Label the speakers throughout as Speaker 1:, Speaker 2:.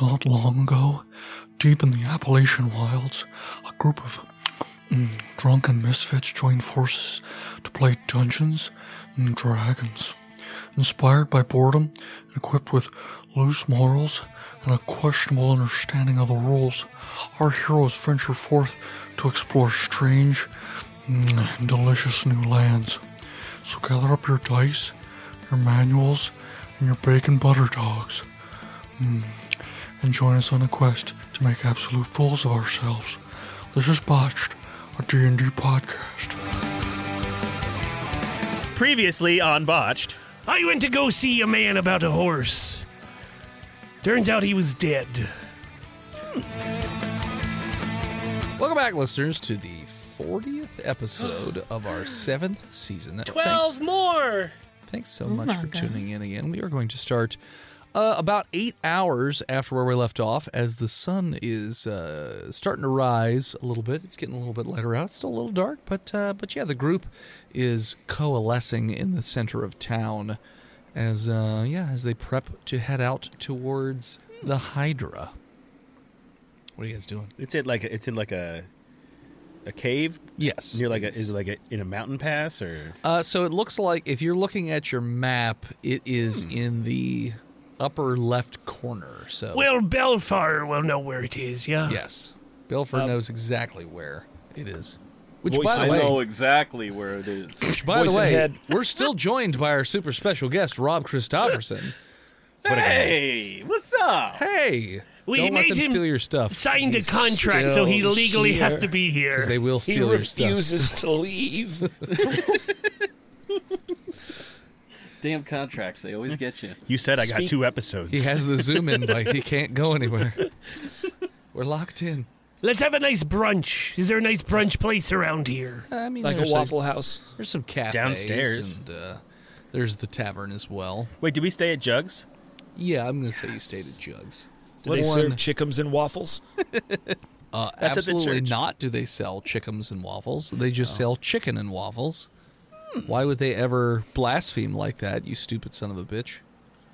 Speaker 1: Not long ago, deep in the Appalachian wilds, a group of mm, drunken misfits joined forces to play Dungeons and Dragons. Inspired by boredom, and equipped with loose morals and a questionable understanding of the rules, our heroes venture forth to explore strange mm, and delicious new lands. So gather up your dice, your manuals, and your bacon butter dogs and join us on a quest to make absolute fools of ourselves. This is Botched, a D&D podcast.
Speaker 2: Previously on Botched.
Speaker 3: I went to go see a man about a horse. Turns out he was dead.
Speaker 4: Welcome back, listeners, to the 40th episode of our seventh season.
Speaker 3: Twelve
Speaker 4: Thanks,
Speaker 3: more.
Speaker 4: thanks so much for tuning in again. We are going to start uh, about eight hours after where we left off as the sun is uh, starting to rise a little bit. It's getting a little bit lighter out. It's still a little dark, but, uh, but yeah, the group is coalescing in the center of town as, uh, yeah, as they prep to head out towards the Hydra. What are you guys doing?
Speaker 2: It's in like a, it's in like a a cave
Speaker 4: Yes.
Speaker 2: near like a is it like a, in a mountain pass or
Speaker 4: Uh, so it looks like if you're looking at your map, it is in the upper left corner. So
Speaker 3: Well, Belfar will know where it is, yeah?
Speaker 4: yes, Belford knows exactly where it is. Which by
Speaker 5: Voice I
Speaker 4: the way,
Speaker 5: know exactly where it is.
Speaker 4: which, by the
Speaker 2: voice in
Speaker 4: way,
Speaker 2: head.
Speaker 4: we're still joined by our super special guest Rob Christopherson.
Speaker 5: hey, what's up?
Speaker 4: hey,
Speaker 3: We
Speaker 4: don't let
Speaker 3: made
Speaker 4: them
Speaker 3: him
Speaker 4: steal your stuff.
Speaker 3: Signed a
Speaker 6: He's
Speaker 3: contract, so he
Speaker 6: still
Speaker 3: legally has
Speaker 6: here.
Speaker 3: to be here.
Speaker 4: They will
Speaker 6: He
Speaker 4: steal your stuff.
Speaker 6: refuses to leave.
Speaker 5: Damn contracts, they always get you.
Speaker 2: you said I got
Speaker 6: Speak-
Speaker 2: two episodes.
Speaker 4: He has the Zoom invite. He can't go anywhere. We're locked in.
Speaker 3: Let's have a nice brunch. Is there a nice brunch place around here?
Speaker 4: I mean,
Speaker 6: Like a
Speaker 4: there's
Speaker 6: Waffle House.
Speaker 4: There's some cafes
Speaker 2: Downstairs.
Speaker 4: and uh, there's the tavern as well.
Speaker 2: Wait, did we stay at Jugs?
Speaker 4: Yeah, I'm gonna say you stayed at Jugs.
Speaker 6: Do they
Speaker 4: One-
Speaker 6: serve chickums and waffles?
Speaker 4: Uh,
Speaker 2: That's at the
Speaker 4: absolutely
Speaker 2: church. Oh.
Speaker 4: not. Do they sell chickums and waffles? They just sell chicken and waffles.
Speaker 2: Hmm.
Speaker 4: Why would they ever blaspheme like that? You stupid son of a bitch!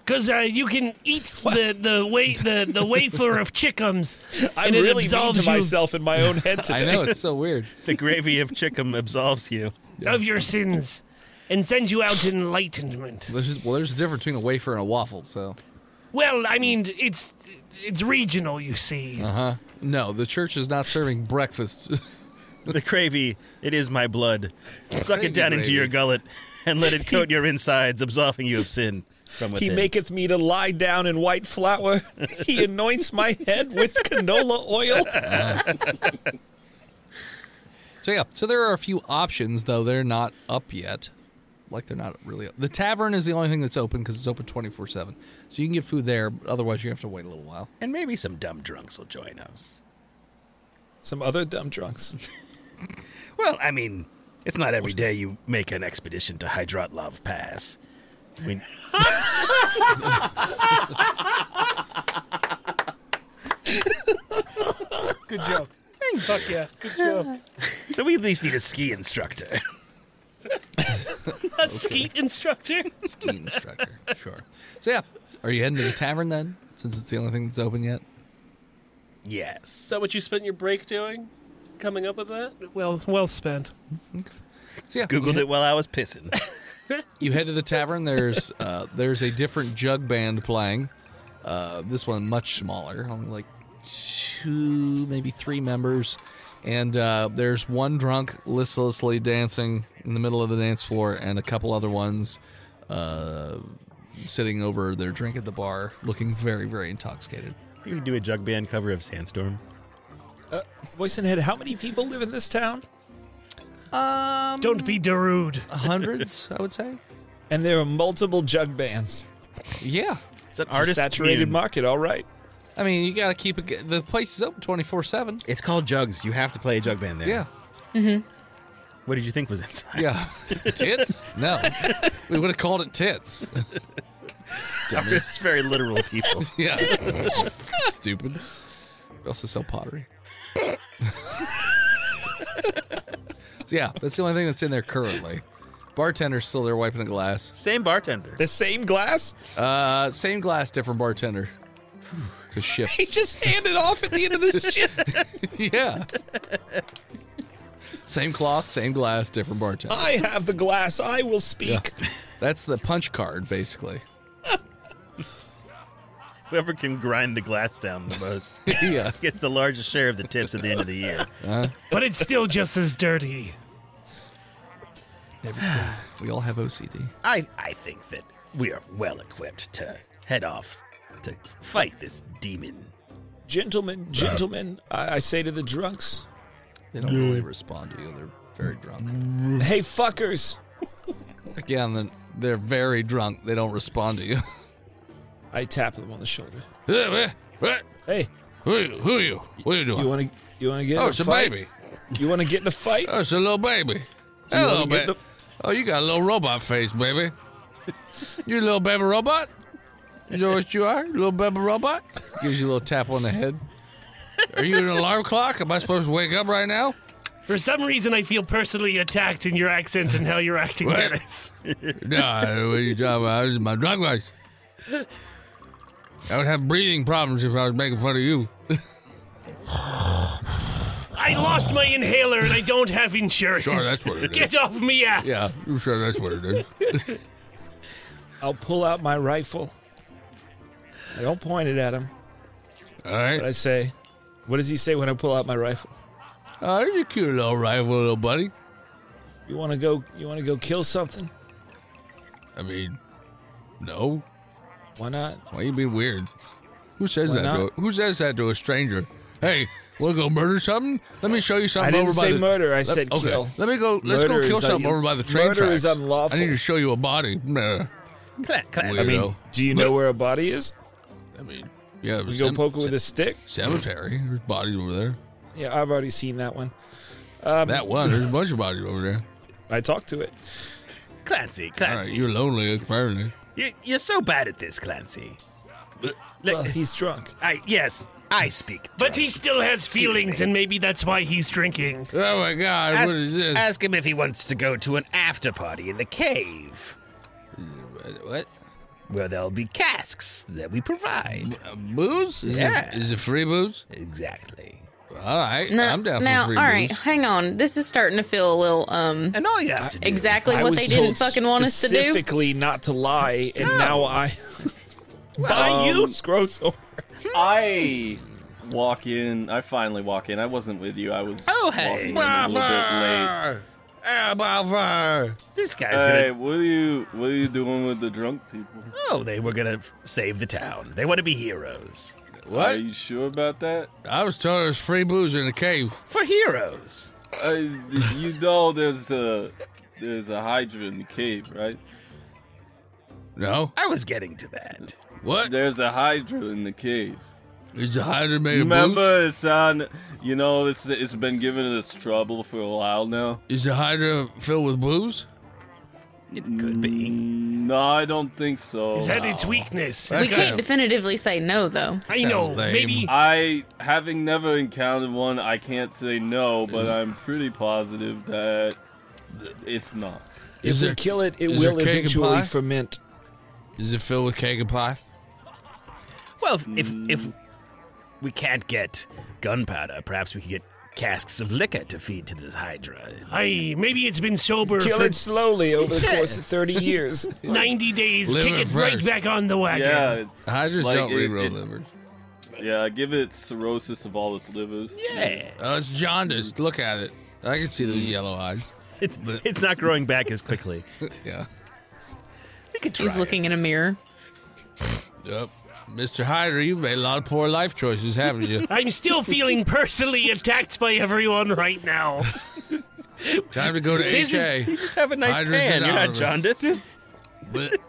Speaker 3: Because uh, you can eat the the wa- the, the wafer of chickums,
Speaker 6: I'm
Speaker 3: and it
Speaker 6: really mean
Speaker 3: absolves
Speaker 6: to
Speaker 3: you
Speaker 6: myself in my own head
Speaker 4: I
Speaker 6: today.
Speaker 4: know it's so weird.
Speaker 2: The gravy of Chickum absolves you.
Speaker 3: of your sins, and sends you out in enlightenment.
Speaker 4: There's just, well, there's a difference between a wafer and a waffle. So,
Speaker 3: Well, I mean, it's it's regional, you see.
Speaker 7: Uh-huh.
Speaker 4: uh huh. No, the church is not serving breakfast.
Speaker 2: The gravy, it is my blood. Suck
Speaker 4: Gravy,
Speaker 2: it down into
Speaker 4: gravy.
Speaker 2: your gullet and let it coat your insides, absolving you of sin from
Speaker 6: He
Speaker 2: within.
Speaker 6: maketh me to lie down in white flour. He anoints my head with canola oil.
Speaker 4: so yeah, so there are a few options though. They're not up yet. Like they're not really up. The tavern is the only thing that's open because it's open twenty four seven. So you can get food there. but Otherwise, you have to wait a little while.
Speaker 2: and maybe some dumb drunks will join us.
Speaker 6: Some other dumb drunks.
Speaker 2: Well, I mean, it's not every day you make an expedition to Hydrot Love Pass. I mean,
Speaker 3: Good joke. Fuck yeah. Good joke.
Speaker 2: so we at least need a ski instructor.
Speaker 3: A skeet instructor?
Speaker 4: ski instructor. Sure. So yeah, are you heading to the tavern then? Since it's the only thing that's open yet.
Speaker 2: Yes.
Speaker 7: Is that what you spent your break doing? Coming up with that?
Speaker 3: Well, well spent.
Speaker 4: So yeah,
Speaker 2: Googled
Speaker 4: you,
Speaker 2: it while I was pissing.
Speaker 4: You head to the tavern. There's uh, there's a different jug band playing. Uh, this one much smaller, only like two, maybe three members. And uh, there's one drunk listlessly dancing in the middle of the dance floor, and a couple other ones uh, sitting over their drink at the bar, looking very, very intoxicated.
Speaker 2: You could do a jug band cover of Sandstorm.
Speaker 6: Uh, voice in head, how many people live in this town?
Speaker 4: Um,
Speaker 3: Don't be derude.
Speaker 4: hundreds, I would say.
Speaker 6: And there are multiple jug bands.
Speaker 4: Yeah,
Speaker 2: It's an
Speaker 6: It's a
Speaker 2: artist
Speaker 6: saturated
Speaker 2: commune.
Speaker 6: market, all right.
Speaker 4: I mean, you gotta keep it. The place is open twenty four seven.
Speaker 2: It's called Jugs. You have to play a jug band there.
Speaker 4: Yeah,
Speaker 2: What did you think was inside?
Speaker 4: yeah. tits? No, we would have called it tits.
Speaker 2: It's very literal people.
Speaker 4: Yeah, stupid. We also sell pottery. So, yeah, that's the only thing that's in there currently. Bartender's still there wiping a glass.
Speaker 2: Same bartender.
Speaker 6: The same glass?
Speaker 4: Uh, same glass, different bartender. the
Speaker 6: He
Speaker 4: shifts.
Speaker 6: just handed off at the end of the shift.
Speaker 4: yeah. same cloth, same glass, different bartender.
Speaker 6: I have the glass. I will speak.
Speaker 4: That's the punch card, basically.
Speaker 8: Whoever can grind the glass down the most
Speaker 4: Yeah.
Speaker 8: gets the largest share of the tips at the end of the year.
Speaker 3: But it's still just as dirty.
Speaker 4: We all have OCD.
Speaker 8: I, I think that we are well equipped to head off to fight this demon.
Speaker 6: Gentlemen, gentlemen, I, I say to the drunks,
Speaker 4: They don't really respond to you. They're very drunk.
Speaker 6: hey, fuckers.
Speaker 4: Again, they're- they're very drunk. They don't respond to you.
Speaker 6: I tap them on the shoulder.
Speaker 4: Hey, hey,
Speaker 6: Hey,
Speaker 4: who are you? Who are you? What are you doing?
Speaker 6: you want to you want to get in
Speaker 4: oh,
Speaker 6: a
Speaker 4: it's a
Speaker 6: fight?
Speaker 4: baby.
Speaker 6: You want to get in a fight?
Speaker 4: Oh, it's a little baby.
Speaker 6: you
Speaker 4: Hello,
Speaker 6: wanna get
Speaker 4: baby.
Speaker 6: the-
Speaker 4: Oh, you got a little robot face, baby. You a little baby robot? You know what you are? Little baby robot? Gives you a little tap on the head. Are you an alarm clock? Am I supposed to wake up right now?
Speaker 3: For some reason, I feel personally attacked in your accent and how you're acting,
Speaker 4: What?
Speaker 3: Dennis.
Speaker 4: No, what are you talking about? This is my drug voice. I would have breathing problems if I was making fun of you.
Speaker 3: I lost my inhaler and I don't have insurance.
Speaker 4: Sure, that's what it is.
Speaker 3: Get off me ass.
Speaker 4: Yeah, you sure that's what it is.
Speaker 6: I'll pull out my rifle. I don't point it at him,
Speaker 4: All
Speaker 6: but I
Speaker 4: right.
Speaker 6: say, what does he say when I pull out my rifle?
Speaker 4: Oh, you're a cute little rival, little buddy.
Speaker 6: You want to go you want to go kill something?
Speaker 4: I mean, no.
Speaker 6: Why not?
Speaker 4: Why you be weird? Who says
Speaker 6: Why
Speaker 4: that?
Speaker 6: not?
Speaker 4: To a, who says that to a stranger? Hey, wanna go murder something? Let me show you something
Speaker 6: didn't
Speaker 4: over by
Speaker 6: say
Speaker 4: the
Speaker 6: murder, I
Speaker 4: Let-
Speaker 6: said
Speaker 4: okay.
Speaker 6: kill.
Speaker 4: Let me go. Let's
Speaker 6: Murder
Speaker 4: go kill
Speaker 6: is
Speaker 4: something
Speaker 6: un-
Speaker 4: over by the train
Speaker 6: murder is
Speaker 4: tracks.
Speaker 6: unlawful.
Speaker 4: I need to show you a body. Nah,
Speaker 8: Clap, clap.
Speaker 4: weirdo. I mean,
Speaker 6: Do you know where a body is?
Speaker 4: yeah.
Speaker 6: You go poke it with a stick?
Speaker 4: cemetery. There's bodies over there.
Speaker 6: Yeah, I've already seen that one. Um,
Speaker 4: That one. There's a bunch of bodies over there.
Speaker 6: I talked to it.
Speaker 8: Clancy,
Speaker 4: All right,
Speaker 8: Clancy.
Speaker 4: you're lonely apparently.
Speaker 8: you, you're so bad at this, Clancy.
Speaker 4: Uh,
Speaker 6: Well, he's drunk.
Speaker 8: I yes, I speak.
Speaker 3: But
Speaker 8: drunk.
Speaker 3: he still has feelings,
Speaker 8: me.
Speaker 3: and maybe that's why he's drinking.
Speaker 4: Oh my God!
Speaker 8: ask,
Speaker 4: what is this?
Speaker 8: ask him if he wants to go to an after party in the cave,
Speaker 4: what?
Speaker 8: where there'll be casks that we provide.
Speaker 4: Uh, booze? Is
Speaker 8: Yeah.
Speaker 4: It, is it free booze?
Speaker 8: Exactly.
Speaker 4: All right.
Speaker 9: No,
Speaker 4: I'm down
Speaker 9: Uh, now,
Speaker 4: for free
Speaker 9: all
Speaker 4: booze.
Speaker 9: right, hang on. This is starting to feel a little um
Speaker 8: And all you have
Speaker 4: Uh,
Speaker 8: to do.
Speaker 9: exactly
Speaker 6: I
Speaker 9: what
Speaker 6: was
Speaker 9: they didn't
Speaker 6: told
Speaker 9: fucking want us to do.
Speaker 6: Specifically, not to lie, and now I.
Speaker 8: Well,
Speaker 6: Um,
Speaker 8: you-
Speaker 6: Scroats over.
Speaker 5: I walk in. I finally walk in. I wasn't with you. I was
Speaker 8: Oh, hey.
Speaker 5: walking in a little bit late.
Speaker 4: Bravo! Yeah, bravo!
Speaker 8: This guy's
Speaker 5: Hey,
Speaker 8: gonna.
Speaker 5: what are you what are you doing with the drunk people?
Speaker 8: Oh, they were gonna save the town. They want to be heroes.
Speaker 5: Are
Speaker 4: What?
Speaker 5: you sure about that?
Speaker 4: I was told there's free booze in the cave.
Speaker 8: For heroes.
Speaker 5: Uh, you know, there's a there's a Hydra in the cave, right?
Speaker 4: No?
Speaker 8: I was getting to that.
Speaker 4: What?
Speaker 5: There's a Hydra in the cave.
Speaker 4: Is the hydra made
Speaker 5: You
Speaker 4: of
Speaker 5: remember it's on. You know, it's it's been giving us trouble for a while now.
Speaker 4: booze? Is the hydra filled with booze?
Speaker 8: It could be.
Speaker 5: No, I don't think so.
Speaker 3: Is that its weakness?
Speaker 9: We
Speaker 4: Okay.
Speaker 9: can't definitively say no though.
Speaker 3: I know.
Speaker 4: Sound lame.
Speaker 3: Maybe
Speaker 5: I, having never encountered one, I can't say no, but
Speaker 4: Mm-hmm.
Speaker 5: I'm pretty positive that it's not.
Speaker 6: If
Speaker 4: Is
Speaker 6: we
Speaker 4: there-
Speaker 6: kill it, it
Speaker 4: is there
Speaker 6: will
Speaker 4: cake and
Speaker 6: eventually
Speaker 4: pie?
Speaker 6: ferment.
Speaker 4: Is it filled with cake and pie?
Speaker 8: Well, if if,
Speaker 4: Hmm.
Speaker 8: if we can't get gunpowder, perhaps we could get casks of liquor to feed to this Hydra.
Speaker 3: I maybe it's been sober
Speaker 6: Kill
Speaker 3: for
Speaker 6: it slowly over the course of 30 years.
Speaker 3: 90 days.
Speaker 4: Live
Speaker 3: Kick
Speaker 4: it
Speaker 3: it right
Speaker 4: first.
Speaker 3: back on the wagon.
Speaker 5: Yeah,
Speaker 4: Hydras
Speaker 5: Like,
Speaker 4: don't
Speaker 5: it-
Speaker 4: reroll
Speaker 5: it-
Speaker 4: livers.
Speaker 5: yeah. Give it cirrhosis of all its livers.
Speaker 8: Yeah.
Speaker 4: Oh, it's jaundiced. Look at it. I can see those
Speaker 6: Mm.
Speaker 4: yellow eyes.
Speaker 8: It's, it's not growing back as quickly.
Speaker 4: Yeah.
Speaker 8: We could try.
Speaker 9: He's
Speaker 8: it.
Speaker 9: looking in a mirror.
Speaker 4: Yep. Mr. Hydra, you've made a lot of poor life choices, haven't you?
Speaker 3: I'm still feeling personally attacked by everyone right now.
Speaker 4: Time to go to
Speaker 8: He's just,
Speaker 4: HA.
Speaker 8: you just have a nice
Speaker 4: Hydras
Speaker 8: tan.
Speaker 4: and
Speaker 8: You're not
Speaker 4: Olives.
Speaker 8: jaundiced.
Speaker 4: But-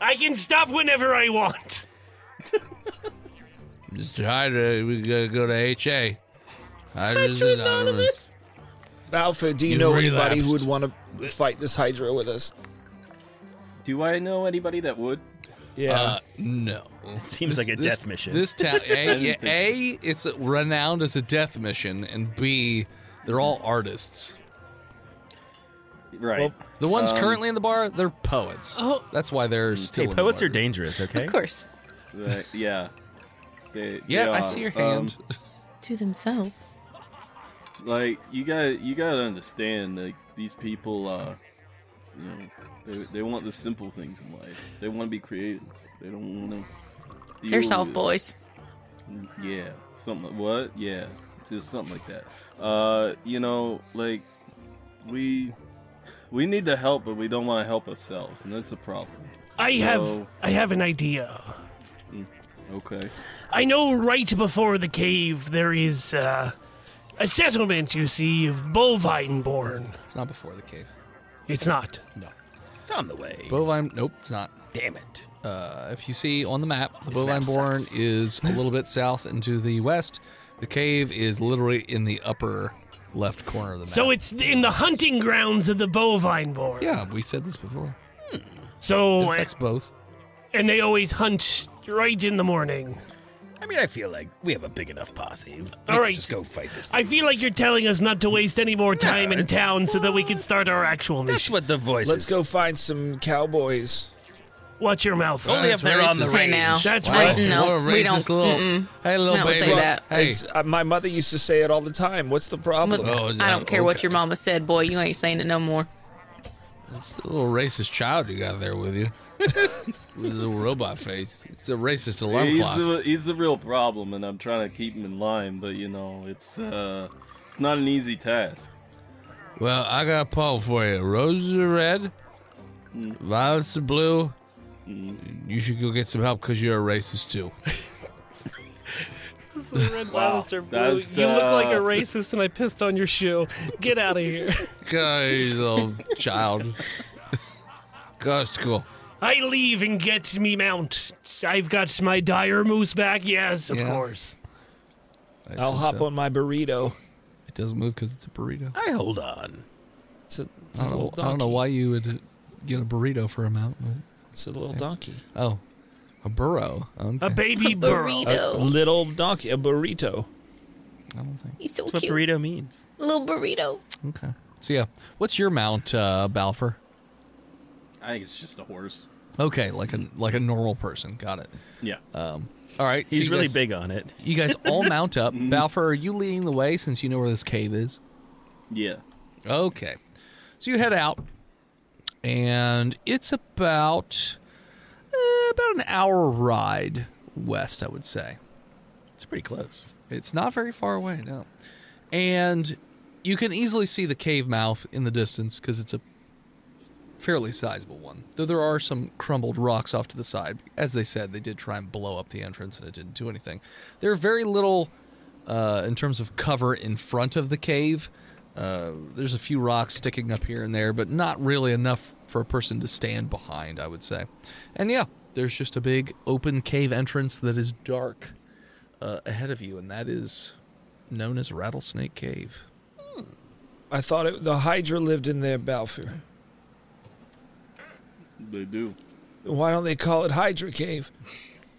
Speaker 3: I can stop whenever I want.
Speaker 4: Mr. Hydra, we gotta go to HA. Hydra's Anonymous.
Speaker 6: Alfred, do you
Speaker 4: You've
Speaker 6: know anybody who would
Speaker 4: relapsed.
Speaker 6: want to fight this Hydra with us?
Speaker 5: Do I know anybody that would?
Speaker 6: Yeah.
Speaker 4: Uh, no. It
Speaker 8: seems like a death mission.
Speaker 4: This town, A,
Speaker 5: didn't
Speaker 4: yeah,
Speaker 5: think so.
Speaker 4: a it's renowned as a death mission, and B, they're all artists.
Speaker 5: Right.
Speaker 6: Well,
Speaker 4: The ones
Speaker 5: Um,
Speaker 4: currently in the bar, they're poets.
Speaker 9: Oh.
Speaker 4: That's why they're still
Speaker 8: Hey,
Speaker 4: in
Speaker 8: poets
Speaker 4: the
Speaker 8: are
Speaker 4: bar.
Speaker 8: dangerous, okay?
Speaker 9: Of course.
Speaker 5: right, yeah. They,
Speaker 4: Yeah,
Speaker 5: they
Speaker 4: I
Speaker 5: are.
Speaker 4: see your
Speaker 5: Um,
Speaker 4: hand.
Speaker 9: to themselves.
Speaker 5: like you got you got to understand like these people uh you know they, they want the simple things in life they want to be creative they don't want to
Speaker 9: They're soft boys.
Speaker 5: yeah something what yeah just something like that uh you know like we we need the help but we don't want to help ourselves and that's a problem
Speaker 3: I have
Speaker 5: No.
Speaker 3: I have an idea.
Speaker 5: okay
Speaker 3: I know right before the cave there is uh, a settlement, you see, of bovine born.
Speaker 4: it's not before the cave.
Speaker 3: It's not.
Speaker 2: It's on the way.
Speaker 4: Bovine. Nope, it's not.
Speaker 2: Damn it.
Speaker 4: Uh, if you see on the map, the
Speaker 2: This
Speaker 4: bovine
Speaker 2: map
Speaker 4: born
Speaker 2: sucks.
Speaker 4: is a little bit south and to the west. The cave is literally in the upper left corner of the map.
Speaker 3: So it's in the hunting grounds of the bovine born.
Speaker 4: yeah, we said this before. It
Speaker 3: So
Speaker 4: affects both.
Speaker 3: and they always hunt right in the morning.
Speaker 2: I mean, I feel like we have a big enough posse. We
Speaker 3: All
Speaker 2: could
Speaker 3: right.
Speaker 2: just go fight this. Thing.
Speaker 3: I feel like you're telling us not to waste any more time in
Speaker 2: it's-
Speaker 3: town so that we can start our actual
Speaker 2: That's
Speaker 3: mission.
Speaker 2: what the voice.
Speaker 6: Let's
Speaker 2: is.
Speaker 6: go find some cowboys.
Speaker 3: Watch your mouth.
Speaker 2: Only if they're on the
Speaker 4: racist.
Speaker 2: range.
Speaker 9: Hey now.
Speaker 3: That's
Speaker 4: Wow.
Speaker 3: racist.
Speaker 9: No,
Speaker 4: What a
Speaker 9: we
Speaker 4: racist
Speaker 9: don't- mm-mm.
Speaker 4: Hey, little
Speaker 9: Don't
Speaker 4: baby.
Speaker 9: say that.
Speaker 4: Hey.
Speaker 6: It's- uh, my mother used to say it all the time. What's the problem?
Speaker 9: Look,
Speaker 4: Oh, is
Speaker 9: I
Speaker 4: that-
Speaker 9: don't care what
Speaker 4: okay.
Speaker 9: your mama said, boy. You ain't saying it no more.
Speaker 4: A little racist child you got there with you. with his little robot face. It's a racist alarm
Speaker 5: he's
Speaker 4: clock.
Speaker 5: a, he's a real problem and i'm trying to keep him in line but you know it's uh it's not an easy task
Speaker 4: Well, I got a poll for you. Roses are red,
Speaker 6: Mm.
Speaker 4: violets are blue. You should go get some help because you're a racist too.
Speaker 7: The red violets are blue.
Speaker 5: That's,
Speaker 7: you look like a
Speaker 5: uh,
Speaker 7: racist, and I pissed on your shoe. Get out of here.
Speaker 4: God, he's a little child. Go to school.
Speaker 3: I leave and get me mount. I've got my dire moose back. Yes, of
Speaker 4: Yeah.
Speaker 3: course.
Speaker 6: I'll hop on my burrito.
Speaker 4: It doesn't move because it's a burrito.
Speaker 2: I hold on.
Speaker 6: It's a, it's
Speaker 4: I don't,
Speaker 6: a
Speaker 4: know,
Speaker 6: little
Speaker 4: I don't
Speaker 6: donkey.
Speaker 4: know why you would get a burrito for a mount. but-
Speaker 6: It's a little donkey.
Speaker 4: Oh, a burrow. Okay.
Speaker 3: A baby burrow.
Speaker 4: Uh,
Speaker 9: Oh.
Speaker 6: A little donkey. A burrito.
Speaker 4: I don't think.
Speaker 9: He's so
Speaker 2: That's what burrito means.
Speaker 9: Little burrito.
Speaker 4: Okay. So yeah, what's your mount, uh, Balfour?
Speaker 5: i think it's just a horse
Speaker 4: Okay, like a like a normal person. Got it.
Speaker 5: yeah
Speaker 4: Uh. All right. so
Speaker 2: He's
Speaker 4: you
Speaker 2: really
Speaker 4: guys-
Speaker 2: big Mm-hmm. on it.
Speaker 4: You guys all mount up. Balfour, are you leading the way since you know where this cave is?
Speaker 5: yeah
Speaker 4: Okay. So you head out, and it's about eh, about an hour ride west, I would say.
Speaker 2: It's pretty close.
Speaker 4: It's not very far away, no. And you can easily see the cave mouth in the distance because it's a fairly sizable one. Though there are some crumbled rocks off to the side. As they said, they did try and blow up the entrance and it didn't do anything. There are very little uh, in terms of cover in front of the cave. Uh, there's a few rocks sticking up here and there, but not really enough for a person to stand behind, I would say. And yeah, there's just a big open cave entrance that is dark uh, ahead of you, and that is known as Rattlesnake Cave.
Speaker 6: I thought it, the Hydra lived in there, Balfour.
Speaker 5: they do
Speaker 6: Why don't they call it Hydra Cave?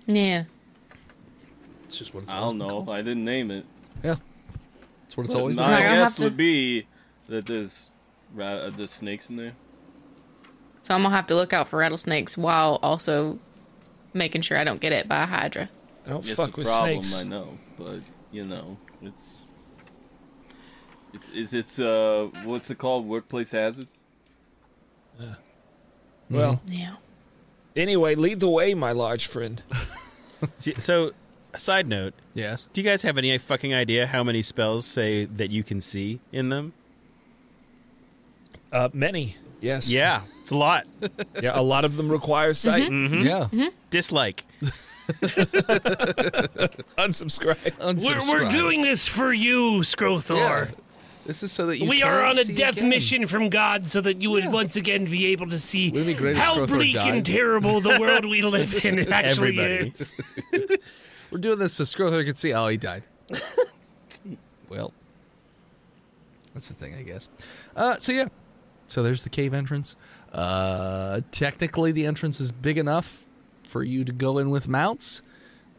Speaker 9: Yeah.
Speaker 4: It's just what it's
Speaker 5: I
Speaker 4: always
Speaker 5: don't
Speaker 4: been
Speaker 5: know.
Speaker 4: called.
Speaker 5: I didn't name it.
Speaker 4: Yeah, it's what it's
Speaker 5: But
Speaker 4: always been.
Speaker 5: my
Speaker 9: Alright, I'll have
Speaker 5: guess
Speaker 9: to-
Speaker 5: would be that there's ra- uh, there's snakes in there.
Speaker 9: So I'm gonna have to look out for rattlesnakes while also making sure I don't get it by a hydra.
Speaker 6: I don't
Speaker 5: It's
Speaker 6: fuck
Speaker 5: a
Speaker 6: with
Speaker 5: problem,
Speaker 6: snakes.
Speaker 5: I know, but you know, it's it's it's, it's uh what's it called? Workplace hazard.
Speaker 6: Well,
Speaker 4: Mm-hmm.
Speaker 9: Yeah.
Speaker 6: anyway, lead the way, my large friend.
Speaker 2: So, a side note:
Speaker 4: Yes,
Speaker 2: Do you guys have any fucking idea how many spells say that you can see in them?
Speaker 6: Uh, many, yes.
Speaker 2: Yeah, it's a lot.
Speaker 6: yeah. A lot of them require sight.
Speaker 2: Mm-hmm.
Speaker 3: Mm-hmm.
Speaker 4: yeah.
Speaker 2: Dislike.
Speaker 6: Unsubscribe.
Speaker 3: Mm-hmm. We're,
Speaker 4: Unsubscribe.
Speaker 3: we're doing this for you, Scrothor.
Speaker 4: Yeah. This is so that you.
Speaker 3: we are
Speaker 4: can
Speaker 3: on a
Speaker 4: see
Speaker 3: death
Speaker 4: again.
Speaker 3: mission from God so that you would once again be able to see
Speaker 4: Wouldn't it be great if
Speaker 3: how
Speaker 4: Scrothor
Speaker 3: bleak and
Speaker 4: dies?
Speaker 3: terrible the world we live in actually
Speaker 2: Everybody.
Speaker 3: is.
Speaker 4: We're doing this so Scrother can see. Oh, he died. well, that's the thing, I guess. Uh, so yeah, so there's the cave entrance. Uh, technically, the entrance is big enough for you to go in with mounts,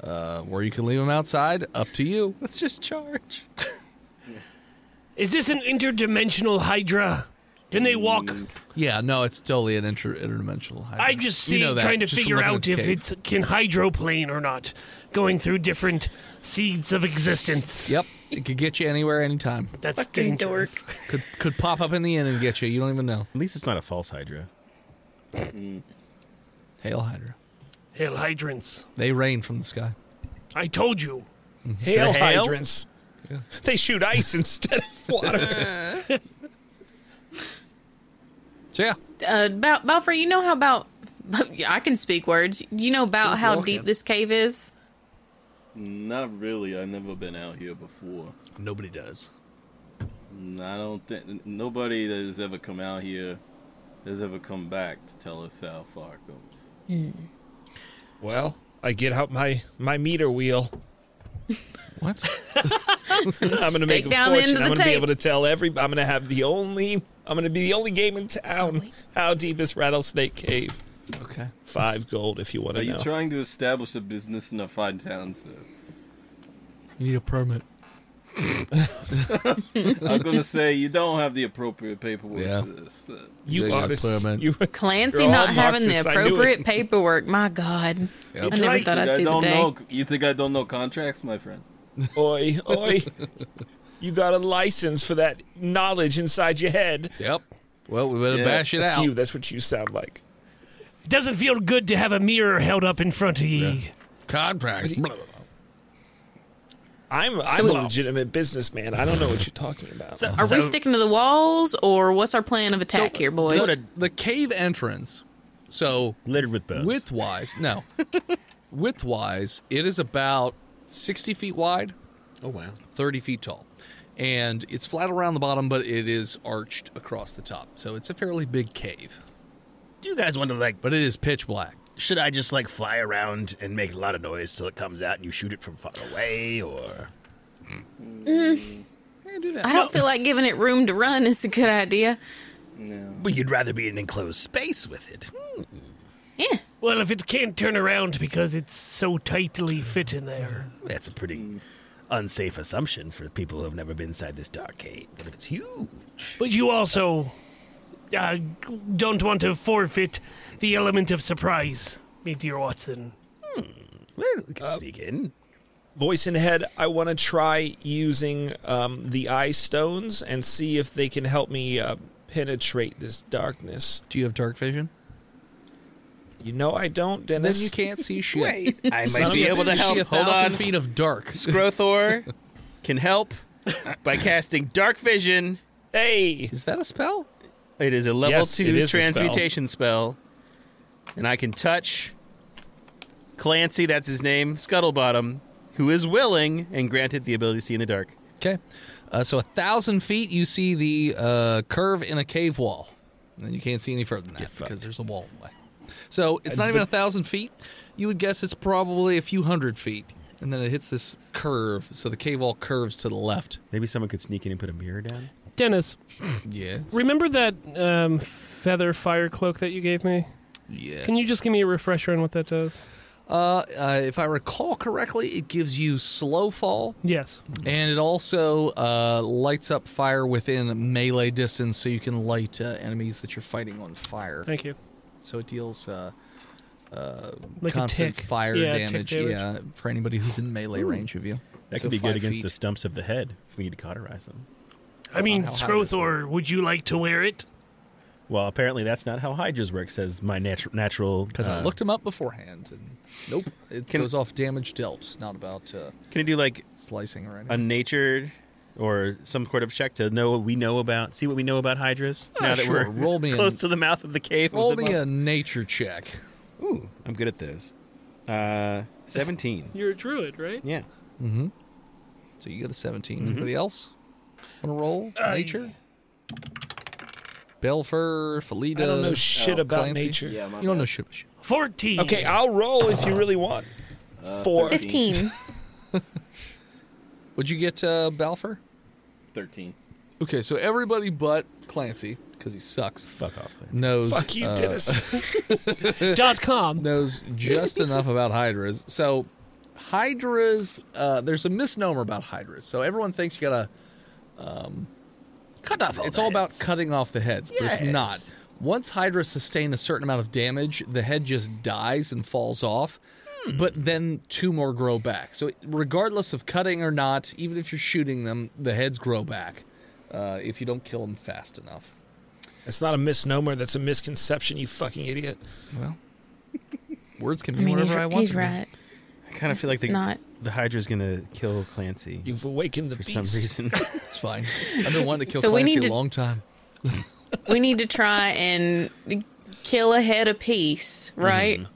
Speaker 4: uh, or you can leave them outside. Up to you. Let's just charge.
Speaker 3: Is this an interdimensional hydra? Can they walk?
Speaker 4: Mm. Yeah, no, it's totally an inter- interdimensional hydra.
Speaker 3: I just
Speaker 4: You
Speaker 3: see
Speaker 4: know that,
Speaker 3: trying to
Speaker 4: just from
Speaker 3: figure
Speaker 4: looking at
Speaker 3: out
Speaker 4: the
Speaker 3: if
Speaker 4: cave.
Speaker 3: it's can hydroplane or not, going through different seeds of existence.
Speaker 4: Yep, it could get you anywhere, anytime.
Speaker 3: that's
Speaker 9: Fucking dork.
Speaker 3: dangerous.
Speaker 4: Could could pop up in the end and get you. You don't even know.
Speaker 2: At least it's not a false Hydra.
Speaker 4: Hail Hydra.
Speaker 3: Hail hydrants!
Speaker 4: They rain from the sky.
Speaker 3: I told you.
Speaker 6: Hail
Speaker 2: The hail?
Speaker 6: hydrants. They shoot ice instead of water.
Speaker 4: So yeah,
Speaker 9: Uh, about Balfour, you know how about I can speak words. You know about
Speaker 4: Sure,
Speaker 9: how
Speaker 4: y'all
Speaker 9: deep
Speaker 4: can.
Speaker 9: this cave is.
Speaker 5: Not really. I've never been out here before.
Speaker 4: nobody does.
Speaker 5: Mm, I don't think nobody that has ever come out here has ever come back to tell us how far it goes.
Speaker 6: well, I get out my my meter wheel.
Speaker 4: What?
Speaker 6: I'm gonna make
Speaker 9: Stick
Speaker 6: a
Speaker 9: down the end
Speaker 6: fortune.
Speaker 9: of
Speaker 6: I'm
Speaker 9: the
Speaker 6: gonna be
Speaker 9: tape.
Speaker 6: able to tell every. I'm gonna have the only. I'm gonna be the only game in town. How deep is Rattlesnake Cave?
Speaker 4: okay.
Speaker 6: Five gold, if you want
Speaker 5: Are
Speaker 6: to
Speaker 5: you
Speaker 6: know.
Speaker 5: trying to establish a business in a fine town, sir?
Speaker 4: You need a permit.
Speaker 5: I'm gonna say you don't have the appropriate paperwork
Speaker 4: Yeah.
Speaker 5: for this. Uh,
Speaker 4: They
Speaker 6: you
Speaker 4: got
Speaker 6: are this.
Speaker 4: permit.
Speaker 6: You,
Speaker 9: Clancy
Speaker 6: You're all
Speaker 9: not having
Speaker 6: Marxists,
Speaker 9: the
Speaker 6: I knew it.
Speaker 9: appropriate paperwork. My God, I never
Speaker 3: right.
Speaker 9: thought I'd
Speaker 5: I
Speaker 9: see the
Speaker 5: don't
Speaker 9: day.
Speaker 5: know. You think I don't know contracts, my friend?
Speaker 6: oi, oi. You got a license for that knowledge inside your head.
Speaker 4: Yep. Well, we better
Speaker 5: Yeah,
Speaker 4: bash it
Speaker 6: That's
Speaker 4: out.
Speaker 6: you. That's what you sound like.
Speaker 3: It doesn't feel good to have a mirror held up in front of you.
Speaker 4: Yeah. Contract. Blah, blah, blah.
Speaker 6: I'm I'm
Speaker 9: we-
Speaker 6: a legitimate businessman. I don't know what you're talking about.
Speaker 2: So,
Speaker 9: Are we
Speaker 2: so-
Speaker 9: sticking to the walls, or what's our plan of attack here, boys?
Speaker 4: The, the cave entrance. So
Speaker 2: littered with bones?
Speaker 4: width wise, no. width wise, it is about sixty feet wide,
Speaker 2: oh wow!
Speaker 4: 30 feet tall. And it's flat around the bottom, but it is arched across the top. So it's a fairly big cave,
Speaker 2: Do you guys want to like?
Speaker 4: but it is pitch black.
Speaker 2: Should I just like fly around and make a lot of noise till it comes out and you shoot it from far away, or
Speaker 9: I don't feel like giving it room to run is a good idea.
Speaker 2: well, you'd rather be in an enclosed space with it? Hmm,
Speaker 9: Yeah,
Speaker 3: Well, if it can't turn around because it's so tightly fit in there.
Speaker 2: That's a pretty unsafe assumption for people who have never been inside this dark cave. What if it's huge?
Speaker 3: But you also uh, don't want to forfeit the element of surprise, me dear Watson.
Speaker 2: Well, we can sneak in.
Speaker 6: Voice in head. I want to try using um, the eye stones and see if they can help me uh, penetrate this darkness.
Speaker 4: Do you have dark vision?
Speaker 6: You know I don't,
Speaker 4: Then
Speaker 6: Dennis.
Speaker 4: you can't see shit.
Speaker 8: I
Speaker 4: Son
Speaker 8: might
Speaker 4: of
Speaker 8: be
Speaker 4: a
Speaker 8: able to
Speaker 4: bitch,
Speaker 8: help.
Speaker 4: See a
Speaker 8: Hold
Speaker 4: thousand
Speaker 8: on.
Speaker 4: feet of dark.
Speaker 8: Growthor can help by casting Dark Vision.
Speaker 6: Hey,
Speaker 4: Is that a spell?
Speaker 8: It is a level
Speaker 6: Yes, it
Speaker 8: two
Speaker 6: is a spell.
Speaker 8: transmutation spell. and I can touch Clancy. That's his name, Scuttlebottom, who is willing and granted the ability to see in the dark.
Speaker 4: Okay. Uh, so a thousand feet, you see the uh, curve in a cave wall. And then you can't see any further than that because there's a wall in the way. So it's not even a thousand feet. You would guess it's probably a few hundred feet. And then it hits this curve. So the cave wall curves to the left.
Speaker 2: Maybe someone could sneak in and put a mirror down.
Speaker 7: Dennis,
Speaker 4: Yeah.
Speaker 7: remember that um, feather fire cloak that you gave me?
Speaker 4: Yeah.
Speaker 7: Can you just give me a refresher on what that does?
Speaker 4: Uh, uh, if I recall correctly, it gives you slow fall,
Speaker 7: Yes.
Speaker 4: and it also uh, lights up fire within melee distance, so you can light uh, enemies that you're fighting on fire.
Speaker 7: Thank you.
Speaker 4: So it deals uh,
Speaker 7: Like
Speaker 4: constant
Speaker 7: a tick.
Speaker 4: fire
Speaker 7: yeah, tick
Speaker 4: damage, yeah, for anybody who's in melee range of you.
Speaker 2: That
Speaker 4: So
Speaker 2: could be
Speaker 4: five
Speaker 2: good against
Speaker 4: feet.
Speaker 2: the stumps of the head. If we need to cauterize them.
Speaker 3: I mean,
Speaker 4: not how hydras
Speaker 3: Scrothor, would you like to wear it?
Speaker 2: Well, apparently that's not how hydras work. Says my natu- natural.
Speaker 4: Because I
Speaker 2: uh,
Speaker 4: looked them up beforehand, and nope, it
Speaker 8: Can-
Speaker 4: goes off damage dealt, not about uh,
Speaker 8: Can I do like
Speaker 4: slicing or anything.
Speaker 8: a nature or some sort of check to know what we know about, see what we know about hydras
Speaker 4: Ah,
Speaker 8: now that
Speaker 4: sure.
Speaker 8: we're
Speaker 4: Roll me
Speaker 8: close
Speaker 4: an-
Speaker 8: to the mouth of the cave. of
Speaker 4: Roll
Speaker 8: the
Speaker 4: me
Speaker 8: monster.
Speaker 4: a nature check.
Speaker 8: Ooh, I'm good at those. Uh, 17.
Speaker 7: You're a druid, right?
Speaker 8: yeah.
Speaker 4: So you got a 17. Anybody else want to roll nature? Belfer, Felida.
Speaker 6: I don't know shit about
Speaker 4: Clancy.
Speaker 6: nature.
Speaker 5: Yeah, my
Speaker 4: you don't
Speaker 5: bad.
Speaker 4: know shit. about shit.
Speaker 3: 14.
Speaker 6: Okay, I'll roll if you really want.
Speaker 4: Uh,
Speaker 6: Four.
Speaker 9: fifteen.
Speaker 4: Would you get uh, Balfour?
Speaker 5: Thirteen.
Speaker 4: Okay, so everybody but Clancy, because he sucks,
Speaker 2: Fuck off. Lance.
Speaker 4: knows
Speaker 6: Fuck you,
Speaker 4: uh,
Speaker 6: Dennis.
Speaker 7: Dot com.
Speaker 4: knows just enough about hydras. So hydras, uh, there's a misnomer about hydras. So everyone thinks you gotta um,
Speaker 10: Cut off all
Speaker 4: it's
Speaker 10: the
Speaker 4: all about
Speaker 10: heads.
Speaker 4: cutting off the heads, but it's not.
Speaker 10: Yes.
Speaker 4: Once Hydra sustain a certain amount of damage, the head just dies and falls off, but then two more grow back. So, regardless of cutting or not, even if you're shooting them, the heads grow back uh, if you don't kill them fast enough.
Speaker 6: It's not a misnomer. That's a misconception. You fucking idiot.
Speaker 4: Words can
Speaker 9: I
Speaker 4: be
Speaker 9: mean, he's,
Speaker 4: whatever I want.
Speaker 9: he's
Speaker 4: them to be.
Speaker 9: right.
Speaker 8: I kind of feel like the
Speaker 9: Not.
Speaker 8: the Hydra's gonna kill Clancy
Speaker 6: You've awakened the
Speaker 8: for
Speaker 6: beast.
Speaker 8: some reason.
Speaker 4: It's fine. I've been wanting to kill
Speaker 9: So we
Speaker 4: Clancy
Speaker 9: need
Speaker 4: a
Speaker 9: to-
Speaker 4: long time.
Speaker 9: We need to try and kill a head apiece,
Speaker 4: Mm-hmm.
Speaker 9: right?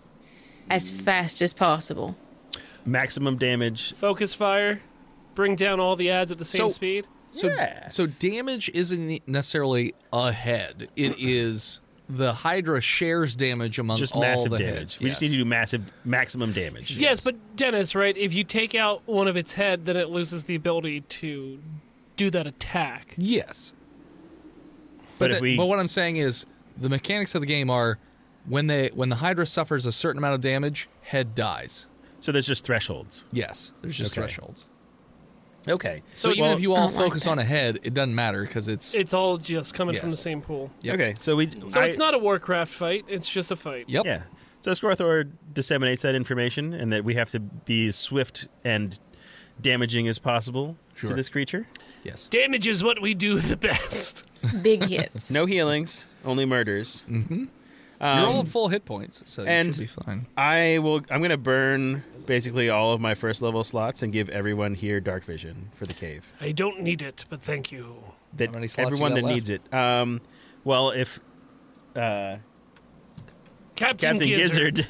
Speaker 9: As fast as possible.
Speaker 8: Maximum damage.
Speaker 3: Focus fire. Bring down all the ads at the same
Speaker 4: So-
Speaker 3: speed.
Speaker 4: So,
Speaker 8: Yeah.
Speaker 4: so damage isn't necessarily a head. It is the Hydra shares damage among
Speaker 8: Just
Speaker 4: all
Speaker 8: massive
Speaker 4: the
Speaker 8: damage.
Speaker 4: heads.
Speaker 8: We just
Speaker 4: yes.
Speaker 8: need to do massive maximum damage.
Speaker 3: Yes, but Dennis, right? If you take out one of its head, then it loses the ability to do that attack.
Speaker 4: Yes.
Speaker 8: But
Speaker 4: the-
Speaker 8: if we-
Speaker 4: but what I'm saying is the mechanics of the game are when they when the Hydra suffers a certain amount of damage, head dies.
Speaker 8: So there's just thresholds.
Speaker 4: Yes, there's just
Speaker 8: Okay.
Speaker 4: thresholds.
Speaker 8: Okay.
Speaker 4: So even
Speaker 8: well-
Speaker 4: if you
Speaker 9: I
Speaker 4: all
Speaker 9: don't like
Speaker 4: focus
Speaker 9: that.
Speaker 4: on a head, it doesn't matter because it's
Speaker 3: It's all just coming from the
Speaker 4: Yes.
Speaker 3: same pool.
Speaker 4: Yep.
Speaker 8: Okay. So we.
Speaker 3: So
Speaker 8: I-
Speaker 3: it's not a Warcraft fight. It's just a fight.
Speaker 4: yep.
Speaker 8: Yeah. So Scorthor disseminates that information, and that we have to be as swift and damaging as possible to
Speaker 4: Sure.
Speaker 8: this creature.
Speaker 4: Yes.
Speaker 3: Damage is what we do the best.
Speaker 9: Big hits.
Speaker 8: No healings, only murders. Mm-hmm.
Speaker 4: You're all at full hit points, so you
Speaker 8: um, and-
Speaker 4: should be fine.
Speaker 8: I will. I'm gonna burn basically all of my first level slots and give everyone here dark vision for the cave.
Speaker 3: I don't need it, but thank you.
Speaker 8: That
Speaker 4: many slots you
Speaker 8: everyone
Speaker 4: got
Speaker 8: that
Speaker 4: left?
Speaker 8: needs it. Um, well, if uh,
Speaker 3: Captain,
Speaker 8: Captain
Speaker 3: Gizzard.
Speaker 8: Gizzard,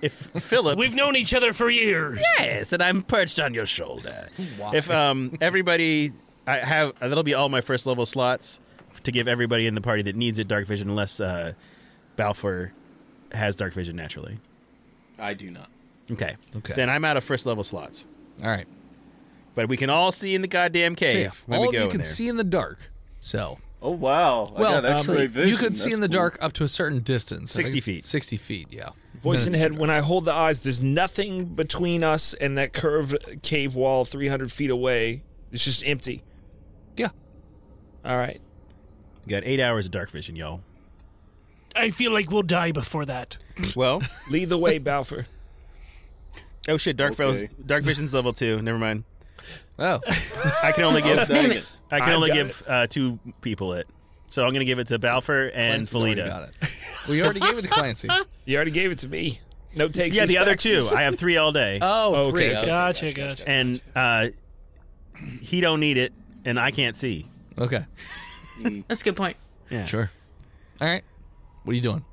Speaker 8: if, if Philip,
Speaker 3: We've known each other for years.
Speaker 8: yes, and I'm perched on your shoulder. If um, everybody, I have that'll be all my first level slots to give everybody in the party that needs it dark vision, unless uh, Balfour has dark vision naturally.
Speaker 5: I do not.
Speaker 8: Okay.
Speaker 4: Okay.
Speaker 8: Then I'm out of first level slots.
Speaker 4: All right.
Speaker 8: But we can all see in the goddamn
Speaker 4: So,
Speaker 8: cave.
Speaker 4: yeah,
Speaker 8: when we
Speaker 4: all of
Speaker 8: go
Speaker 4: you
Speaker 8: in
Speaker 4: can
Speaker 8: there.
Speaker 4: see in the dark. So
Speaker 5: Oh wow!
Speaker 4: Well,
Speaker 5: I got X-ray
Speaker 9: um,
Speaker 5: vision.
Speaker 4: you could see
Speaker 5: That's
Speaker 4: in the
Speaker 5: cool.
Speaker 4: dark up to a certain distance. I think
Speaker 8: 60
Speaker 4: it's
Speaker 8: feet.
Speaker 4: Sixty feet. Yeah.
Speaker 6: Voice
Speaker 4: Then
Speaker 6: in
Speaker 4: it's-
Speaker 6: head, when I hold the eyes, there's nothing between us and that curved cave wall 300 feet away. It's just empty.
Speaker 4: Yeah.
Speaker 6: All right.
Speaker 8: We got eight hours of dark vision, y'all.
Speaker 3: I feel like we'll die before that.
Speaker 8: Well,
Speaker 6: Lead the way, Balfour.
Speaker 8: oh shit, dark
Speaker 5: Okay.
Speaker 8: Vel- dark vision's level two. Never mind.
Speaker 4: Oh.
Speaker 8: I can only give
Speaker 5: Oh, dang
Speaker 9: Damn
Speaker 5: it.
Speaker 9: it.
Speaker 8: I can
Speaker 6: I've
Speaker 8: only
Speaker 6: got
Speaker 8: give uh, two people it. So I'm gonna give it to Balfour and
Speaker 4: Clancy's already got
Speaker 8: Felita.
Speaker 4: it. Well, you already gave it to Clancy. Oh,
Speaker 6: You already gave it to me. No takes.
Speaker 8: Yeah, the other two. I have three all day,
Speaker 6: Okay,
Speaker 4: Oh, three.
Speaker 6: Oh, okay.
Speaker 3: Gotcha, gotcha.
Speaker 8: and uh, he don't need it, and I can't see.
Speaker 4: Okay.
Speaker 9: That's a good point.
Speaker 4: Sure. All right. What are you doing?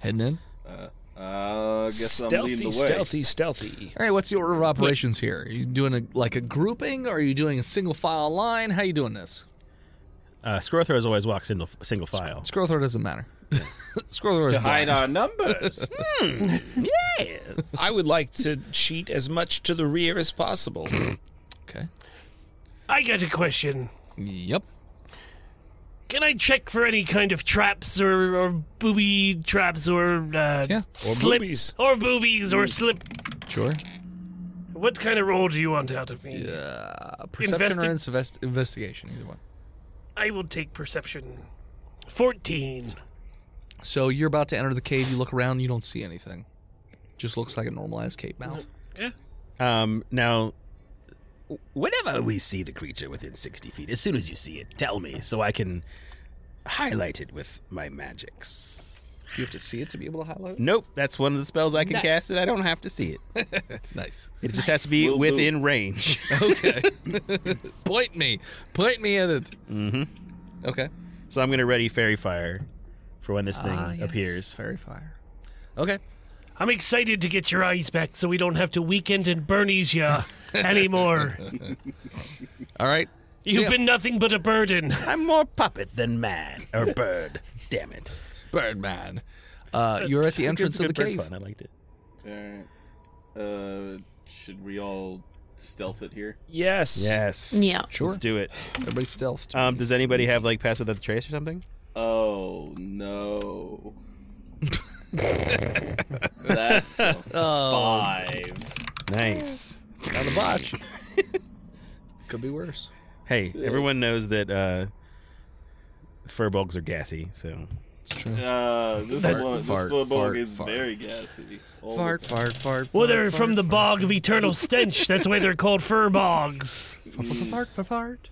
Speaker 4: Heading in?
Speaker 5: Uh, I guess I'm leading the
Speaker 6: Stealthy,
Speaker 5: way.
Speaker 6: stealthy, stealthy.
Speaker 4: All right. What's the order of operations here? Are you doing a, like a grouping? Or are you doing a single file line? How you doing this?
Speaker 8: Uh, Scorthor's always walks single single file.
Speaker 4: Scroll through doesn't matter. Scroll through is
Speaker 5: To hide
Speaker 4: blind.
Speaker 5: our numbers.
Speaker 6: I would like to cheat as much to the rear as possible.
Speaker 4: Okay.
Speaker 3: I got a question.
Speaker 4: Yep.
Speaker 3: Can I check for any kind of traps or, or booby traps or uh,
Speaker 4: Yeah. Or
Speaker 3: slip
Speaker 6: boobies.
Speaker 3: or boobies or slip?
Speaker 4: Sure.
Speaker 3: What kind of roll do you want out of me?
Speaker 4: Uh, perception or
Speaker 3: Investi-
Speaker 4: invest- investigation, either one.
Speaker 3: I will take perception. Fourteen.
Speaker 4: So you're about to enter the cave. You look around. You don't see anything. Just looks like a normalized cave mouth.
Speaker 8: Um, now, whenever we see the creature within 60 feet, as soon as you see it, tell me so I can highlight it with my magics.
Speaker 4: You have to see it to be able to highlight. it?
Speaker 8: Nope, that's one of the spells I can cast that I don't have to see it.
Speaker 4: Nice.
Speaker 8: It just has to be
Speaker 5: Will do.
Speaker 8: within range.
Speaker 4: Okay. Point me. Point me at it. Mm-hmm. Okay.
Speaker 8: so I'm going to ready Fairy Fire for when this thing
Speaker 4: Ah, yes.
Speaker 8: Uh, appears.
Speaker 4: Fairy fire. Okay.
Speaker 3: I'm excited to get your eyes back, so we don't have to weekend and Bernie's ya anymore.
Speaker 4: All right.
Speaker 3: You've
Speaker 4: Yeah.
Speaker 3: been nothing but a burden.
Speaker 8: I'm more puppet than man or bird. Damn it.
Speaker 4: Birdman. Uh, you're at the entrance
Speaker 8: It's a
Speaker 4: of the
Speaker 8: good bird
Speaker 4: cave.
Speaker 8: pun, I liked it.
Speaker 5: Alright. Uh, should we all stealth it here?
Speaker 6: Yes.
Speaker 8: Yes.
Speaker 9: Yeah.
Speaker 4: Sure.
Speaker 8: Let's do it.
Speaker 4: Everybody stealthed.
Speaker 8: Um, does anybody have like pass without the trace or something?
Speaker 5: Oh no. That's a five.
Speaker 8: Nice.
Speaker 4: Not a botch. Could be worse.
Speaker 8: Hey, everyone knows that uh, Furbolgs are gassy, so
Speaker 4: It's true.
Speaker 5: Uh, this
Speaker 4: Fart,
Speaker 5: one, this
Speaker 4: fart,
Speaker 5: football
Speaker 4: fart,
Speaker 5: is
Speaker 4: fart.
Speaker 5: very gassy. all the
Speaker 4: Fart,
Speaker 5: time.
Speaker 4: fart, fart.
Speaker 3: Well,
Speaker 4: fart,
Speaker 3: they're
Speaker 4: fart,
Speaker 3: from the
Speaker 4: fart,
Speaker 3: bog of eternal stench. That's why they're called fur bogs.
Speaker 4: Fart, fart, fart, fart, fart.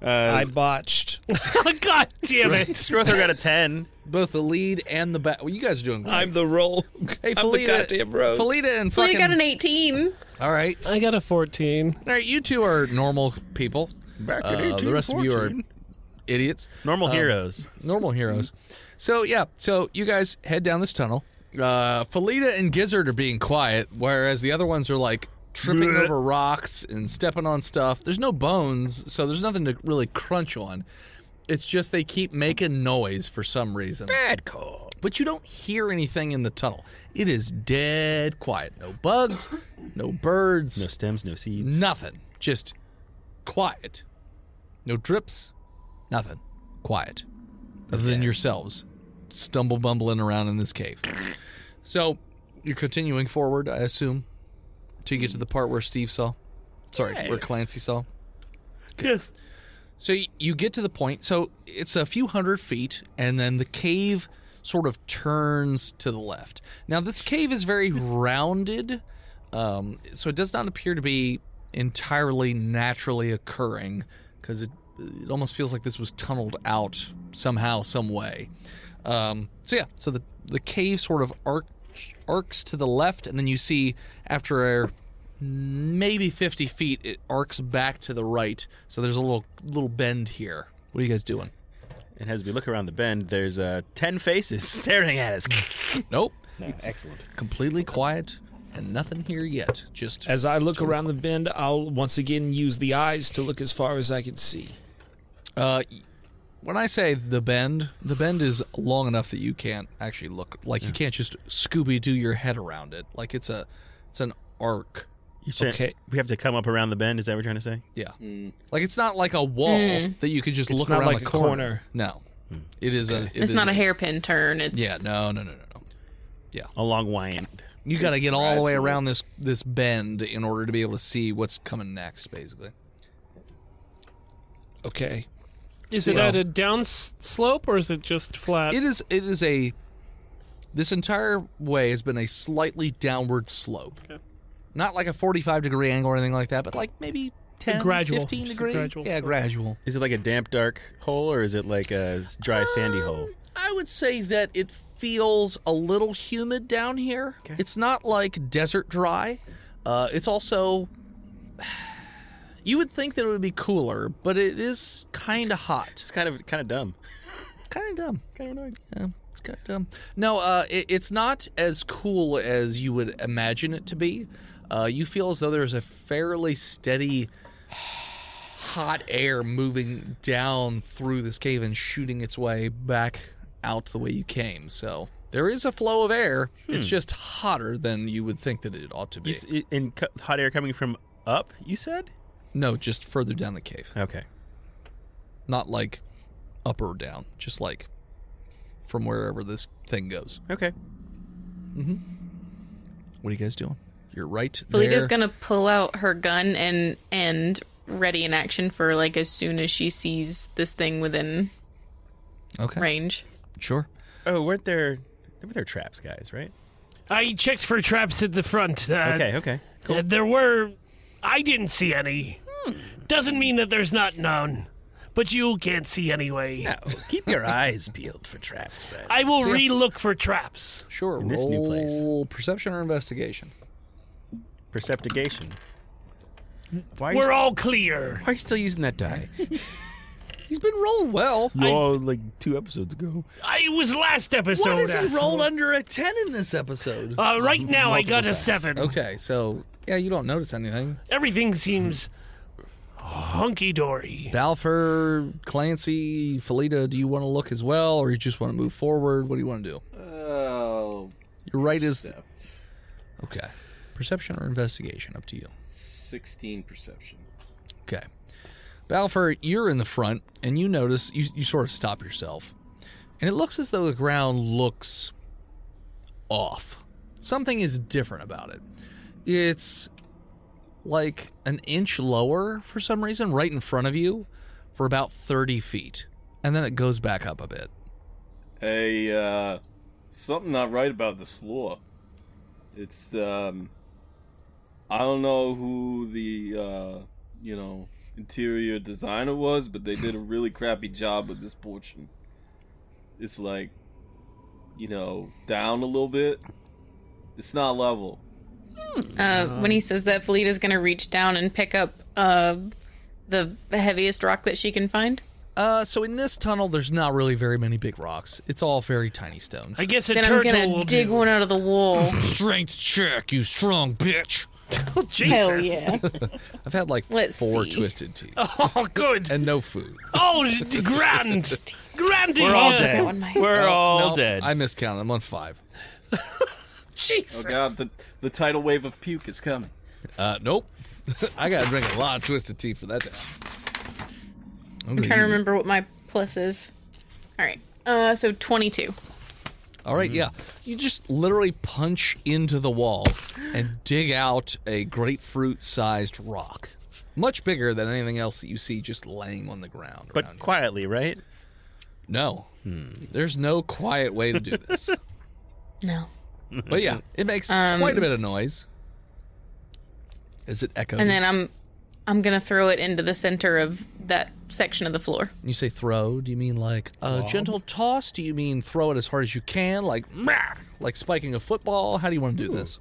Speaker 8: uh,
Speaker 6: I botched.
Speaker 3: Oh, God damn it!
Speaker 8: Scrothar got a ten.
Speaker 4: Both the lead and the back. Well, you guys are doing great.
Speaker 6: I'm the roll.
Speaker 4: hey,
Speaker 6: I'm the
Speaker 4: Felita,
Speaker 6: goddamn rogue.
Speaker 4: Felita and
Speaker 9: Well,
Speaker 4: fucking.
Speaker 9: you got an 18.
Speaker 4: all right,
Speaker 7: I got a 14.
Speaker 4: all right. You two are normal people.
Speaker 8: Back
Speaker 4: Uh, the rest of you are idiots.
Speaker 8: normal heroes.
Speaker 4: normal heroes. So yeah, so you guys head down this tunnel. Uh, Felita and Gizzard are being quiet, whereas the other ones are like tripping over rocks and stepping on stuff. There's no bones, so there's nothing to really crunch on. It's just they keep making noise for some reason.
Speaker 8: Bad call.
Speaker 4: But you don't hear anything in the tunnel. It is dead quiet. No bugs, no birds,
Speaker 8: No stems, no seeds.
Speaker 4: nothing. Just quiet. No drips. Nothing. Quiet. Other than yourselves stumble bumbling around in this cave. So you're continuing forward, I assume, till you get to the part where Steve saw. Sorry, where
Speaker 8: Yes.
Speaker 4: Clancy saw.
Speaker 3: Yes.
Speaker 4: So y- you get to the point. So it's a few hundred feet, and then the cave sort of turns to the left. Now this cave is very rounded, um, so it does not appear to be entirely naturally occurring because it it almost feels like this was tunneled out somehow, some way. Um, so yeah, so the the cave sort of arch, arcs to the left, and then you see after maybe 50 feet it arcs back to the right so there's a little little bend here what are you guys doing
Speaker 8: And as we look around the bend, there's uh, ten faces staring at us.
Speaker 4: nope
Speaker 8: No, excellent.
Speaker 4: completely quiet and nothing here yet just
Speaker 6: As I look around the bend, I'll once again use the eyes to look as far as I can see.
Speaker 4: uh when i say the bend the bend is long enough that you can't actually look like you can't just scooby doo your head around it like it's a it's an arc
Speaker 8: You should-
Speaker 6: Okay.
Speaker 8: We have to come up around the bend. Is that what you're trying to say?
Speaker 4: yeah
Speaker 5: Mm.
Speaker 4: like it's not like a wall
Speaker 9: Mm.
Speaker 4: that you could just
Speaker 6: It's
Speaker 4: look
Speaker 6: not
Speaker 4: around
Speaker 6: like
Speaker 4: the
Speaker 6: a
Speaker 4: corner.
Speaker 6: corner.
Speaker 4: no it is a it
Speaker 9: It's
Speaker 4: is
Speaker 9: not a hairpin turn. It's
Speaker 4: yeah no no no no no
Speaker 8: A long wind.
Speaker 4: You got to
Speaker 5: It's
Speaker 4: get all the way
Speaker 5: gradual.
Speaker 4: around this this bend in order to be able to see what's coming next, basically.
Speaker 6: Okay.
Speaker 7: Is it
Speaker 4: Well-
Speaker 7: at a down s- slope or is it just flat?
Speaker 4: It is it is a this entire way has been a slightly downward slope.
Speaker 7: Okay.
Speaker 4: Not like a 45 degree angle or anything like that, but like maybe 10
Speaker 7: gradual-
Speaker 4: 15
Speaker 7: just a
Speaker 4: degree.
Speaker 7: gradual
Speaker 4: yeah,
Speaker 7: slope.
Speaker 4: gradual.
Speaker 8: Is it like a damp, dark hole, or is it like a s- dry, sandy hole?
Speaker 4: Um, I would say that it feels a little humid down here. It's not like desert dry. Uh, it's also. You would think that it would be cooler, but it is kind of hot.
Speaker 8: It's kind of kind of dumb.
Speaker 4: Kind of dumb. Kind of annoying. Yeah, it's kind of dumb. No, uh, it, it's not as cool as you would imagine it to be. Uh, you feel as though there's a fairly steady hot air moving down through this cave and shooting its way back out the way you came. So there is a flow of air. It's just hotter than you would think that it ought to be.
Speaker 8: Hmm. You, s- i- in co- hot air coming from up, you said?
Speaker 4: no, just further down the cave.
Speaker 8: Okay.
Speaker 4: Not like up or down, just like from wherever this thing goes.
Speaker 8: Okay.
Speaker 4: What are you guys doing? You're right. there.
Speaker 9: Felita's gonna pull out her gun and and ready in action for like as soon as she sees this thing within
Speaker 4: Okay.
Speaker 9: range.
Speaker 4: Sure.
Speaker 8: Oh, weren't there? There were there traps, guys, right?
Speaker 3: I checked for traps at the front. Uh,
Speaker 8: Okay, okay.
Speaker 3: uh, there were. I didn't see any.
Speaker 8: Hmm.
Speaker 3: Doesn't mean that there's not none, but you can't see anyway.
Speaker 8: No, keep your eyes peeled for traps, friend.
Speaker 3: I will
Speaker 4: Yeah.
Speaker 3: re-look for traps.
Speaker 4: Sure.
Speaker 8: In this new place.
Speaker 4: roll Perception or investigation?
Speaker 8: Perceptigation. Why are, you,
Speaker 3: We're all clear.
Speaker 8: why are you still using that die?
Speaker 4: He's been rolled well.
Speaker 8: Oh, like two episodes ago.
Speaker 3: I was last episode.
Speaker 4: Why does he
Speaker 3: asshole.
Speaker 4: roll under a 10 in this episode?
Speaker 3: Uh, right now, I got a seven.
Speaker 4: Okay, so yeah, you don't notice anything.
Speaker 3: Everything seems hunky dory.
Speaker 4: Balfour, Clancy, Felita, do you want to look as well, or you just want to move forward? What do you want to do?
Speaker 5: Oh,
Speaker 4: Your right is
Speaker 5: except
Speaker 4: okay. Perception or investigation, up to you.
Speaker 5: sixteen perception.
Speaker 4: Okay. Balfour, you're in the front, and you notice, you, you sort of stop yourself. And it looks as though the ground looks off. Something is different about it. It's like an inch lower for some reason, right in front of you, for about 30 feet. and then it goes back up a bit.
Speaker 5: Hey, uh, something not right about this floor. It's, um, I don't know who the, uh, you know, interior designer was, but they did a really crappy job with this portion. It's like, you know, down a little bit. It's not level.
Speaker 9: Uh, when he says that, Felita's going to reach down and pick up uh, the heaviest rock that she can find.
Speaker 4: Uh, so in this tunnel, there's not really very many big rocks. It's all very tiny stones.
Speaker 3: I guess a
Speaker 9: Then I'm
Speaker 3: turtle
Speaker 9: going
Speaker 3: will
Speaker 9: to dig
Speaker 3: do.
Speaker 9: one out of the wall.
Speaker 4: Strength check, you strong bitch.
Speaker 3: Jesus.
Speaker 9: Hell yeah.
Speaker 4: I've had like
Speaker 9: Let's
Speaker 4: four
Speaker 9: see.
Speaker 4: twisted teeth
Speaker 3: Oh, good.
Speaker 4: and no food.
Speaker 3: Oh, d- grand. Grand
Speaker 2: We're all
Speaker 3: idea.
Speaker 9: one
Speaker 2: dead.
Speaker 9: might-
Speaker 8: Oh,
Speaker 2: We're all
Speaker 4: No,
Speaker 2: dead.
Speaker 4: I miscounted. I'm on five.
Speaker 5: Oh
Speaker 3: Jesus.
Speaker 5: god, the, the tidal wave of puke is coming.
Speaker 4: Uh, nope. I gotta drink a lot of twisted tea for that. To happen. I'm,
Speaker 9: I'm trying to remember what my plus is. All right. Uh, so 22.
Speaker 4: All right, yeah. You just literally punch into the wall and dig out a grapefruit-sized rock, much bigger than anything else that you see just laying on the ground. around
Speaker 8: But
Speaker 4: you.
Speaker 8: quietly, right?
Speaker 4: no, there's no quiet way to do this.
Speaker 9: No.
Speaker 4: but yeah, it makes
Speaker 9: Um,
Speaker 4: quite a bit of noise as it echoes.
Speaker 9: And then I'm I'm going to throw it into the center of that section of the floor.
Speaker 4: You say throw? Do you mean like a gentle toss? Do you mean throw it as hard as you can, like "Mah!" like spiking a football? How do you want to do this?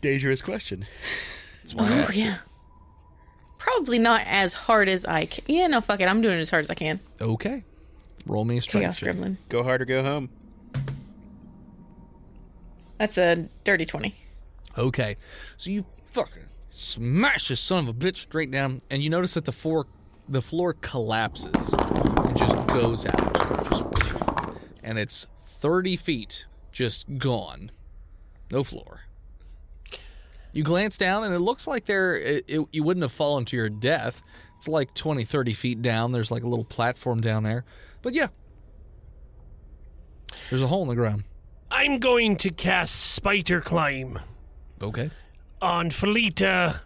Speaker 8: Dangerous question.
Speaker 9: Oh, yeah. Probably not as hard as I can. Yeah, no, fuck it. I'm doing it as hard as I can.
Speaker 4: Okay, roll me a strength.
Speaker 9: Chaos
Speaker 4: check.
Speaker 9: Gremlin.
Speaker 8: Go hard or go home.
Speaker 9: That's a dirty 20.
Speaker 4: Okay, so you fucking smash this son of a bitch straight down, and you notice that the floor the floor collapses and just goes out, Just- and it's thirty feet just gone, no floor. You glance down, and it looks like there it, it, you wouldn't have fallen to your death. It's like 20, 30 feet down. There's like a little platform down there, but yeah, there's a hole in the ground.
Speaker 3: I'm going to cast Spider Climb
Speaker 4: Okay,
Speaker 3: on Felita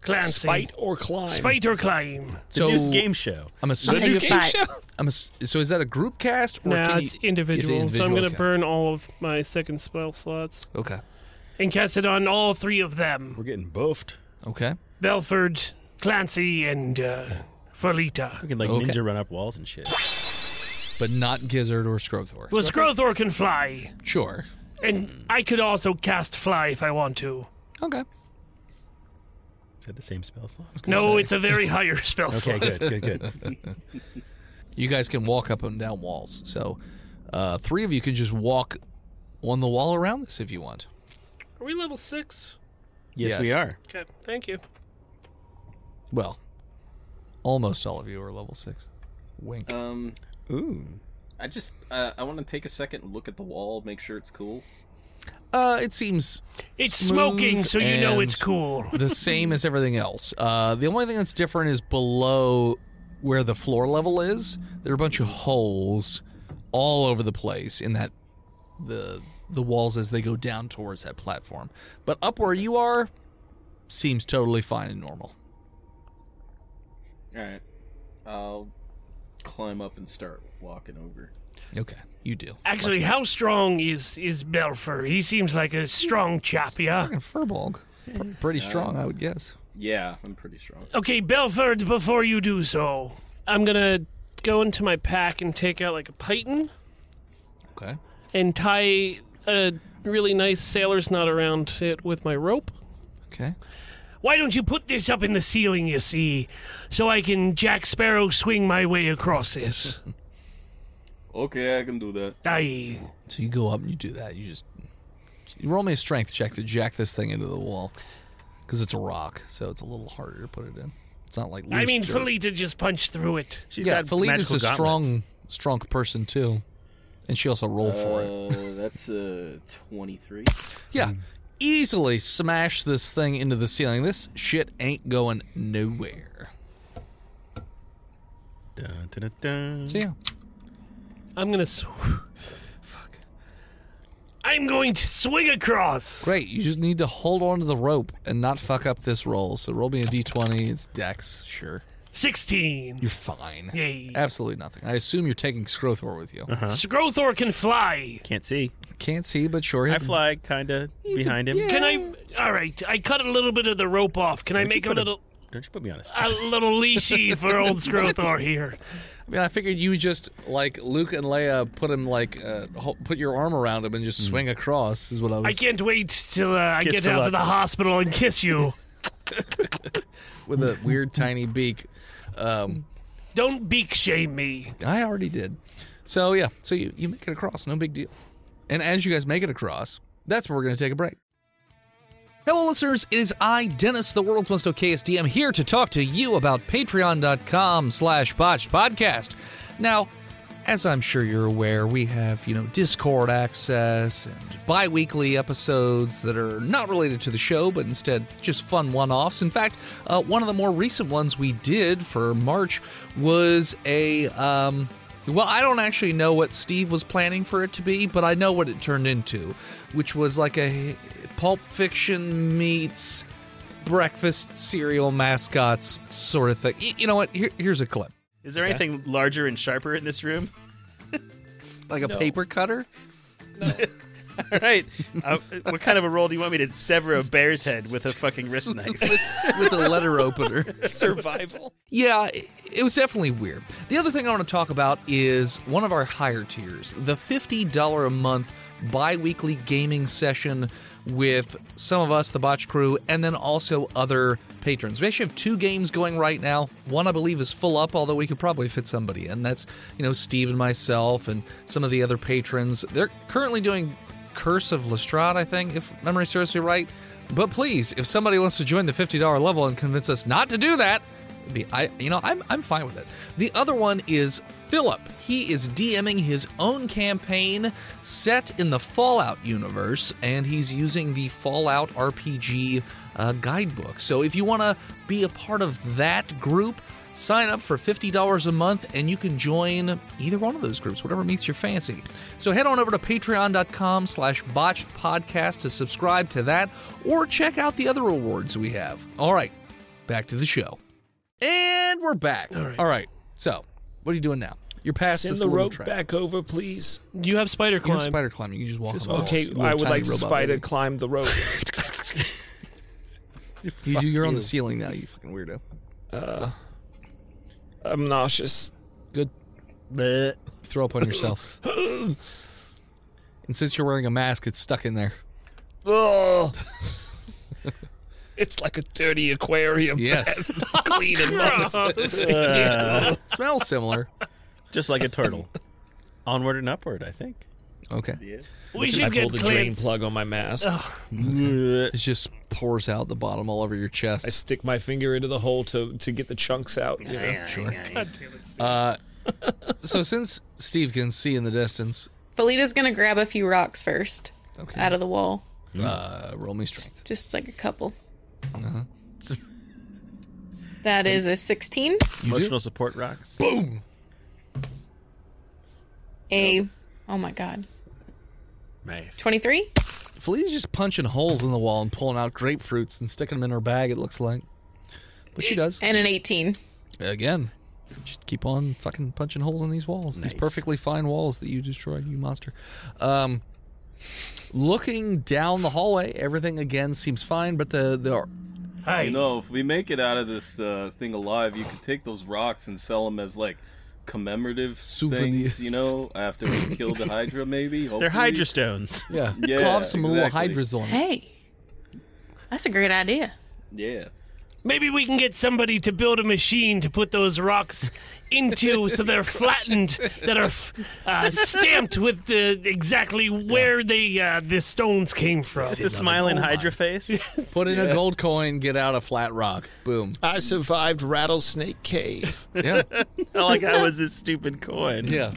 Speaker 3: Clancy.
Speaker 6: Spite or climb.
Speaker 3: Spider Climb.
Speaker 8: It's a new game show.
Speaker 4: I'm assuming
Speaker 9: take a
Speaker 4: you-
Speaker 9: fight.
Speaker 4: I'm ass- so is that a group cast or
Speaker 7: Nah,
Speaker 4: can you-
Speaker 7: it's individual,
Speaker 4: it's
Speaker 7: so I'm
Speaker 4: individual,
Speaker 7: gonna
Speaker 4: okay.
Speaker 7: burn all of my second spell slots
Speaker 4: Okay.
Speaker 3: And cast it on all three of them
Speaker 8: We're getting buffed.
Speaker 4: Okay.
Speaker 3: Belford, Clancy, and uh, Felita.
Speaker 8: We can like
Speaker 4: Okay.
Speaker 8: ninja run up walls and shit.
Speaker 4: But not Gizzard or Scrothor.
Speaker 3: Well, Scrothor can fly,
Speaker 4: Sure.
Speaker 3: and I could also cast fly if I want to.
Speaker 4: Okay.
Speaker 8: Is that the same spell slot?
Speaker 3: No, it's a very higher spell
Speaker 8: Okay,
Speaker 3: slot.
Speaker 8: good, good, good.
Speaker 4: You guys can walk up and down walls. So uh, three of you can just walk on the wall around this if you want.
Speaker 7: Are we level six?
Speaker 8: Yes,
Speaker 4: Yes.
Speaker 8: we are.
Speaker 7: Okay, thank you.
Speaker 4: Well, almost all of you are level six. Wink.
Speaker 5: Um,
Speaker 8: Ooh.
Speaker 5: I just, uh, I want to take a second and look at the wall, make sure it's cool.
Speaker 4: Uh, it seems
Speaker 3: It's
Speaker 4: smooth
Speaker 3: smoking, so you know
Speaker 4: and
Speaker 3: it's cool.
Speaker 4: the same as everything else. Uh, the only thing that's different is below where the floor level is. There are a bunch of holes all over the place in that the the walls as they go down towards that platform. But up where you are seems totally fine and normal.
Speaker 5: Alright. I'll climb up and start walking over.
Speaker 4: Okay, you do.
Speaker 3: Actually, how strong is is Belfer? He seems like a strong chap, yeah.
Speaker 4: Fucking Furbolg, P- pretty strong, I would guess.
Speaker 5: Yeah, I'm pretty strong.
Speaker 3: Okay, Belford, before you do so,
Speaker 7: I'm gonna go into my pack and take out like a python
Speaker 4: Okay.
Speaker 7: and tie a really nice sailor's knot around it with my rope.
Speaker 4: Okay.
Speaker 3: why don't you put this up in the ceiling, you see, so I can Jack Sparrow swing my way across it?
Speaker 5: Okay, I can do that.
Speaker 3: Aye.
Speaker 4: So you go up and you do that. You just you roll me a strength check to jack this thing into the wall because it's a rock, so it's a little harder to put it in. It's not like
Speaker 3: I
Speaker 4: loose
Speaker 3: mean,
Speaker 4: dirt.
Speaker 3: Felita just punched through it.
Speaker 8: She's
Speaker 4: yeah,
Speaker 8: got
Speaker 4: Felita's
Speaker 8: magical
Speaker 4: a
Speaker 8: gauntlets.
Speaker 4: strong, strong person too, and she also rolled for
Speaker 8: Oh.
Speaker 4: it.
Speaker 5: Uh, that's a 23.
Speaker 4: Yeah, easily smash this thing into the ceiling. This shit ain't going nowhere.
Speaker 8: Dun, dun, dun, dun.
Speaker 4: So yeah,
Speaker 7: I'm gonna sw-
Speaker 3: I'm going to swing across.
Speaker 4: great. You just need to hold on to the rope and not fuck up this roll. So roll me a d20. It's Dex, sure.
Speaker 3: 16.
Speaker 4: You're fine.
Speaker 3: Yay.
Speaker 4: Absolutely nothing. I assume you're taking Scrothor with you.
Speaker 3: Uh-huh.
Speaker 8: uh-huh.
Speaker 3: Scrothor can fly.
Speaker 8: Can't see.
Speaker 4: Can't see, but sure.
Speaker 8: I
Speaker 4: he'll-
Speaker 8: fly kind of behind him.
Speaker 3: Can I? All right, I cut a little bit of the rope off. Can I
Speaker 8: Don't you
Speaker 3: make a
Speaker 8: put a-
Speaker 3: little
Speaker 8: Don't you put me on a s-
Speaker 3: a little leashy for old Scrothor here?
Speaker 4: I mean, I figured you just like Luke and Leia put him like uh, ho- put your arm around him and just swing across is what I was
Speaker 3: I can't wait till uh, I
Speaker 8: Kiss
Speaker 3: get
Speaker 8: for
Speaker 3: out to
Speaker 8: luck.
Speaker 3: the hospital and kiss you.
Speaker 4: with a weird tiny beak. Um,
Speaker 3: Don't beak shame me.
Speaker 4: I already did. So yeah, so you you make it across, no big deal. And as you guys make it across, that's where we're going to take a break. Hello, listeners. It is I, Dennis, the world's most okayest DM, here to talk to you about patreon.com slash botched podcast. Now, as I'm sure you're aware, we have, you know, Discord access and bi weekly episodes that are not related to the show, but instead just fun one offs. In fact, uh, one of the more recent ones we did for March was a. Um, well, I don't actually know what Steve was planning for it to be, but I know what it turned into, which was like a Pulp Fiction meets breakfast cereal mascots sort of thing. Y- You know what? Here, here's a clip.
Speaker 8: Is there anything larger and sharper in this room?
Speaker 4: Like a paper cutter?
Speaker 8: All right. Uh, what kind of a roll do you want me to sever a bear's head with a fucking wrist knife?
Speaker 4: With a letter opener.
Speaker 6: Survival.
Speaker 4: Yeah, it- it was definitely weird. The other thing I want to talk about is one of our higher tiers the $50 a month bi weekly gaming session with some of us, the Botch Crew, and then also other patrons. We actually have two games going right now. One, I believe, is full up, although we could probably fit somebody, and that's, you know, Steve and myself and some of the other patrons. They're currently doing Curse of Lestrade, I think, if memory serves me right. But please, if somebody wants to join the $50 level and convince us not to do that, be I you know I'm I'm fine with it. The other one is Philip. He is DMing his own campaign set in the Fallout universe, and he's using the Fallout RPG uh, guidebook. So if you want to be a part of that group, sign up for $50 a month and you can join either one of those groups whatever meets your fancy so head on over to patreon.com slash botched podcast to subscribe to that or check out the other rewards we have all right back to the show and we're back. All right. So, what are you doing now? You're past
Speaker 6: Send
Speaker 4: this
Speaker 6: the
Speaker 4: little
Speaker 6: rope
Speaker 4: track.
Speaker 6: back over, please.
Speaker 7: You have spider
Speaker 4: You
Speaker 7: climb.
Speaker 4: can spider climb. You can just walk. on walls.
Speaker 6: Okay,
Speaker 4: You little
Speaker 6: I would
Speaker 4: tiny
Speaker 6: like to
Speaker 4: robot
Speaker 6: spider
Speaker 4: lady.
Speaker 6: climb the rope.
Speaker 4: You do. You're on the ceiling now. You fucking weirdo.
Speaker 6: I'm nauseous.
Speaker 4: Good. Throw up on yourself. and since you're wearing a mask, it's stuck in there.
Speaker 6: Ugh. it's like a dirty aquarium.
Speaker 4: Yes.
Speaker 6: Clean
Speaker 4: Oh,
Speaker 6: and nice.
Speaker 8: Uh,
Speaker 4: Smells similar.
Speaker 8: just like a turtle. Onward and upward, I think.
Speaker 4: Okay.
Speaker 3: we
Speaker 6: I
Speaker 3: should get
Speaker 6: pulled a drain
Speaker 3: Clint.
Speaker 6: plug on my mask.
Speaker 4: It just pours out the bottom all over your chest.
Speaker 6: I stick my finger into the hole to, to get the chunks out. You know?
Speaker 4: sure. so since Steve can see in the distance,
Speaker 9: Felita's gonna grab a few rocks first
Speaker 4: okay.
Speaker 9: out of the wall.
Speaker 4: uh, roll me strength.
Speaker 9: Just like a couple. That is a 16,
Speaker 4: do?
Speaker 8: Emotional support rocks.
Speaker 9: a, oh my god,
Speaker 8: Knife.
Speaker 9: 23?
Speaker 4: Felita's just punching holes in the wall and pulling out grapefruits and sticking them in her bag. It looks like, but she does
Speaker 9: And an 18.
Speaker 4: again. Just keep on fucking punching holes in these walls. These perfectly fine walls that you destroy, you monster. Um, looking down the hallway, everything again seems fine, but the the
Speaker 3: Hi.
Speaker 5: You know, if we make it out of this uh, thing alive, you could take those rocks and sell them as like commemorative
Speaker 4: Souvenirs.
Speaker 5: things. You know, after we kill the Hydra, maybe.
Speaker 8: They're
Speaker 5: hopefully.
Speaker 8: Hydra stones.
Speaker 4: yeah,
Speaker 5: Yeah,
Speaker 4: cloth some little
Speaker 5: exactly.
Speaker 4: hydras on. it.
Speaker 9: Hey, that's a great idea.
Speaker 5: Yeah.
Speaker 3: Maybe we can get somebody to build a machine to put those rocks into so they're flattened, that are f- uh, stamped with the exactly where they uh, the stones came from.
Speaker 8: The smiling Hydra face.
Speaker 4: Put in a gold coin, get out a flat rock. Boom.
Speaker 6: I survived Rattlesnake Cave.
Speaker 4: Yeah.
Speaker 8: All I got was this stupid coin.
Speaker 4: Yeah.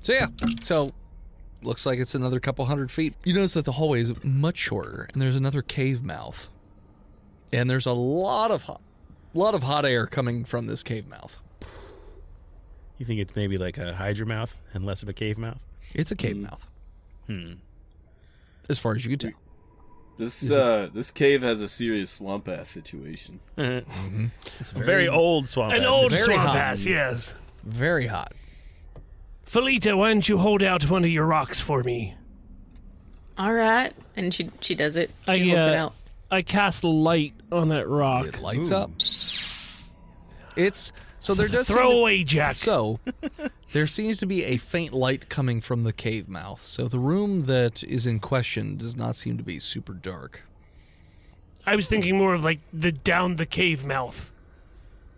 Speaker 4: So yeah. So looks like it's another couple hundred feet. You notice that the hallway is much shorter, and there's another cave mouth, and there's a lot of hot, lot of hot air coming from this cave mouth.
Speaker 8: You think it's maybe like a Hydra mouth and less of a cave mouth?
Speaker 4: It's a cave mouth. Hmm. As far as you can tell.
Speaker 5: This uh, this cave has a serious swamp ass situation.
Speaker 8: It's a very old swamp.
Speaker 3: An
Speaker 8: acid.
Speaker 3: old
Speaker 4: very
Speaker 3: swamp
Speaker 4: hot.
Speaker 3: ass, yes.
Speaker 4: Very hot.
Speaker 3: Felita, why don't you hold out one of your rocks for me?
Speaker 9: All right. And she she does it. She
Speaker 7: I,
Speaker 9: holds it
Speaker 7: uh,
Speaker 9: out.
Speaker 7: I cast light on that rock.
Speaker 4: It lights up. It's so there does seem to-
Speaker 3: Throw away, Jack.
Speaker 4: So, there seems to be a faint light coming from the cave mouth. So, the room that is in question does not seem to be super dark.
Speaker 3: I was thinking more of like the down the cave mouth.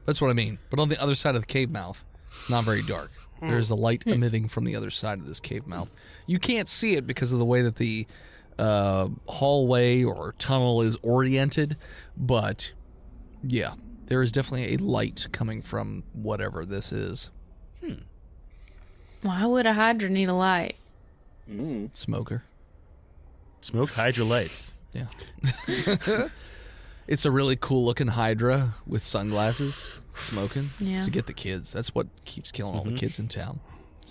Speaker 4: That's what I mean. But on the other side of the cave mouth, it's not very dark.
Speaker 3: Hmm.
Speaker 4: There is a light emitting from the other side of this cave mouth. You can't see it because of the way that the uh, hallway or tunnel is oriented, but yeah, there is definitely a light coming from whatever this is.
Speaker 9: Why would a Hydra need a light?
Speaker 4: Smoker.
Speaker 8: Smoke Hydra lights.
Speaker 4: Yeah. it's a really cool looking Hydra with sunglasses, smoking. It's
Speaker 9: Yeah.
Speaker 4: to get the kids. That's what keeps killing
Speaker 3: Mm-hmm.
Speaker 4: all the kids in town.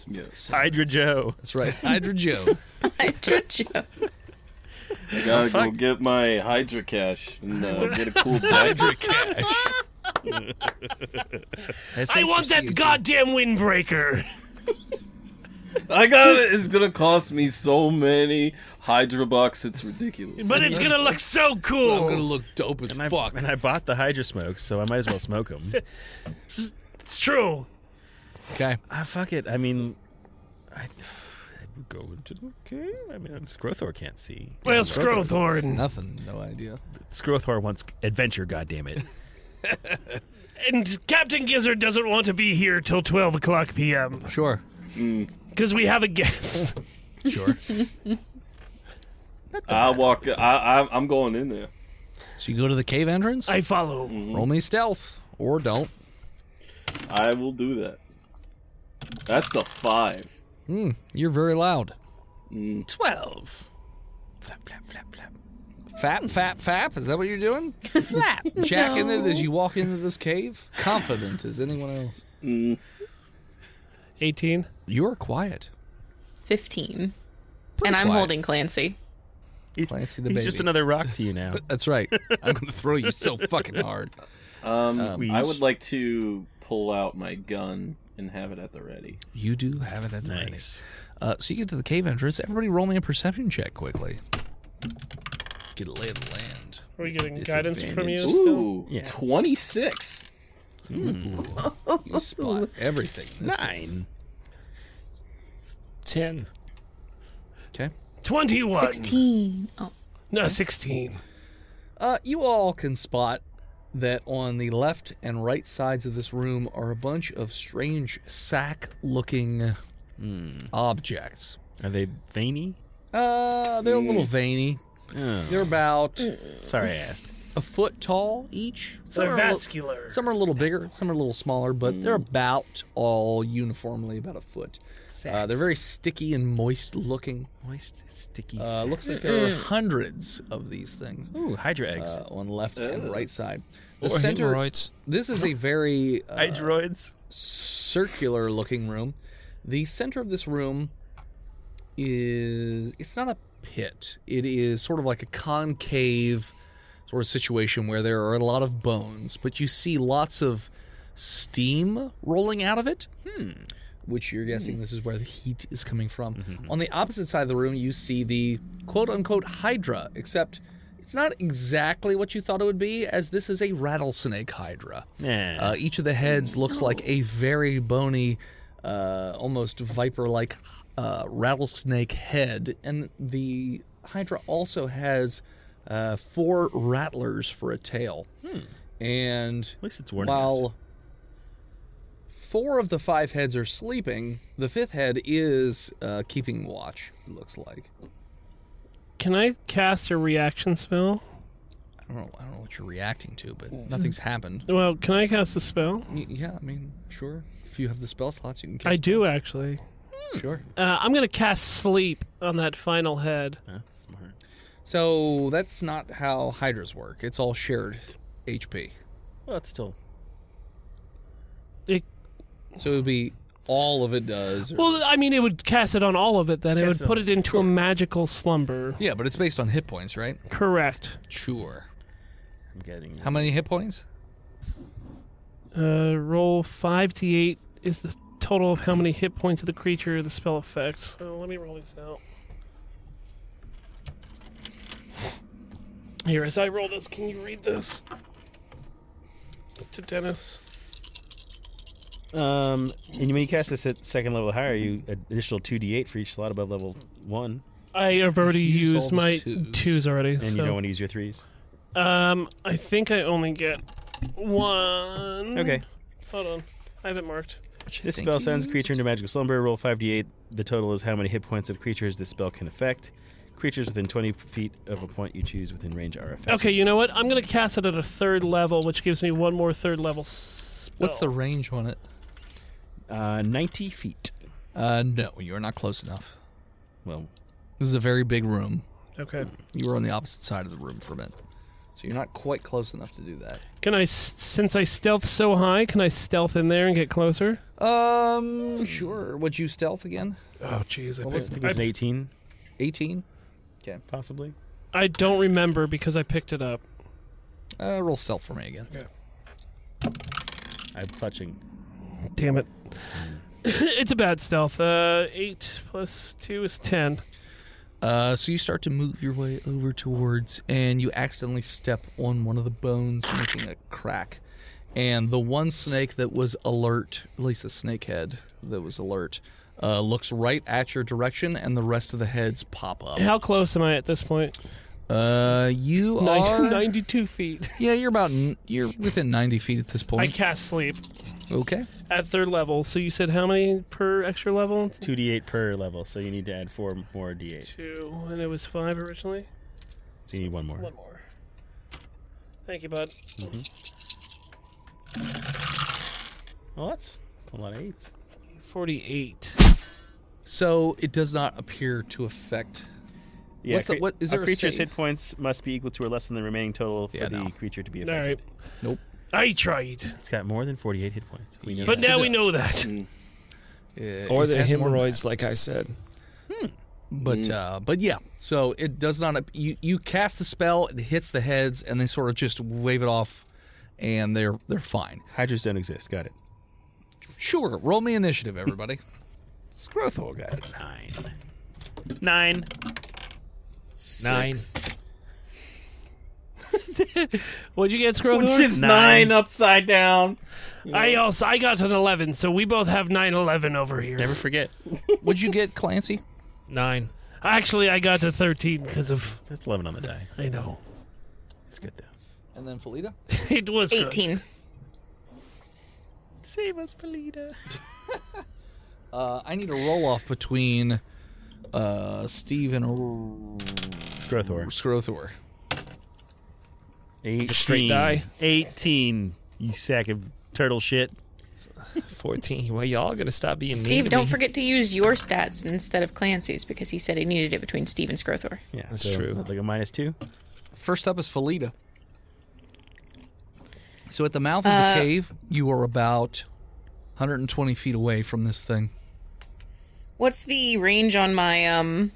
Speaker 5: Yes,
Speaker 8: Hydra Joe.
Speaker 4: That's right. Hydra Joe.
Speaker 9: Hydra Joe.
Speaker 5: I gotta go get my Hydra cash and uh, get a cool bag.
Speaker 8: Hydra Cash.
Speaker 3: I want
Speaker 4: E
Speaker 3: that goddamn windbreaker.
Speaker 5: I got it. It's gonna cost me so many Hydra bucks. It's ridiculous.
Speaker 3: But it's gonna look so
Speaker 4: I'm
Speaker 3: cool.
Speaker 4: gonna look dope as
Speaker 8: And I,
Speaker 4: fuck.
Speaker 8: and I bought the Hydra smokes, so I might as well smoke them.
Speaker 3: It's true.
Speaker 4: Okay.
Speaker 8: ah, fuck it. I mean, I, I would go into the cave. I mean, Scrothor can't see.
Speaker 3: Well,
Speaker 8: Scrothor-
Speaker 3: Scrothorn.
Speaker 4: Nothing. No idea.
Speaker 8: Scrothor wants adventure. goddammit. it.
Speaker 3: And Captain Gizzard doesn't want to be here till 12 o'clock p.m.
Speaker 4: Sure.
Speaker 3: because we have a guest.
Speaker 4: Sure.
Speaker 5: I walk. I, I I'm going in there.
Speaker 4: so you go to the cave entrance.
Speaker 3: I follow.
Speaker 4: Roll me stealth or don't.
Speaker 5: I will do that. That's a five.
Speaker 4: Mm, you're very loud.
Speaker 8: Mm. Twelve. Flap, flap, flap, flap.
Speaker 4: Fap, fap, fap. Is that what you're doing? Flap. Jacking it as you walk into this cave. Confident as anyone else.
Speaker 7: 18.
Speaker 4: You are quiet.
Speaker 9: 15. and I'm
Speaker 4: quiet.
Speaker 9: holding Clancy.
Speaker 4: Clancy the
Speaker 8: He's
Speaker 4: baby.
Speaker 8: just another rock to you now.
Speaker 4: That's right. I'm going to throw you so fucking hard.
Speaker 5: Um,
Speaker 4: Squeeze.
Speaker 5: I would like to pull out my gun and have it at the ready.
Speaker 4: You do have it at the ready.
Speaker 8: nice.
Speaker 4: Uh, so you get to the cave entrance. Everybody roll me a perception check quickly. Get a lay of the land.
Speaker 7: Are we getting guidance from you? Still?
Speaker 5: Ooh, twenty six.
Speaker 4: You spot everything. That's-
Speaker 8: Nine.
Speaker 6: 10.
Speaker 3: 21.
Speaker 9: 16. Oh,
Speaker 3: No, 16.
Speaker 4: Uh, you all can spot that on the left and right sides of this room are a bunch of strange sack-looking Hmm. objects.
Speaker 8: Are they veiny?
Speaker 4: Uh, they're a little veiny.
Speaker 8: Oh,
Speaker 4: They're about
Speaker 8: sorry, I asked.
Speaker 4: a foot tall each. Some
Speaker 3: They're
Speaker 4: are a little-
Speaker 7: Vascular.
Speaker 4: Some are a little bigger, some are a little smaller, but they're about all uniformly about a foot. Uh, they're very sticky and moist looking.
Speaker 8: moist, sticky.
Speaker 4: Uh, looks like there are hundreds of these things
Speaker 8: Ooh, Hydra eggs.
Speaker 4: uh, on the left and
Speaker 5: Ugh.
Speaker 4: right side. The
Speaker 6: Or
Speaker 4: center.
Speaker 6: hemorrhoids.
Speaker 4: This is a very uh,
Speaker 8: Hydroids.
Speaker 4: circular looking room. The center of this room is it's not a pit. It is sort of like a concave sort of situation where there are a lot of bones, but you see lots of steam rolling out of it. Which you're guessing this is where the heat is coming from. On the opposite side of the room, you see the quote unquote Hydra, except it's not exactly what you thought it would be, as this is a rattlesnake Hydra.
Speaker 8: Yeah.
Speaker 4: Uh, each of the heads looks like a very bony, uh, almost viper like uh, rattlesnake head. And the Hydra also has uh, four rattlers for a tail. And
Speaker 8: Hmm. At least it's warning us.
Speaker 4: while four of the five heads are sleeping, the fifth head is uh, keeping watch, it looks like.
Speaker 7: Can I cast a reaction spell?
Speaker 4: I don't know, I don't know what you're reacting to, but
Speaker 8: Hmm.
Speaker 4: nothing's happened.
Speaker 7: Well, can I cast a spell?
Speaker 4: Y- Yeah, I mean, sure. If you have the spell slots, you can
Speaker 7: I
Speaker 4: cast.
Speaker 7: do, actually.
Speaker 4: Sure.
Speaker 7: Uh, I'm going to cast sleep on that final head.
Speaker 8: That's smart.
Speaker 4: So that's not how hydras work. It's all shared HP.
Speaker 8: Well, it's still
Speaker 4: So it would be all of it does. or-
Speaker 3: Well, I mean, it would cast it on all of it. Then it
Speaker 8: Cast
Speaker 3: would
Speaker 8: it
Speaker 3: put
Speaker 8: on-
Speaker 3: it into a magical slumber.
Speaker 4: yeah, but it's based on hit points, right?
Speaker 3: Correct.
Speaker 4: Sure.
Speaker 8: I'm getting
Speaker 4: How many hit points?
Speaker 3: Uh, roll five d eight is the total of how many hit points of the creature the spell affects. So let me roll these out. Here, as I roll this, can you read this to Dennis?
Speaker 8: Um, and when you cast this at second level or higher, you additional two d8 for each slot above level one,
Speaker 3: I have already
Speaker 4: Just use
Speaker 3: used
Speaker 4: all
Speaker 3: my
Speaker 4: those
Speaker 3: twos,
Speaker 4: twos.
Speaker 3: already.
Speaker 8: and
Speaker 3: so.
Speaker 8: you don't want to use your threes.
Speaker 3: Um, I think I only get one.
Speaker 8: Okay.
Speaker 3: Hold on. I have it marked.
Speaker 8: This spell sends creature into magical slumber. Roll 5d8. The total is how many hit points of creatures this spell can affect. Creatures within 20 feet of a point you choose within range are affected.
Speaker 3: Okay, you know what? I'm going to cast it at a third level, which gives me one more third level spell.
Speaker 4: What's the range on it?
Speaker 8: Uh, 90 feet.
Speaker 4: Uh, no, you are not close enough.
Speaker 8: Well,
Speaker 4: This is a very big room.
Speaker 3: Okay.
Speaker 4: You were on the opposite side of the room from it, so you're not quite close enough to do that.
Speaker 3: Can I, s- since I stealth so high, can I stealth in there and get closer?
Speaker 4: Um, sure. Would you stealth again?
Speaker 3: Oh, jeez. I,
Speaker 4: What was
Speaker 3: picked-
Speaker 4: it?
Speaker 8: I think it was an 18,
Speaker 4: 18.
Speaker 8: possibly.
Speaker 3: I don't remember because I picked it up.
Speaker 4: Uh, roll stealth for me again.
Speaker 8: I'm clutching.
Speaker 3: Damn it. it's a bad stealth. Uh, 8 plus 2 is 10.
Speaker 4: Uh, so you start to move your way over towards, and you accidentally step on one of the bones, making a crack. And the one snake that was alert, at least the snake head that was alert, uh, looks right at your direction, and the rest of the heads pop up.
Speaker 3: How close am I at this point?
Speaker 4: Uh, you
Speaker 3: Nin-
Speaker 4: are
Speaker 3: 92 feet.
Speaker 4: yeah, you're about n- you're within ninety feet at this
Speaker 3: I
Speaker 4: point.
Speaker 3: cast sleep.
Speaker 4: Okay,
Speaker 3: at third level. So you said how many per extra level?
Speaker 8: 2d8 per level, so you need to add four more d8.
Speaker 3: Two, and it was five originally.
Speaker 8: So you need one more.
Speaker 3: One more. Thank you, bud.
Speaker 8: Well, that's a lot of eights.
Speaker 3: Forty-eight.
Speaker 4: so it does not appear to affect.
Speaker 8: Yeah,
Speaker 4: What's the- what- is there a
Speaker 8: a creature's
Speaker 4: save?
Speaker 8: hit points must be equal to or less than the remaining total for
Speaker 4: Yeah,
Speaker 8: the
Speaker 4: no.
Speaker 8: creature to be
Speaker 3: All
Speaker 8: affected.
Speaker 3: right.
Speaker 4: Nope.
Speaker 3: I tried,
Speaker 8: It's got more than 48 hit points. We know
Speaker 4: Yeah.
Speaker 8: that.
Speaker 3: but
Speaker 4: Yes, it
Speaker 3: now we
Speaker 4: does.
Speaker 3: know that.
Speaker 4: Uh,
Speaker 6: Or
Speaker 4: it has more
Speaker 6: the
Speaker 4: than
Speaker 6: hemorrhoids, like I said.
Speaker 4: But uh, but yeah, so it does not. You you cast the spell, it hits the heads, and they sort of just wave it off, and they're they're fine.
Speaker 8: Hydras don't exist. Got it.
Speaker 4: Sure, roll me initiative, everybody.
Speaker 8: Scrothor got it. Nine. Nine.
Speaker 6: Nine.
Speaker 3: What'd you get, Scrothor?
Speaker 5: It's nine upside down.
Speaker 3: I also I got an eleven, so we both have nine eleven over here.
Speaker 8: Never forget.
Speaker 4: Would you get Clancy?
Speaker 6: Nine.
Speaker 3: Actually, I got to thirteen because of
Speaker 8: That's 11 on the die.
Speaker 3: I know
Speaker 8: It's good, though.
Speaker 4: And then Felita.
Speaker 3: it was good.
Speaker 9: 18.
Speaker 8: Save us, Polita.
Speaker 4: Uh, I need a roll off between uh, Steve and
Speaker 8: Scrothor.
Speaker 4: Scrothor.
Speaker 8: 18.
Speaker 6: straight die.
Speaker 8: 18, you sack of turtle shit.
Speaker 6: 14. Well, y'all gonna stop being mean
Speaker 9: Steve,
Speaker 6: to
Speaker 9: don't
Speaker 6: me.
Speaker 9: forget to use your stats instead of Clancy's because he said he needed it between Steve and Scrothor.
Speaker 8: Yeah,
Speaker 6: That's true.
Speaker 8: Like a minus two.
Speaker 4: First up is Felita. So at the mouth of the cave, you are about 120 feet away from this thing.
Speaker 9: What's the range on my um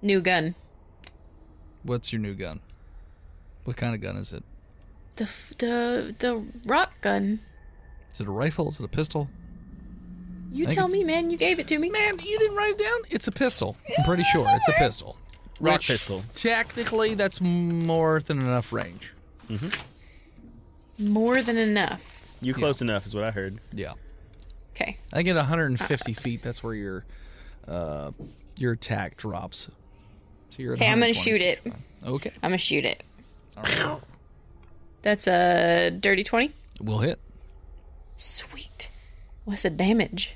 Speaker 9: new gun?
Speaker 4: What's your new gun? What kind of gun is it?
Speaker 9: The f- the the rock gun.
Speaker 4: Is it a rifle? Is it a pistol?
Speaker 9: You
Speaker 4: I think
Speaker 9: tell
Speaker 4: it's-
Speaker 9: me, man. You gave it to me.
Speaker 4: Man, you didn't write it down. It's a pistol. I'm pretty sure it's a pistol.
Speaker 8: Rock
Speaker 4: Which,
Speaker 8: pistol.
Speaker 4: Technically, that's more than enough range.
Speaker 9: More than enough.
Speaker 8: You close enough is what I heard.
Speaker 4: Yeah,
Speaker 9: Okay.
Speaker 4: I get 150 feet. That's where your uh, your attack drops. So you're. at
Speaker 9: Okay, I'm
Speaker 4: 120
Speaker 9: gonna shoot
Speaker 4: feet.
Speaker 9: it.
Speaker 4: Okay,
Speaker 9: I'm gonna shoot it. That's a dirty twenty.
Speaker 4: we'll hit.
Speaker 9: Sweet. What's the damage?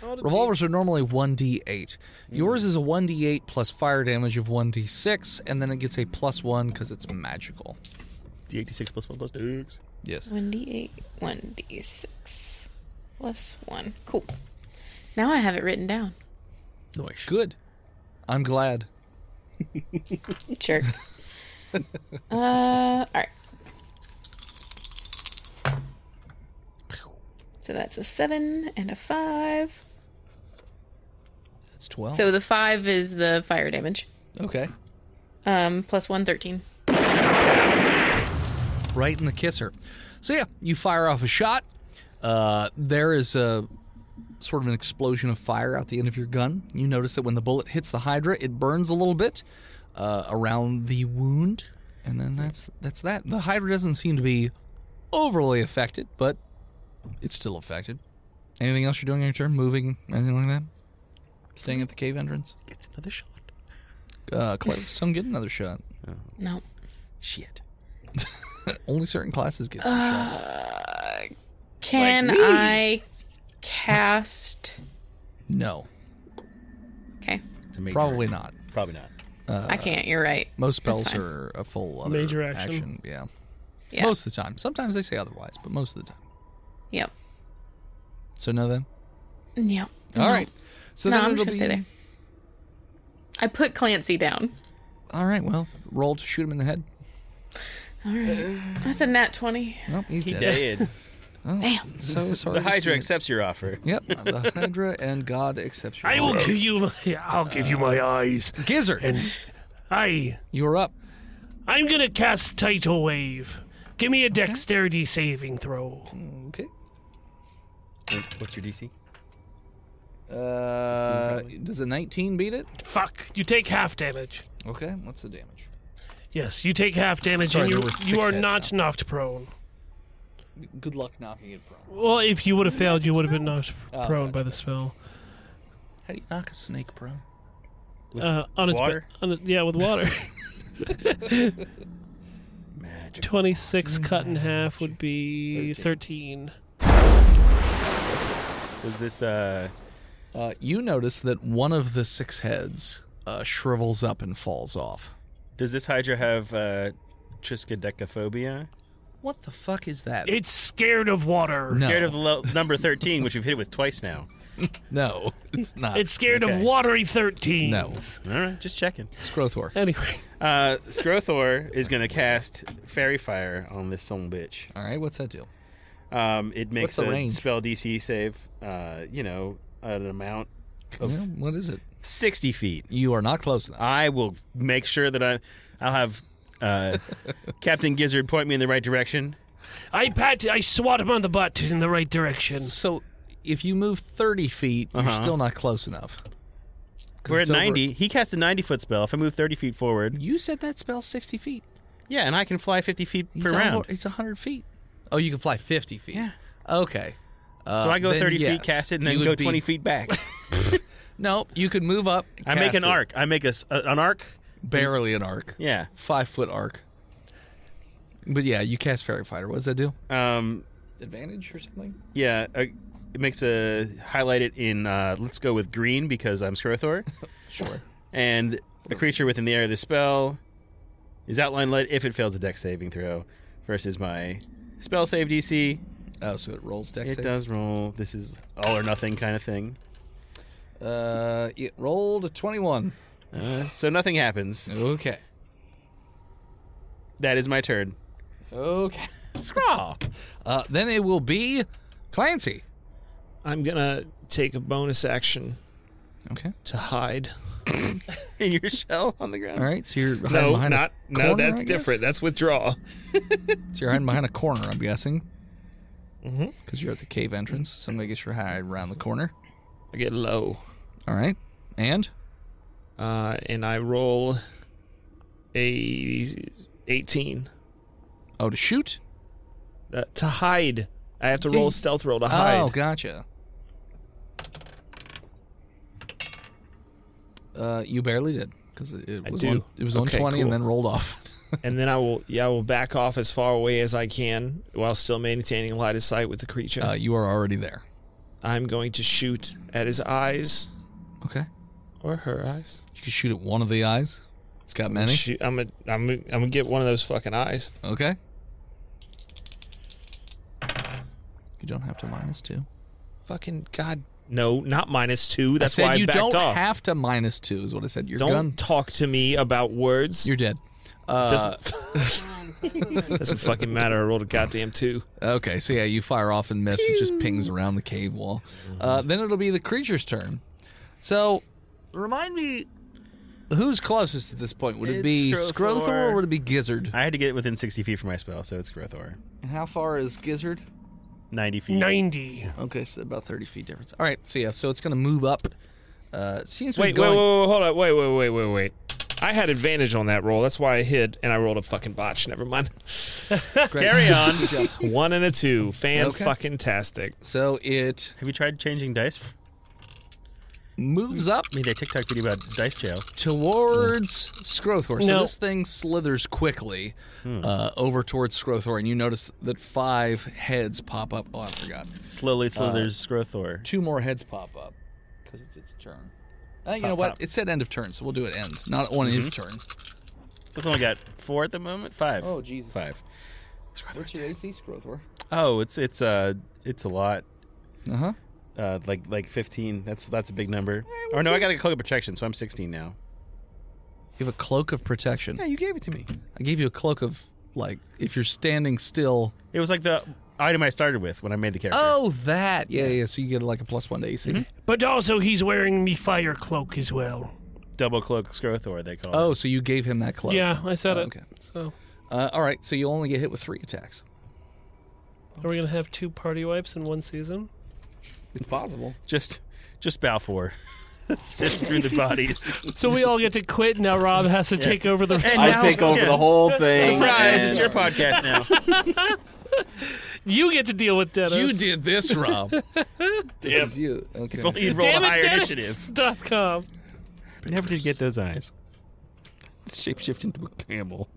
Speaker 4: Revolvers are normally 1d8. Yours is a 1d8 plus fire damage of 1d6, and then it gets a plus one because it's magical.
Speaker 8: D86 plus one plus two.
Speaker 4: Yes.
Speaker 9: One d eight, one d six, plus one. Cool. Now I have it written down.
Speaker 4: Nice. Good. I'm glad.
Speaker 9: Jerk. uh, all right. So that's a seven and a five.
Speaker 4: It's 12.
Speaker 9: So the five is the fire damage.
Speaker 4: okay.
Speaker 9: Um, plus one thirteen.
Speaker 4: right in the kisser. So yeah, you fire off a shot. Uh, there is a sort of an explosion of fire out the end of your gun. You notice that when the bullet hits the Hydra, it burns a little bit uh, around the wound, and then that's that's that. The Hydra doesn't seem to be overly affected, but it's still affected. Anything else you're doing on your turn? Moving? Anything like that? Staying at the cave entrance?
Speaker 8: It's another shot.
Speaker 4: Uh, close. Don't get another shot.
Speaker 9: No.
Speaker 8: Shit.
Speaker 4: Only certain classes get.
Speaker 9: Uh,
Speaker 4: some shots.
Speaker 9: Can I cast?
Speaker 4: No,
Speaker 9: Okay,
Speaker 8: It's a major-
Speaker 4: probably not.
Speaker 8: Probably not.
Speaker 9: I can't. You're right.
Speaker 4: Most spells
Speaker 9: fine.
Speaker 4: are a full other
Speaker 7: Major action.
Speaker 4: Yeah.
Speaker 9: Yeah.
Speaker 4: Most of the time. Sometimes they say otherwise, but most of the time.
Speaker 9: Yep.
Speaker 4: So no then?
Speaker 9: Yep.
Speaker 4: All right. So
Speaker 9: no,
Speaker 4: then
Speaker 9: I'm
Speaker 4: it'll
Speaker 9: just gonna stay
Speaker 4: be-
Speaker 9: there. I put Clancy down.
Speaker 4: All right, well, roll to shoot him in the head.
Speaker 9: All right. That's a nat twenty.
Speaker 4: Nope, he's dead.
Speaker 8: Dead.
Speaker 9: Damn.
Speaker 4: So sorry.
Speaker 8: the
Speaker 4: to see
Speaker 8: Hydra
Speaker 4: it.
Speaker 8: accepts your offer.
Speaker 4: Yep, the Hydra and God accepts your
Speaker 3: I will
Speaker 4: offer.
Speaker 3: give you my, I'll give you my eyes.
Speaker 4: Gizzard,
Speaker 3: And I,
Speaker 4: you're up.
Speaker 3: I'm gonna cast Tidal Wave. Give me a dexterity saving throw.
Speaker 4: Okay.
Speaker 8: What's your DC?
Speaker 4: Uh, does a 19 beat it?
Speaker 3: Fuck, you take half damage.
Speaker 4: Okay, what's the damage?
Speaker 3: Yes, you take half damage,
Speaker 4: Sorry,
Speaker 3: and
Speaker 4: there
Speaker 3: you,
Speaker 4: were six
Speaker 3: you are
Speaker 4: heads
Speaker 3: not knocked prone.
Speaker 4: Good luck knocking it prone.
Speaker 7: Well, if you would have failed, you would have been knocked
Speaker 4: Oh,
Speaker 7: prone by
Speaker 4: gotcha.
Speaker 7: the spell.
Speaker 4: How do you knock a snake prone?
Speaker 7: Uh, on its
Speaker 8: water?
Speaker 7: on it- yeah, with water. Twenty
Speaker 4: Hmm.
Speaker 7: six cut in half would be thirteen.
Speaker 8: Was this uh
Speaker 4: Uh, you notice that one of the six heads uh, shrivels up and falls off.
Speaker 8: does this Hydra have uh triskaidekaphobia?
Speaker 4: What the fuck is that?
Speaker 3: It's scared of water.
Speaker 4: no,
Speaker 8: Scared of lo- number 13, which we've hit it with twice now.
Speaker 4: no, it's not.
Speaker 3: It's scared of
Speaker 8: Okay.
Speaker 3: watery thirteen.
Speaker 4: no.
Speaker 8: All right, just checking.
Speaker 4: Scrothor.
Speaker 7: Anyway,
Speaker 8: Uh Scrothor is going to cast Fairy Fire on this son of a bitch.
Speaker 4: All right, what's that do?
Speaker 8: Um, it makes
Speaker 4: the
Speaker 8: a
Speaker 4: range?
Speaker 8: spell DC save, uh, you know, an amount of
Speaker 4: Yeah, what is it?
Speaker 8: 60 feet.
Speaker 4: You are not close enough.
Speaker 8: I will make sure that I, I'll have uh, Captain Gizzard point me in the right direction.
Speaker 3: I pat, I swat him on the butt in the right direction.
Speaker 4: So, if you move thirty feet, you're
Speaker 8: Uh-huh.
Speaker 4: still not close enough. 'Cause
Speaker 8: We're at
Speaker 4: it's over-
Speaker 8: 90. He cast a 90 foot spell. If I move 30 feet forward,
Speaker 4: You said that spell's sixty feet.
Speaker 8: yeah, and I can fly 50 feet
Speaker 4: He's
Speaker 8: per
Speaker 4: on
Speaker 8: round.
Speaker 4: board- He's hundred feet. Oh, you can fly fifty feet.
Speaker 8: Yeah.
Speaker 4: Okay. Uh,
Speaker 8: so I go
Speaker 4: then
Speaker 8: 30
Speaker 4: yes,
Speaker 8: feet, cast it, and
Speaker 4: you
Speaker 8: then
Speaker 4: would
Speaker 8: go
Speaker 4: be-
Speaker 8: 20 feet back.
Speaker 4: No, you could move up.
Speaker 8: I make
Speaker 4: cast
Speaker 8: an
Speaker 4: it.
Speaker 8: arc. I make a s- a- an arc.
Speaker 4: barely an arc.
Speaker 8: Yeah.
Speaker 4: Five foot arc. But yeah, you cast Fairy Fighter. What does that do?
Speaker 8: Um,
Speaker 4: Advantage or something?
Speaker 8: yeah. uh it makes a highlight it in, uh, let's go with green because I'm Scrothor.
Speaker 4: Sure.
Speaker 8: and a creature within the area of the spell is outlined light if it fails a dex saving throw versus my spell save DC.
Speaker 4: Oh, so it rolls dex.
Speaker 8: It
Speaker 4: save.
Speaker 8: does roll. This is all or nothing kind of thing.
Speaker 4: Uh, it rolled a twenty-one.
Speaker 8: Uh, so nothing happens.
Speaker 4: Okay.
Speaker 8: That is my turn.
Speaker 4: Okay.
Speaker 8: Scrawl.
Speaker 4: Uh, then it will be Clancy.
Speaker 6: I'm gonna take a bonus action
Speaker 4: Okay.
Speaker 6: to hide.
Speaker 8: In your shell on the ground.
Speaker 4: All right. So you're hiding behind a corner, I guess?
Speaker 6: That's withdraw.
Speaker 4: So you're hiding behind a corner, I'm guessing. Because you're at the cave entrance. Somebody gets your hide around the corner.
Speaker 6: I get low,
Speaker 4: All right. And
Speaker 6: uh, and I roll a 18
Speaker 4: oh, to shoot.
Speaker 6: uh, to hide. I have to roll a stealth roll to hide.
Speaker 4: Oh, gotcha. Uh, you barely did because it, it
Speaker 6: I
Speaker 4: was
Speaker 6: do.
Speaker 4: on, it was on
Speaker 6: Okay,
Speaker 4: twenty and
Speaker 6: cool.
Speaker 4: then rolled off.
Speaker 6: And then I will, yeah, I will back off as far away as I can while still maintaining line of sight with the creature.
Speaker 4: Uh, you are already there.
Speaker 6: I'm going to shoot at his eyes
Speaker 4: Okay.
Speaker 6: or her eyes.
Speaker 4: You can shoot at one of the eyes. It's got many.
Speaker 6: Shoot, I'm gonna, I'm gonna, I'm gonna get one of those fucking eyes.
Speaker 4: Okay. You don't have to minus two.
Speaker 6: Fucking god, no, not minus two.
Speaker 4: I
Speaker 6: That's
Speaker 4: said
Speaker 6: why I
Speaker 4: you
Speaker 6: backed
Speaker 4: don't
Speaker 6: off.
Speaker 4: have to minus two is what I said. Your
Speaker 6: don't
Speaker 4: gun.
Speaker 6: talk to me about words.
Speaker 4: You're dead. Uh,
Speaker 6: doesn't, doesn't fucking matter. I rolled a goddamn two.
Speaker 4: okay, so yeah, you fire off
Speaker 8: Mm-hmm.
Speaker 4: and miss. It just pings around the cave wall. Uh, then it'll be the creature's turn. So Remind me, who's closest at this point? Would it be
Speaker 8: It's Scrothor.
Speaker 4: Scrothor or would it be Gizzard?
Speaker 8: I had to get within 60 feet from my spell, so it's Grothor.
Speaker 4: And how far is Gizzard?
Speaker 8: 90 feet.
Speaker 3: 90.
Speaker 4: Okay, so about 30 feet difference. All right, so yeah, so it's going to move up. Uh, it seems we're
Speaker 6: Wait, wait,
Speaker 4: going,
Speaker 6: wait, wait, hold up. Wait, wait, wait, wait, wait. I had advantage on that roll. That's why I hid, and I rolled a fucking botch. Never mind.
Speaker 8: Carry on.
Speaker 6: One and a two. Fan
Speaker 4: Okay.
Speaker 6: fucking tastic.
Speaker 4: So it
Speaker 8: Have you tried changing dice?
Speaker 4: moves up
Speaker 8: I mean, that TikTok video about dice jail.
Speaker 4: towards Scrothor. So
Speaker 3: No.
Speaker 4: this thing slithers quickly
Speaker 8: Hmm.
Speaker 4: uh, over towards Scrothor, and you notice that five heads pop up. Oh, I forgot.
Speaker 8: Slowly
Speaker 4: Uh,
Speaker 8: slithers Grothor.
Speaker 4: Two more heads pop up because it's its turn. Uh, you know
Speaker 8: Pop,
Speaker 4: what?
Speaker 8: pop.
Speaker 4: It said end of turn, so we'll do it end, not on his turn.
Speaker 8: We've only got four at the moment. Five.
Speaker 4: Oh, Jesus.
Speaker 8: Five.
Speaker 4: What's your AC, Scrothor?
Speaker 8: Oh, it's it's uh it's a lot.
Speaker 4: Uh huh.
Speaker 8: Uh, like like 15. That's that's a big number. Or no, I got a cloak of protection, so I'm 16 now.
Speaker 4: You have a cloak of protection.
Speaker 8: Yeah, you gave it to me.
Speaker 4: I gave you a cloak of like if you're standing still.
Speaker 8: It was like the item I started with when I made the character.
Speaker 4: Oh, that. Yeah, Mm-hmm. yeah. So you get like a plus one to AC.
Speaker 3: But also, he's wearing me fire cloak as well.
Speaker 8: Double cloak Scrothor, they call
Speaker 4: Oh,
Speaker 8: it.
Speaker 4: so you gave him that cloak.
Speaker 7: Yeah, I said
Speaker 4: Oh,
Speaker 7: it.
Speaker 4: okay.
Speaker 7: So,
Speaker 4: Uh, all right. So you only get hit with three attacks.
Speaker 7: are we gonna have two party wipes in one season?
Speaker 4: It's possible.
Speaker 8: Just just bow for. Sift through the bodies.
Speaker 7: So we all get to quit now. Rob has to take over the.
Speaker 5: I take over
Speaker 8: yeah.
Speaker 5: the whole thing.
Speaker 8: Surprise!
Speaker 5: and-
Speaker 8: It's your podcast now.
Speaker 7: You get to deal with Dennis.
Speaker 4: You did this, Rob. This is you. Okay.
Speaker 8: Only you roll
Speaker 7: Damn
Speaker 8: a
Speaker 7: it,
Speaker 8: higher
Speaker 7: Dennis.
Speaker 8: initiative.
Speaker 7: Dot com.
Speaker 8: Never did get those eyes. Shapeshift into a camel.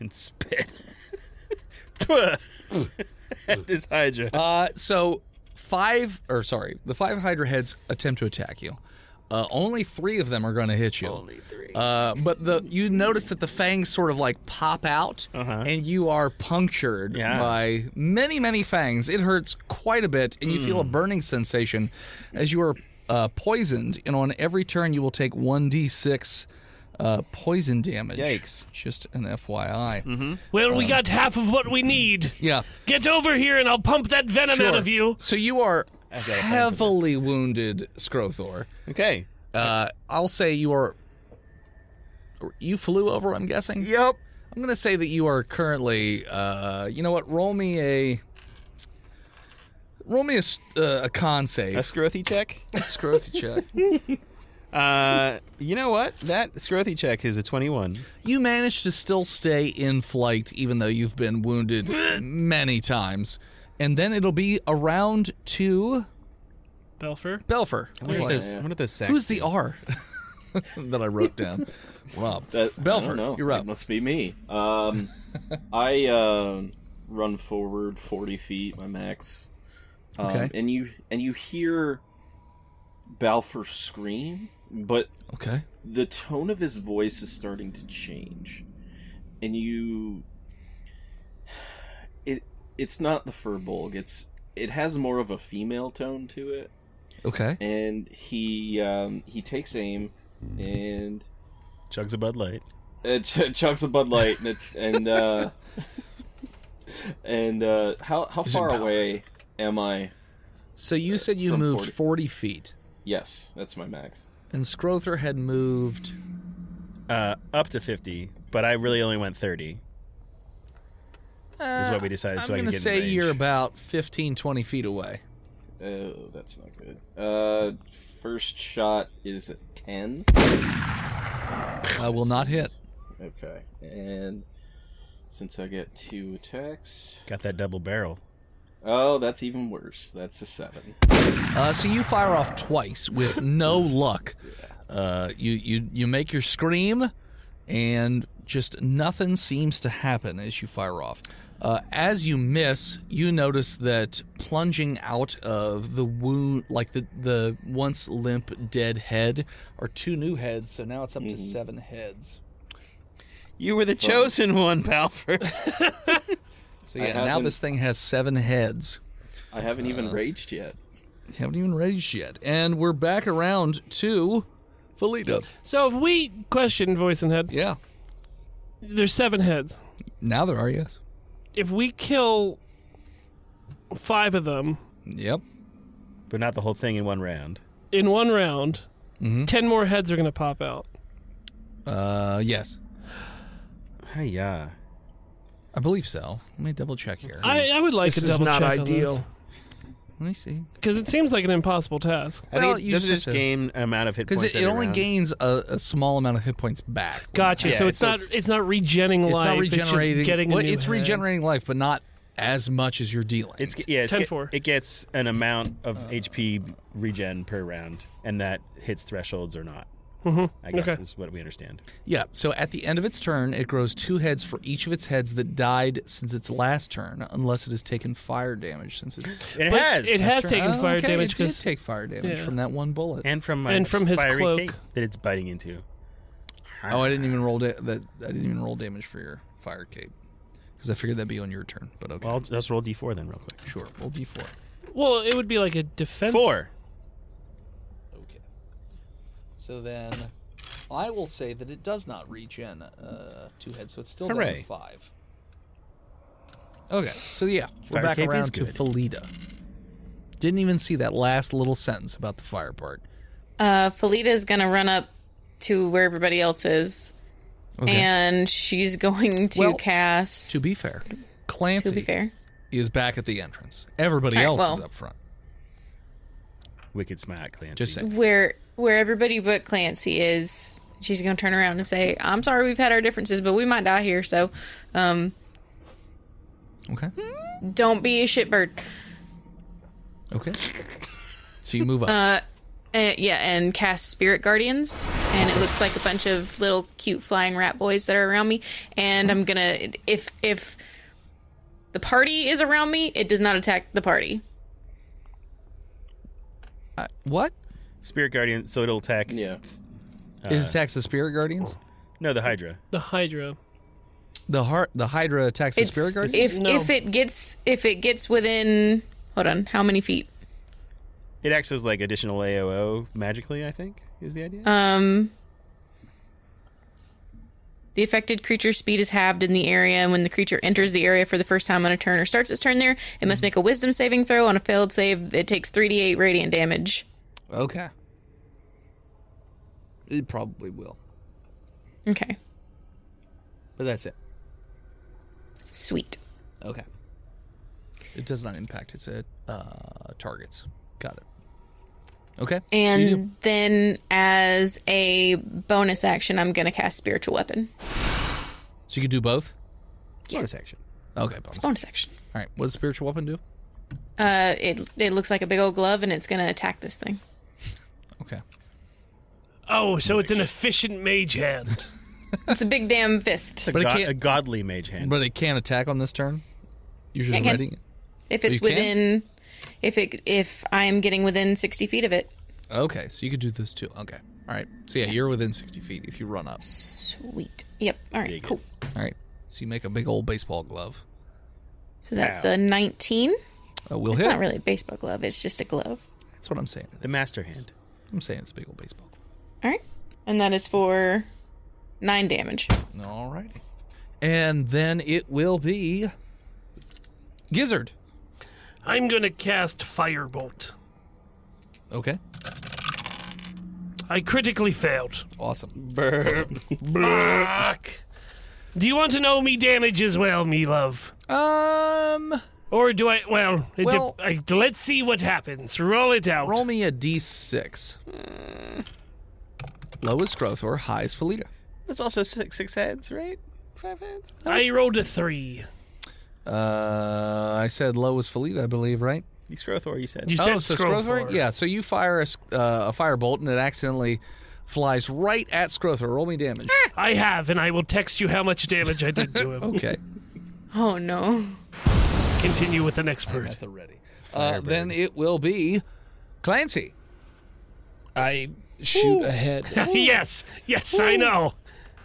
Speaker 8: and spit. Twah. At this Hydra.
Speaker 4: Uh, so five, or sorry, the five Hydra heads attempt to attack you. Uh, only three of them are going to hit you. Only three. Uh, but the you notice that the fangs sort of like pop out,
Speaker 8: Uh-huh.
Speaker 4: and you are punctured
Speaker 8: Yeah.
Speaker 4: by many, many fangs. It hurts quite a bit, and you feel
Speaker 8: Hmm.
Speaker 4: a burning sensation as you are uh, poisoned. And on every turn, you will take one d6 uh, poison damage.
Speaker 8: Yikes. Mm-hmm.
Speaker 4: Just an FYI.
Speaker 3: Well, we got half of what we need.
Speaker 4: Yeah.
Speaker 3: Get over here and I'll pump that venom out
Speaker 4: Sure.
Speaker 3: of you.
Speaker 4: So you are
Speaker 8: I've got a plan for this.
Speaker 4: heavily wounded, Scrothor.
Speaker 8: Okay.
Speaker 4: Uh, I'll say you are. You flew over, I'm guessing? Yep. I'm going to say that you are currently. Uh, you know what? Roll me a. Roll me a, s- uh, a con
Speaker 8: A
Speaker 4: save.
Speaker 8: scrothy check?
Speaker 4: Scroth check.
Speaker 8: Uh, you know what? That scrothy check is a 21.
Speaker 4: You managed to still stay in flight, even though you've been wounded many times. And then it'll be around to
Speaker 7: Belfer.
Speaker 4: Belfer.
Speaker 8: I wonder if those- I wonder if those sacks-
Speaker 4: Who's the R that I wrote down? Rob.
Speaker 5: That, I
Speaker 4: Belford,
Speaker 5: don't know.
Speaker 4: you're up.
Speaker 5: It must be me. Um, I uh, run forward forty feet, my max. Um,
Speaker 4: Okay.
Speaker 5: And you and you hear Balfour scream, but
Speaker 4: Okay.
Speaker 5: the tone of his voice is starting to change, and you. It it's not the furbolg. It's it has more of a female tone to it
Speaker 4: Okay.
Speaker 5: and he um, he takes aim and
Speaker 8: Chugs a Bud Light.
Speaker 5: uh, ch- chugs a Bud Light and it, and uh, and uh, how how
Speaker 4: He's
Speaker 5: far
Speaker 4: empowered.
Speaker 5: away am I?
Speaker 4: So you said you
Speaker 5: from
Speaker 4: moved 40.
Speaker 5: 40.
Speaker 4: feet,
Speaker 5: Yes, that's my max.
Speaker 4: and Scrother had moved.
Speaker 8: Uh, up to 50, but I really only went 30.
Speaker 4: Uh,
Speaker 8: what we decided,
Speaker 4: I'm
Speaker 8: so I could
Speaker 4: gonna
Speaker 8: get in
Speaker 4: say
Speaker 8: range.
Speaker 4: you're about 15, 20 feet away.
Speaker 5: Oh, that's not good. Uh, first shot is a ten.
Speaker 4: I will not hit.
Speaker 5: Okay, and since I get two attacks,
Speaker 8: Got that double barrel.
Speaker 5: oh, that's even worse. That's a seven.
Speaker 4: Uh, so you fire off twice with no luck. Uh, you you you make your scream, and just nothing seems to happen as you fire off. Uh, as you miss, you notice that plunging out of the wound, like the the once limp dead head, are two new heads. So now it's up to seven heads.
Speaker 8: You were the chosen one, Palford.
Speaker 4: So
Speaker 5: I
Speaker 4: yeah, now
Speaker 5: haven't-
Speaker 4: this thing has seven heads.
Speaker 5: I haven't
Speaker 4: Uh.
Speaker 5: even raged yet.
Speaker 4: Haven't even raged yet, and we're back around to Felita.
Speaker 7: So if we question voice and head,
Speaker 4: Yeah,
Speaker 7: there's seven heads.
Speaker 4: now E there are yes.
Speaker 7: If we kill five of them,
Speaker 4: Yep.
Speaker 8: but not the whole thing in one round.
Speaker 7: in one round, ten more heads are gonna pop out.
Speaker 4: Uh, yes,
Speaker 8: Hi, yeah.
Speaker 4: I believe so. Let me double check here.
Speaker 7: I, I would like
Speaker 6: this
Speaker 7: to
Speaker 6: is
Speaker 7: double
Speaker 6: not
Speaker 7: check
Speaker 6: ideal.
Speaker 4: Let me see.
Speaker 7: because it seems like an impossible task.
Speaker 8: I
Speaker 4: Well,
Speaker 8: think
Speaker 4: you
Speaker 8: it, does
Speaker 4: just
Speaker 8: it just
Speaker 4: have to-
Speaker 8: gain an amount of hit
Speaker 4: Because
Speaker 8: points.
Speaker 4: it, it
Speaker 8: every
Speaker 4: only
Speaker 8: round?
Speaker 4: gains a, a small amount of hit points back.
Speaker 7: Gotcha.
Speaker 8: Yeah,
Speaker 7: so it's
Speaker 8: so
Speaker 7: not
Speaker 8: it's-
Speaker 7: it's not regenerating
Speaker 4: It's
Speaker 7: life.
Speaker 4: not
Speaker 7: It's
Speaker 4: regenerating.
Speaker 7: just getting a
Speaker 4: well,
Speaker 7: new
Speaker 4: it's
Speaker 7: head.
Speaker 4: regenerating life, but not as much as you're dealing.
Speaker 8: It's yeah, it's
Speaker 7: 10-4.
Speaker 8: It gets an amount of HP regen per round, and that hits thresholds or not. Mm-hmm. I guess
Speaker 7: Okay.
Speaker 8: is what we understand.
Speaker 4: yeah. So at the end of its turn, it grows two heads for each of its heads that died since its last turn, unless it has taken fire damage since it's.
Speaker 8: And it
Speaker 7: But
Speaker 8: has.
Speaker 7: it has taken
Speaker 4: Oh,
Speaker 7: fire
Speaker 4: okay,
Speaker 7: damage
Speaker 4: It did
Speaker 7: 'cause-
Speaker 4: take fire damage
Speaker 7: yeah.
Speaker 4: from that one bullet.
Speaker 8: and from my
Speaker 7: And from his
Speaker 8: fiery
Speaker 7: cloak.
Speaker 8: cake that it's biting into.
Speaker 4: oh, I didn't even roll da- that. I didn't even roll damage for your fire cape because I figured that'd be on your turn. But okay,
Speaker 8: Well, I'll just roll d4 then, real quick.
Speaker 4: sure. Roll d4.
Speaker 7: Well, it would be like a defense.
Speaker 8: Four.
Speaker 4: Okay. So then, I will say that it does not regen uh, two heads, so it's still down
Speaker 8: Hooray.
Speaker 4: to five. Okay, so yeah, we're
Speaker 8: Fire
Speaker 4: back
Speaker 8: cape is
Speaker 4: around to
Speaker 8: good.
Speaker 4: Felida. Didn't even see that last little sentence about the fire part.
Speaker 9: Uh, Felita's gonna run up to where everybody else is, and she's going to
Speaker 4: Well,
Speaker 9: cast.
Speaker 4: To be fair,
Speaker 9: to be
Speaker 4: Clancy
Speaker 9: fair,
Speaker 4: is back at the entrance. Everybody
Speaker 9: All right,
Speaker 4: else is
Speaker 9: well-
Speaker 4: up front.
Speaker 8: Wicked smack, Clancy.
Speaker 4: Just saying.
Speaker 9: where where everybody but Clancy is, she's gonna turn around and say, "I'm sorry, we've had our differences, but we might die here, so um,
Speaker 4: Okay.
Speaker 9: don't be a shitbird."
Speaker 4: Okay. So you move up.
Speaker 9: Uh, yeah, and cast Spirit Guardians, and it looks like a bunch of little cute flying rat boys that are around me. And I'm gonna if if the party is around me, it does not attack the party.
Speaker 4: Uh, what?
Speaker 8: Spirit Guardian, so it'll attack.
Speaker 5: Yeah.
Speaker 4: it attacks the spirit guardians.
Speaker 8: No, the Hydra.
Speaker 7: The Hydra.
Speaker 4: The heart, the Hydra attacks the
Speaker 9: It's,
Speaker 4: spirit guardians.
Speaker 9: if
Speaker 7: No.
Speaker 9: if it gets if it gets within hold on how many feet?
Speaker 8: It acts as like additional AOO magically, I think, is the idea.
Speaker 9: Um, the affected creature's speed is halved in the area, and when the creature enters the area for the first time on a turn or starts its turn there, it
Speaker 4: Mm-hmm.
Speaker 9: must make a Wisdom saving throw. On a failed save, it takes three d eight radiant damage.
Speaker 4: Okay. It probably will.
Speaker 9: Okay,
Speaker 4: But that's it.
Speaker 9: sweet.
Speaker 4: Okay. It does not impact its uh, uh, targets. Got it. Okay. so you
Speaker 9: And then, as a bonus action, I'm going to cast Spiritual Weapon.
Speaker 4: do- so you can do both?
Speaker 8: Bonus action.
Speaker 4: Okay, bonus. All
Speaker 9: Bonus action.
Speaker 4: right. What does spiritual weapon do?
Speaker 9: Uh, it it looks like a big old glove, and it's going to attack this thing.
Speaker 4: Okay.
Speaker 3: Oh, so it's an efficient mage hand.
Speaker 9: It's a big damn fist.
Speaker 8: It's a,
Speaker 4: But it
Speaker 8: go-
Speaker 4: can't-
Speaker 8: a godly mage hand.
Speaker 4: But it can't attack on this turn? Usually
Speaker 9: It can.
Speaker 4: writing
Speaker 9: If it's
Speaker 4: You can?
Speaker 9: within, if it if I am getting within sixty feet of it,
Speaker 4: Okay, so you could do this too. Okay. All right. So yeah, you're within 60 feet if you run up.
Speaker 9: sweet. Yep. All right.
Speaker 8: Dig it.
Speaker 9: Cool.
Speaker 4: All right. So you make a big old baseball glove.
Speaker 9: So that's
Speaker 8: Ow.
Speaker 9: a nineteen.
Speaker 4: Uh, we'll
Speaker 9: It's
Speaker 4: hit.
Speaker 9: not really a baseball glove. It's just a glove.
Speaker 4: That's what I'm saying.
Speaker 8: The master hand.
Speaker 4: I'm saying it's a big old baseball.
Speaker 9: All right. And that is for nine damage.
Speaker 4: All righty. And then it will be Gizzard.
Speaker 3: I'm gonna cast Firebolt.
Speaker 4: Okay.
Speaker 3: I critically failed.
Speaker 4: Awesome.
Speaker 3: Fuck. Do you want to know me damage as well, me love?
Speaker 4: Um,
Speaker 3: Or do I? Well, it dep-
Speaker 4: Well-
Speaker 3: I, let's see what happens. Roll it out.
Speaker 4: roll me a d6.
Speaker 9: Mm.
Speaker 4: Low is Scrothor, high is Felita.
Speaker 8: That's also six, six heads, right? Five heads?
Speaker 3: I rolled a three.
Speaker 4: Uh, I said low is Felita, I believe, right?
Speaker 8: You Scrothor, you said.
Speaker 3: You
Speaker 4: oh,
Speaker 3: said
Speaker 4: so
Speaker 3: scroll
Speaker 4: Scrothor?
Speaker 3: for.
Speaker 4: Yeah, so you fire a, s- uh, a firebolt and it accidentally flies right at Scrothor. Roll me damage.
Speaker 9: Ah.
Speaker 3: I have, and I will text you how much damage I did to him.
Speaker 4: okay.
Speaker 9: Oh no.
Speaker 3: Continue with the next word.
Speaker 4: At the ready. Uh, then it will be Clancy.
Speaker 6: I shoot ahead.
Speaker 3: yes, yes, I know.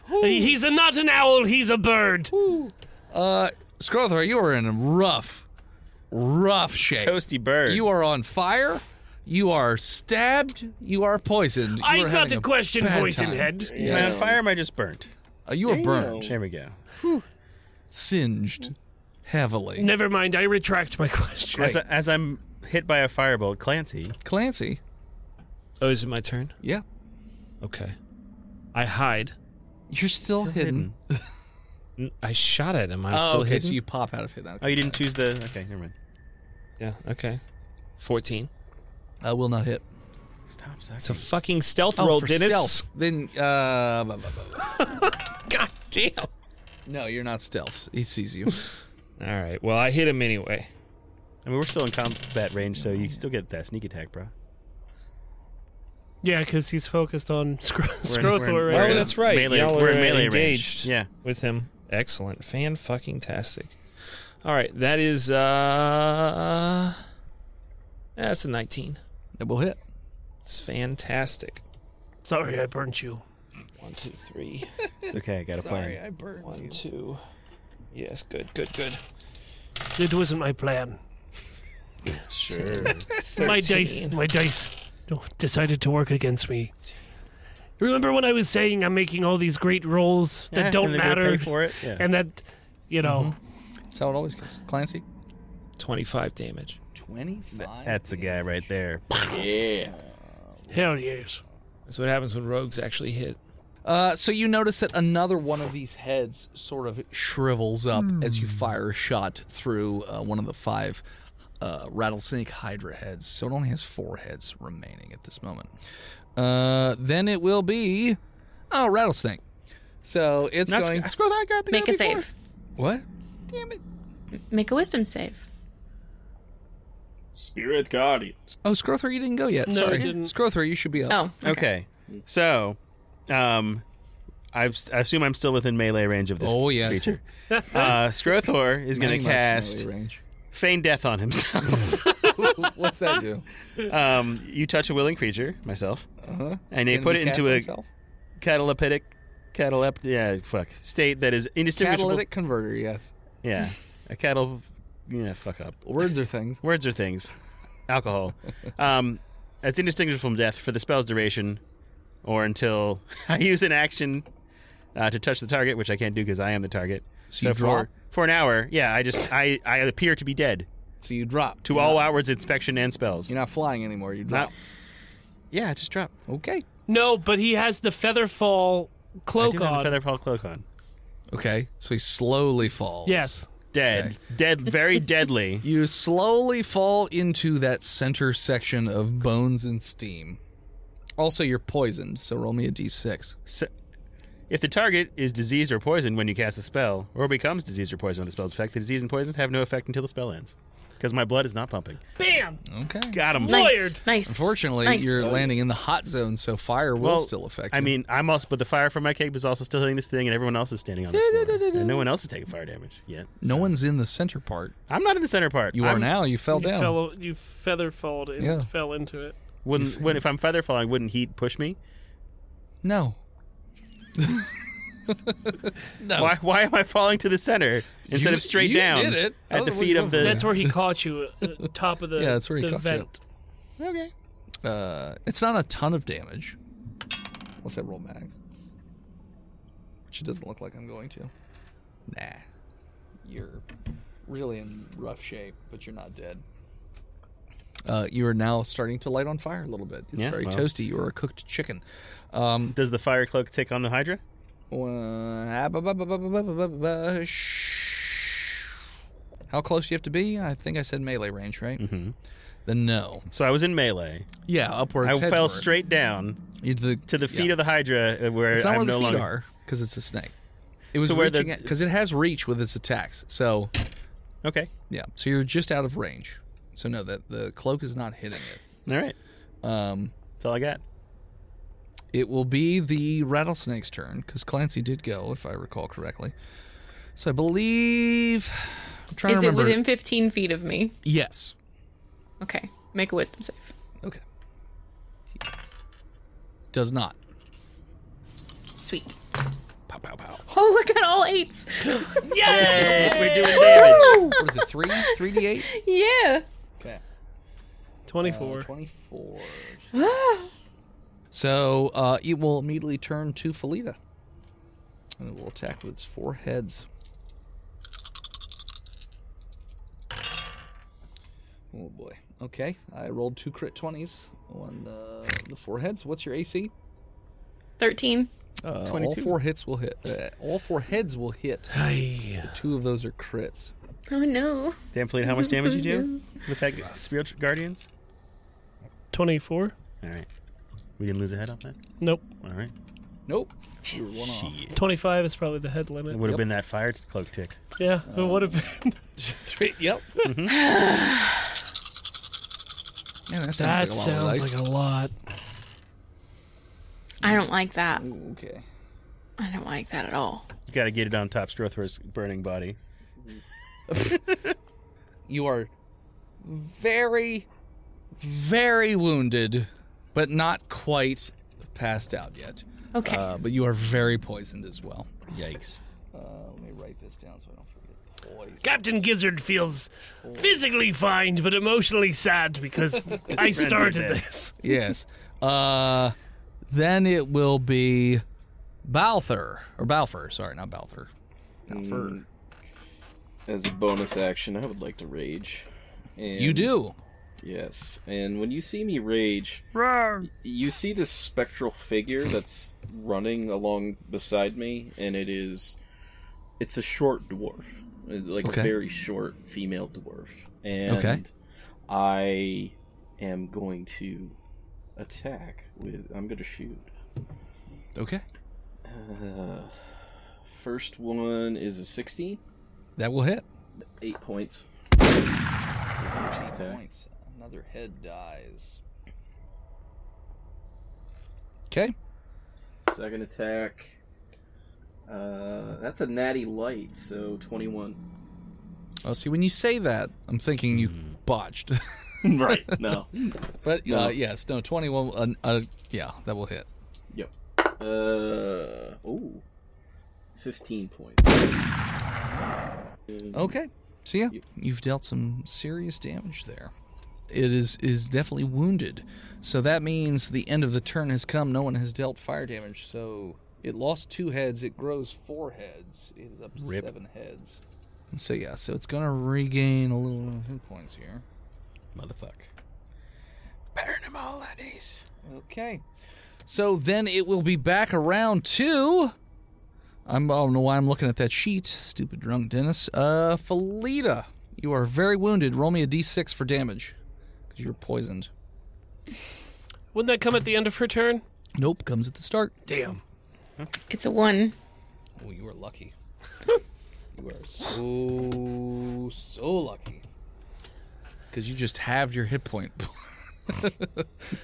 Speaker 3: He's a, not an owl. He's a bird.
Speaker 4: Uh, Scrothor, you are in a rough, rough shape.
Speaker 8: Toasty bird.
Speaker 4: You are on fire. You are stabbed. You are poisoned. You
Speaker 3: I
Speaker 4: are
Speaker 3: got
Speaker 4: having
Speaker 3: a question,
Speaker 4: bad
Speaker 3: voice in
Speaker 4: time.
Speaker 3: head.
Speaker 8: Am I
Speaker 4: Yes.
Speaker 8: on fire or am I just burnt?
Speaker 4: Uh, you are burned,
Speaker 8: There we go.
Speaker 4: singed heavily.
Speaker 3: Never mind. I retract my question.
Speaker 8: As, I, as I'm hit by a firebolt, Clancy
Speaker 4: Clancy
Speaker 6: Oh, is it my turn?
Speaker 4: Yeah.
Speaker 6: Okay. I hide.
Speaker 4: You're still, hidden.
Speaker 6: N- I shot at him. I'm
Speaker 4: Oh,
Speaker 6: still
Speaker 4: okay,
Speaker 6: hidden.
Speaker 4: so you pop out of hidden.
Speaker 8: Oh, you didn't choose the. Okay, never mind.
Speaker 6: Yeah. Okay. Fourteen.
Speaker 4: I will not hit. Oh,
Speaker 8: Stop sucking.
Speaker 6: It's a fucking stealth roll,
Speaker 4: Hmm. for
Speaker 6: Dennis.
Speaker 4: stealth. Then, uh, blah, blah, blah, blah.
Speaker 6: God damn.
Speaker 4: no, you're not stealth. He sees you.
Speaker 6: All right. Well, I hit him anyway.
Speaker 8: I mean, we're still in combat range, so you still get that sneak attack, bro.
Speaker 7: Yeah, because he's focused on Scro-
Speaker 8: We're in-
Speaker 7: Scrothor
Speaker 8: we're in-
Speaker 7: right
Speaker 8: we're
Speaker 6: Oh,
Speaker 8: in
Speaker 7: now.
Speaker 6: that's right.
Speaker 8: Melee,
Speaker 6: Y'all
Speaker 8: we're
Speaker 6: are,
Speaker 8: in
Speaker 6: uh,
Speaker 8: melee range.
Speaker 6: engaged.
Speaker 8: Yeah.
Speaker 6: with him. Excellent. Fan fucking tastic. All right, that is uh that's a 19.
Speaker 4: It will hit.
Speaker 6: It's fantastic.
Speaker 7: Sorry, I burnt you.
Speaker 6: One, two, three.
Speaker 8: It's okay. I got a plan.
Speaker 4: I burned.
Speaker 6: One, two. Yes, good, good, good.
Speaker 7: It wasn't my plan.
Speaker 8: Sure.
Speaker 7: My dice, my dice decided to work against me. Remember when I was saying I'm making all these great rolls that don't matter,
Speaker 8: for it. Yeah.
Speaker 7: and that, you know,
Speaker 4: That's how it always goes. Clancy?
Speaker 6: 25 damage.
Speaker 4: 25.
Speaker 8: That's a guy right there.
Speaker 5: Yeah.
Speaker 8: Mm-hmm.
Speaker 7: hell yes.
Speaker 6: That's what happens when rogues actually hit.
Speaker 4: Uh, so you notice that another one of these heads sort of shrivels up as
Speaker 9: Hmm.
Speaker 4: you fire a shot through uh, one of the five uh, rattlesnake hydra heads. So it only has four heads remaining at this moment. Uh, then it will be oh rattlesnake. So it's
Speaker 8: Not
Speaker 4: going.
Speaker 8: sc- scroll that guy.
Speaker 9: Make a save.
Speaker 4: What?
Speaker 9: Make a wisdom save.
Speaker 5: Spirit guardians.
Speaker 4: Oh, Scrothar, you didn't go yet.
Speaker 7: No, I
Speaker 4: Sorry,
Speaker 7: didn't.
Speaker 4: Scrothar, you should be up.
Speaker 9: Oh,
Speaker 8: Okay. So, um, I've, I assume I'm still within melee range of this
Speaker 4: Oh, yeah.
Speaker 8: creature. Uh, Scrothor is going
Speaker 4: Pretty
Speaker 8: to
Speaker 4: much
Speaker 8: cast
Speaker 4: melee range.
Speaker 8: feign death on himself.
Speaker 4: What's that do?
Speaker 8: um, you touch a willing creature, myself,
Speaker 4: Uh-huh.
Speaker 8: and they
Speaker 4: Can
Speaker 8: put
Speaker 4: he
Speaker 8: it into
Speaker 4: cast
Speaker 8: a
Speaker 4: himself?
Speaker 8: cataleptic, catalep, yeah, fuck, state that is indistinguishable.
Speaker 4: catalytic converter. Yes,
Speaker 8: Yeah, a cattle, yeah, fuck up.
Speaker 4: words are things.
Speaker 8: Words are things. Alcohol. um, it's indistinguishable from death for the spell's duration, or until I use an action uh, to touch the target, which I can't do because I am the target.
Speaker 4: you draw?
Speaker 8: for for an hour, yeah, I just I I appear to be dead
Speaker 4: So you drop
Speaker 8: to
Speaker 4: You're
Speaker 8: all
Speaker 4: not-
Speaker 8: outwards inspection and spells.
Speaker 4: You're not flying anymore. You drop.
Speaker 8: Not- yeah, I just drop.
Speaker 4: Okay.
Speaker 7: No, but he has the featherfall
Speaker 8: I
Speaker 7: cloak
Speaker 8: do have a
Speaker 7: on.
Speaker 8: feather fall cloak on.
Speaker 4: Okay. So he slowly falls.
Speaker 7: yes,
Speaker 8: Dead, dead, very deadly.
Speaker 4: You slowly fall into that center section of bones and steam. Also, you're poisoned, so roll me a d6.
Speaker 8: So, if the target is diseased or poisoned when you cast a spell, or becomes diseased or poisoned when the spell's effect, the disease and poisons have no effect until the spell ends. Because my blood is not pumping.
Speaker 7: bam.
Speaker 4: Okay.
Speaker 8: Got him.
Speaker 9: Nice.
Speaker 7: Lawyered.
Speaker 9: Nice.
Speaker 4: Unfortunately,
Speaker 9: Nice.
Speaker 4: you're landing in the hot zone, so fire will
Speaker 8: Well,
Speaker 4: still affect you.
Speaker 8: I mean, I'm also, but the fire from my cape is also still hitting this thing, and everyone else is standing on this floor, and no one else is taking fire damage yet.
Speaker 4: no one's in the center part.
Speaker 8: I'm not in the center part.
Speaker 4: You
Speaker 8: I'm,
Speaker 4: are now. You fell
Speaker 7: You
Speaker 4: down.
Speaker 7: fell, you featherfalled and
Speaker 4: Yeah.
Speaker 7: fell into it.
Speaker 8: Wouldn't, when, if I'm feather falling, wouldn't heat push me?
Speaker 4: No. no.
Speaker 8: Why? Why am I falling to the center instead
Speaker 4: You-
Speaker 8: of straight
Speaker 4: you
Speaker 8: down
Speaker 4: did it.
Speaker 8: at the
Speaker 4: Other way
Speaker 8: feet of the?
Speaker 4: around.
Speaker 7: That's where he caught you, uh, top of the
Speaker 4: Yeah, that's where he
Speaker 7: the
Speaker 4: caught you.
Speaker 7: vent.
Speaker 8: okay.
Speaker 4: Uh, it's not a ton of damage. What's that roll max? Which it doesn't look like I'm going to. Nah. You're really in rough shape, but you're not dead. Uh, you are now starting to light on fire a little bit. It's
Speaker 8: Yeah,
Speaker 4: very
Speaker 8: well.
Speaker 4: toasty. You are a cooked chicken.
Speaker 8: Does the fire cloak take on the Hydra?
Speaker 4: Uh, shh. How close do you have to be? I think I said melee range, right? Mm-hmm. Then no.
Speaker 8: So I was in melee.
Speaker 4: Yeah, upwards.
Speaker 8: I
Speaker 4: heads
Speaker 8: fell
Speaker 4: were-
Speaker 8: straight down
Speaker 4: into the-
Speaker 8: to the
Speaker 4: yeah.
Speaker 8: feet of the Hydra, uh, where
Speaker 4: It's not
Speaker 8: I'm
Speaker 4: where the
Speaker 8: no
Speaker 4: feet
Speaker 8: longer.
Speaker 4: are because it's a snake. It was
Speaker 8: So where the-
Speaker 4: reaching because it has reach with its attacks. So
Speaker 8: Okay,
Speaker 4: yeah, so you're just out of range. So no, that the cloak is not hitting it.
Speaker 8: all right,
Speaker 4: Um,
Speaker 8: that's all I got.
Speaker 4: it will be the rattlesnake's turn because Clancy did go, if I recall correctly. So I believe I'm trying
Speaker 9: Is
Speaker 4: to
Speaker 9: it
Speaker 4: remember.
Speaker 9: within 15 feet of me?
Speaker 4: Yes.
Speaker 9: Okay. Make a wisdom save.
Speaker 4: Okay. Does not.
Speaker 9: Sweet.
Speaker 8: Pow pow pow.
Speaker 9: Oh, I got all eights.
Speaker 8: Hey, we're doing damage.
Speaker 4: What is it? Three? Three d eight?
Speaker 9: Yeah.
Speaker 4: Okay. Uh,
Speaker 7: 24.
Speaker 4: 24. so uh, it will immediately turn to Felita. And it will attack with its four heads. Oh boy. Okay, I rolled two crit twenties on the the four heads. What's your AC?
Speaker 9: 13.
Speaker 4: Uh, all four hits will hit. Uh, all four heads will hit. Two of those are crits.
Speaker 9: Oh no.
Speaker 8: Damn, Fleet, how much damage you do with that spiritual guardians?
Speaker 7: 24?
Speaker 8: All right. We didn't lose a head off that.
Speaker 7: Nope.
Speaker 8: All right.
Speaker 4: Nope. You were one off.
Speaker 7: 25 is probably the head
Speaker 8: It
Speaker 7: limit.
Speaker 8: would have
Speaker 4: Yep.
Speaker 8: been that fire cloak tick.
Speaker 7: Yeah, it would have been.
Speaker 4: Three- Yep. Man, that sounds
Speaker 7: That sounds
Speaker 4: like a lot of dice.
Speaker 7: like a lot.
Speaker 9: I don't like that.
Speaker 4: Okay.
Speaker 9: I don't like that at all.
Speaker 8: You got to get it on top Strothro's burning body.
Speaker 4: You are very, very wounded, but not quite passed out yet.
Speaker 9: Okay.
Speaker 4: Uh, but you are very poisoned as well.
Speaker 8: Yikes.
Speaker 4: Uh, let me write this down so I don't forget. Poison.
Speaker 7: Captain Gizzard feels physically fine, but emotionally sad because I started this.
Speaker 4: yes. Uh, then it will be Balther or Balfour. Sorry, not Balther. Balfour.
Speaker 5: As a bonus action, I would like to rage. And
Speaker 4: You do.
Speaker 5: Yes. And when you see me rage, you see this spectral figure that's running along beside me, and it is. It's a short dwarf. Like
Speaker 4: Okay.
Speaker 5: a very short female dwarf. And
Speaker 4: Okay.
Speaker 5: I am going to attack with. I'm going to shoot.
Speaker 4: Okay.
Speaker 5: Uh, first one is a 60.
Speaker 4: That will hit.
Speaker 5: Eight points. attack.
Speaker 4: points. Another head dies. Okay.
Speaker 5: Second attack. Uh, that's a natty light, so 21.
Speaker 4: Oh, see, when you say that, I'm thinking you botched.
Speaker 5: right, no.
Speaker 4: but
Speaker 5: No.
Speaker 4: uh, yes, no, 21. Uh, uh, yeah, that will hit.
Speaker 5: Yep. Uh, ooh. 15 points.
Speaker 4: Okay. So yeah, you've dealt some serious damage there. It is is definitely wounded. So that means the end of the turn has come. No one has dealt fire damage. So it lost two heads. It grows four heads. It is up to
Speaker 8: Rip.
Speaker 4: seven heads. And so yeah, so it's gonna regain a little hit points here.
Speaker 8: Motherfuck. Burn them all, ladies.
Speaker 4: Okay. So then it will be back around to. I'm, I don't know why I'm looking at that sheet. Stupid drunk Dennis. Uh, Felita, you are very wounded. Roll me a d6 for damage. Because you're poisoned.
Speaker 7: Wouldn't that come at the end of her turn?
Speaker 4: Nope, comes at the start.
Speaker 7: Damn.
Speaker 9: It's a 1.
Speaker 4: Oh, you are lucky. you are so, so lucky. Because you just halved your hit point.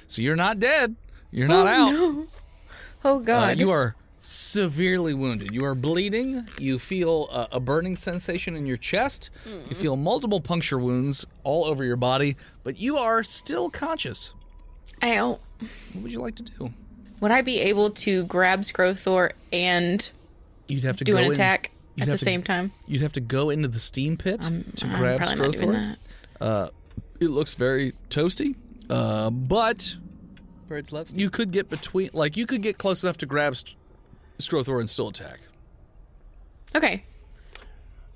Speaker 4: so you're not dead. You're not out. Uh,
Speaker 9: Oh god.
Speaker 4: you are severely wounded. You are bleeding. You feel uh, a burning sensation in your chest.
Speaker 9: Mm-hmm.
Speaker 4: You feel multiple puncture wounds all over your body, but you are still conscious.
Speaker 9: Ow.
Speaker 4: What would you like to do?
Speaker 9: Would I be able to grab Scrothor and
Speaker 4: You'd have to
Speaker 9: do
Speaker 4: go
Speaker 9: an
Speaker 4: in-
Speaker 9: attack
Speaker 4: you'd
Speaker 9: at the
Speaker 4: have to-
Speaker 9: same time?
Speaker 4: You'd have to go into the steam pit to
Speaker 9: I'm
Speaker 4: grab
Speaker 9: probably not doing
Speaker 4: Strothor.
Speaker 9: that.
Speaker 4: It looks very toasty, uh, but
Speaker 8: Birds love
Speaker 4: you could get between. Like you could get close enough to grab St- Scrothor and still attack.
Speaker 9: Okay.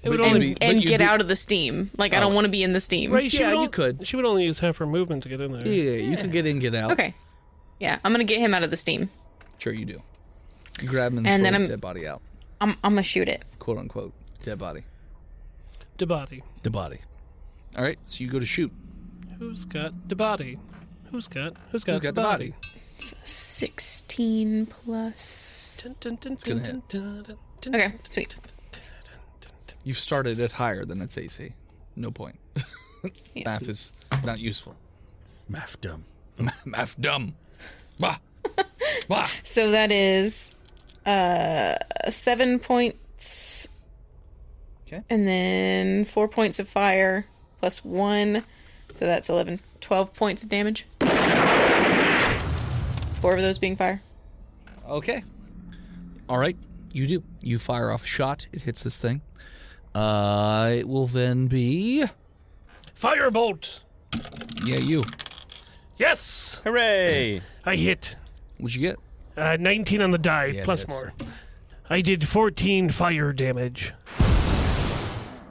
Speaker 7: It would
Speaker 4: But
Speaker 7: only
Speaker 4: you'd be- but Oh.
Speaker 9: and
Speaker 4: you'd
Speaker 9: get
Speaker 4: be-
Speaker 9: out of the steam. Like I don't want to be in the steam.
Speaker 7: Right, she
Speaker 4: Yeah,
Speaker 7: would
Speaker 4: you
Speaker 7: on-
Speaker 4: could.
Speaker 7: She would only use half her movement to get in there.
Speaker 4: Yeah, you could get in, get out.
Speaker 9: Okay. Yeah, I'm going to get him out of the steam.
Speaker 4: sure you do. You grab him and,
Speaker 9: And
Speaker 4: throw
Speaker 9: then
Speaker 4: his
Speaker 9: I'm-
Speaker 4: dead body out.
Speaker 9: I'm I'm going to shoot it.
Speaker 4: quote unquote dead body.
Speaker 7: Debody.
Speaker 4: The body. All right, so you go to shoot.
Speaker 7: Who's got Debody? Who's got Who's got,
Speaker 4: Who's got the
Speaker 7: Debody?
Speaker 4: body?
Speaker 9: 16 plus.
Speaker 7: Dun, dun, dun,
Speaker 4: gonna
Speaker 7: dun, dun, dun, dun,
Speaker 9: Okay, sweet.
Speaker 4: You've started it higher than its AC. No point. Math is not useful.
Speaker 8: Math dumb.
Speaker 4: Math dumb. Bah. Bah.
Speaker 9: So that is uh 7 points.
Speaker 4: Okay.
Speaker 9: And then 4 points of fire plus 1. So that's 11 12 points of damage. Four of those being fire.
Speaker 4: Okay. All right, you do. You fire off a shot. It hits this thing. Uh, it will then be
Speaker 7: Firebolt.
Speaker 4: yeah you.
Speaker 7: Yes,
Speaker 8: Hooray!
Speaker 7: I hit.
Speaker 4: What'd you get?
Speaker 7: Uh, 19 on the die,
Speaker 4: Yeah,
Speaker 7: plus
Speaker 4: that's-
Speaker 7: more. I did 14 fire damage.
Speaker 4: All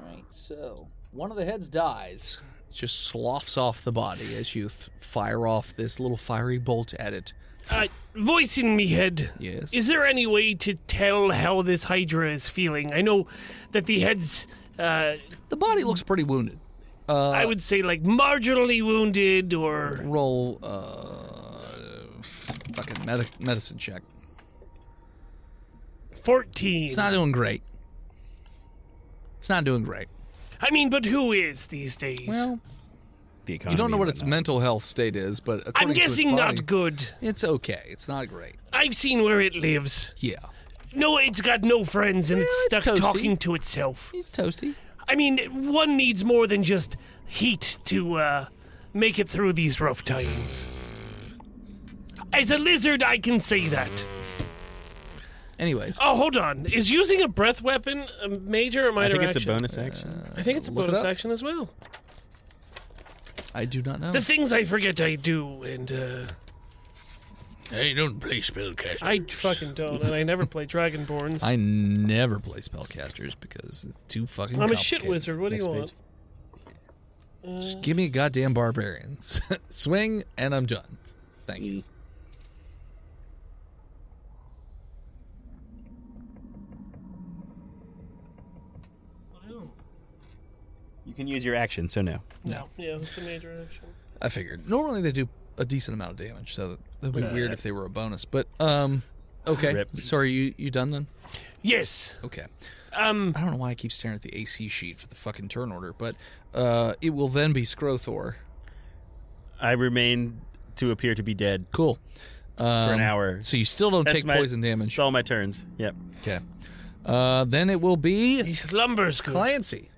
Speaker 4: right, so one of the heads dies. just sloughs off the body as you th- fire off this little fiery bolt at it.
Speaker 3: Uh, voice in me head.
Speaker 4: Yes.
Speaker 3: Is there any way to tell how this Hydra is feeling? I know that the head's, uh,
Speaker 4: The body looks pretty wounded. Uh,
Speaker 3: I would say, like marginally wounded or.
Speaker 4: roll uh fucking medi medicine check.
Speaker 3: 14.
Speaker 4: It's not doing great. It's not doing great.
Speaker 3: I mean, but who is these days?
Speaker 4: Well,
Speaker 8: The economy
Speaker 4: you don't know what
Speaker 8: and
Speaker 4: its
Speaker 8: whatnot.
Speaker 4: mental health state is, but according
Speaker 3: I'm
Speaker 4: to its
Speaker 3: guessing
Speaker 4: body,
Speaker 3: not good.
Speaker 4: It's okay. It's not great.
Speaker 3: I've seen where it lives.
Speaker 4: Yeah,
Speaker 3: No, it's got no friends and it's
Speaker 4: Yeah, it's
Speaker 3: stuck
Speaker 4: toasty.
Speaker 3: talking to itself.
Speaker 4: it's toasty.
Speaker 3: I mean, one needs more than just heat to uh, make it through these rough times. As a lizard, I can say that.
Speaker 4: Anyways,
Speaker 7: Oh, hold on. Is using a breath weapon a major or
Speaker 8: I
Speaker 7: minor
Speaker 8: think it's a
Speaker 7: action?
Speaker 8: bonus action.
Speaker 7: I think it's a
Speaker 4: Look it
Speaker 7: bonus
Speaker 4: up.
Speaker 7: action as well.
Speaker 4: I do not know.
Speaker 7: The things I forget I do, and uh,
Speaker 4: I don't play spellcasters.
Speaker 7: I fucking don't, and I never play Dragonborns.
Speaker 4: I never play spellcasters because it's too fucking.
Speaker 7: I'm a shit
Speaker 4: complicated.
Speaker 7: wizard. What do you
Speaker 8: Next
Speaker 7: want?
Speaker 8: page.
Speaker 4: Just give me a goddamn barbarian S- swing, and I'm done. Thank you.
Speaker 8: You can use your action, so no.
Speaker 7: Yeah, it's a major action.
Speaker 4: I figured. Normally they do a decent amount of damage, so that would be weird if they were a bonus. But um, okay.
Speaker 8: Rip.
Speaker 4: Sorry, you you done then?
Speaker 3: Yes.
Speaker 4: Okay.
Speaker 7: Um,
Speaker 4: I don't know why I keep staring at the AC sheet for the fucking turn order, but uh, it will then be Scrothor.
Speaker 8: I remain to appear to be dead.
Speaker 4: Cool. Um,
Speaker 8: For an hour.
Speaker 4: So you still don't
Speaker 8: That's
Speaker 4: take
Speaker 8: my-
Speaker 4: poison damage.
Speaker 8: It's all my turns. Yep.
Speaker 4: Okay. Uh, then it will
Speaker 3: He
Speaker 4: be
Speaker 3: slumbers good.
Speaker 4: Clancy.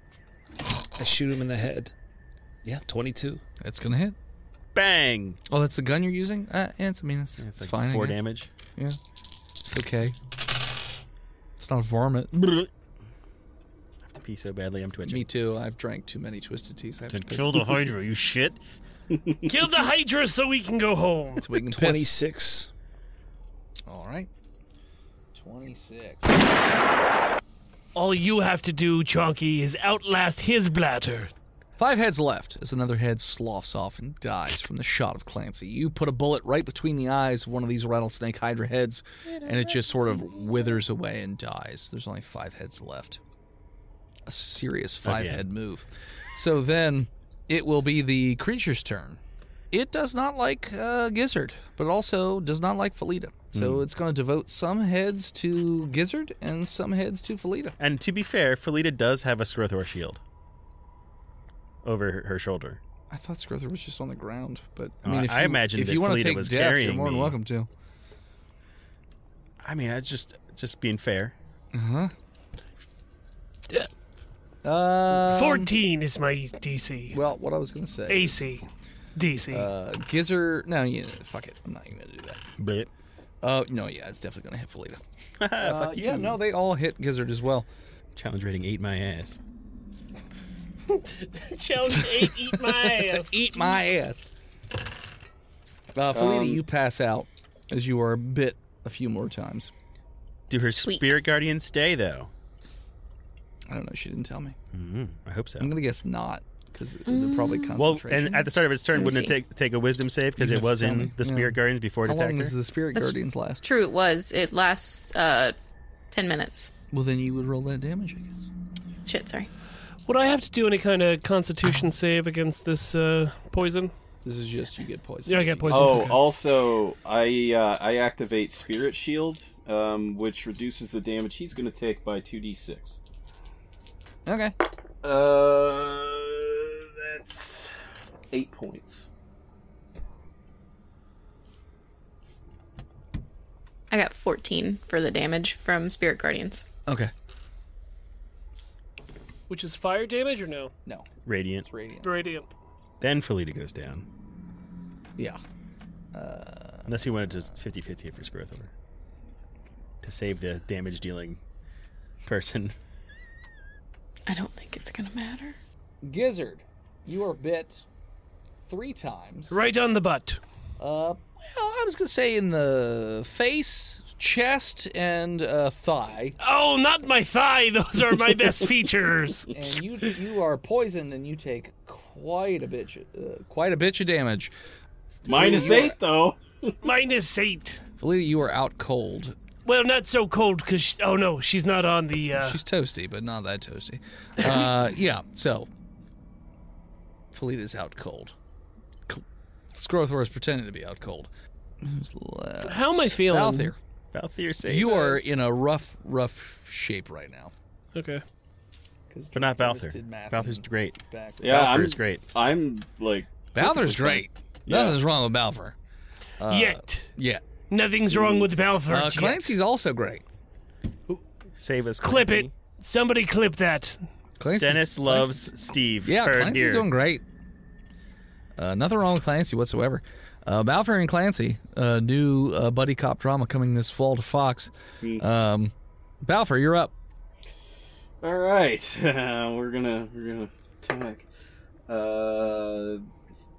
Speaker 6: I shoot him in the head. Yeah, 22.
Speaker 4: That's gonna hit.
Speaker 8: Bang.
Speaker 4: Oh, that's the gun you're using. Uh, yeah, it's I mean it's, it's,
Speaker 8: It's like
Speaker 4: fine. I
Speaker 8: Four
Speaker 4: guess.
Speaker 8: damage.
Speaker 4: Yeah, it's okay. It's not varmint.
Speaker 8: I have to pee so badly. I'm twitching.
Speaker 4: Me too. I've drank too many twisted teas. I have to piss.
Speaker 2: Kill the Hydra, you shit.
Speaker 3: Kill the Hydra so we can go home.
Speaker 4: So we can piss.
Speaker 6: 26.
Speaker 4: All right. 26.
Speaker 3: All you have to do, Chonky, is outlast his bladder.
Speaker 4: Five heads left as another head sloughs off and dies from the shot of Clancy. You put a bullet right between the eyes of one of these rattlesnake hydra heads, and it just sort of withers away and dies. There's only five heads left. A serious five head move. So then it will be the creature's turn. It does not like uh, Gizzard, but it also does not like Felida. So it's going to devote some heads to Gizzard and some heads to Felida.
Speaker 8: And to be fair, Felita does have a Scrothor shield over her, her shoulder.
Speaker 4: I thought Scrother was just on the ground, but I
Speaker 8: Oh,
Speaker 4: mean,
Speaker 8: I-
Speaker 4: if
Speaker 8: I
Speaker 4: you,
Speaker 8: imagined
Speaker 4: if
Speaker 8: that
Speaker 4: you want to
Speaker 8: Felida
Speaker 4: take
Speaker 8: was
Speaker 4: death, you're
Speaker 8: carrying
Speaker 4: more than
Speaker 8: me.
Speaker 4: welcome to.
Speaker 8: I mean, I just just being fair.
Speaker 4: Uh huh. Uh,
Speaker 3: 14 is my DC.
Speaker 4: Well, what I was gonna say.
Speaker 3: AC. DC.
Speaker 4: Uh, Gizzard. No, yeah, fuck it. I'm not even gonna do that.
Speaker 8: But
Speaker 4: Oh no, yeah, it's definitely gonna hit Felida.
Speaker 8: fuck
Speaker 4: Uh,
Speaker 8: you.
Speaker 4: yeah, no, they all hit Gizzard as well.
Speaker 8: Challenge rating ate my ass.
Speaker 7: Challenge eight, eat my ass.
Speaker 4: Eat my ass. Uh, Felida,
Speaker 8: Um,
Speaker 4: you pass out as you are bit a few more times.
Speaker 8: Do her
Speaker 9: Sweet.
Speaker 8: spirit guardian stay though?
Speaker 4: I don't know. She didn't tell me.
Speaker 8: Mm, I hope so.
Speaker 4: I'm gonna guess not because they're probably
Speaker 8: Well,
Speaker 4: concentration.
Speaker 8: and at the start of its turn, wouldn't it
Speaker 9: Lucy.
Speaker 8: take take a wisdom save because
Speaker 4: You
Speaker 8: it
Speaker 4: have
Speaker 8: was
Speaker 4: to tell me.
Speaker 8: in the spirit
Speaker 4: Yeah.
Speaker 8: guardians before it
Speaker 4: how long
Speaker 8: attacked
Speaker 4: does
Speaker 8: her?
Speaker 4: the spirit guardians last?
Speaker 9: True, it was. It lasts uh, 10 minutes.
Speaker 4: Well, then you would roll that damage, I guess.
Speaker 9: Shit, sorry.
Speaker 7: Would I have to do any kind of constitution save against this uh, poison?
Speaker 4: This is just you get poisoned.
Speaker 7: Yeah, I get poison.
Speaker 5: Oh,
Speaker 7: Okay.
Speaker 5: also, I uh, I activate Spirit Shield, um, which reduces the damage he's going to take by two d six.
Speaker 4: Okay.
Speaker 5: Uh, that's eight points.
Speaker 9: I got 14 for the damage from Spirit Guardians.
Speaker 4: Okay.
Speaker 7: Which is fire damage or no?
Speaker 4: No,
Speaker 8: Radiant.
Speaker 4: it's radiant.
Speaker 7: Radiant.
Speaker 8: Then Felita goes down.
Speaker 4: Yeah.
Speaker 8: Unless he wanted to 50 50 for Scrothor. To save the damage dealing person.
Speaker 9: I don't think it's going to matter.
Speaker 4: Gizzard, you are bit three times.
Speaker 3: Right on the butt.
Speaker 4: Well, I was gonna say in the face, chest, and uh, thigh.
Speaker 3: Oh, not my thigh. Those are my best features.
Speaker 4: and you you are poisoned and you take quite a bit uh, quite a bitch of damage.
Speaker 11: Minus
Speaker 4: Three, you are-
Speaker 11: eight, though.
Speaker 3: Minus eight.
Speaker 4: Felita, you are out cold.
Speaker 3: Well, not so cold because oh no, she's not on the. Uh,
Speaker 4: She's toasty, but not that toasty. Uh, yeah, so Felita's out cold. Cl- Scrothor is pretending to be out cold. Who's left?
Speaker 3: how am I feeling?
Speaker 4: Valthyr,
Speaker 8: Valthyr saved
Speaker 4: you are
Speaker 8: us.
Speaker 4: in a rough, rough shape right now.
Speaker 3: Okay.
Speaker 4: Because
Speaker 8: But not Valthyr. Valthyr's great.
Speaker 4: Back.
Speaker 5: Yeah,
Speaker 8: Valthyr
Speaker 5: I'm-
Speaker 8: is great.
Speaker 5: I'm like,
Speaker 4: Balthyr's great.
Speaker 5: Yeah.
Speaker 4: Nothing's wrong with Balfour. Uh,
Speaker 3: Yet
Speaker 4: Yeah.
Speaker 3: nothing's wrong with Balfour.
Speaker 4: Uh,
Speaker 3: yet.
Speaker 4: Clancy's also great.
Speaker 8: Save us.
Speaker 3: clip
Speaker 8: Clancy.
Speaker 3: it. Somebody clip that.
Speaker 4: Clancy's,
Speaker 8: Dennis
Speaker 4: Clancy's-
Speaker 8: loves Steve.
Speaker 4: Yeah,
Speaker 8: Heard
Speaker 4: Clancy's
Speaker 8: here.
Speaker 4: doing great. Uh, nothing wrong with Clancy whatsoever. Uh, Balfour and Clancy, uh, new uh, buddy cop drama coming this fall to Fox. Um, Balfour, you're up.
Speaker 11: All right, we're gonna we're gonna attack. Uh,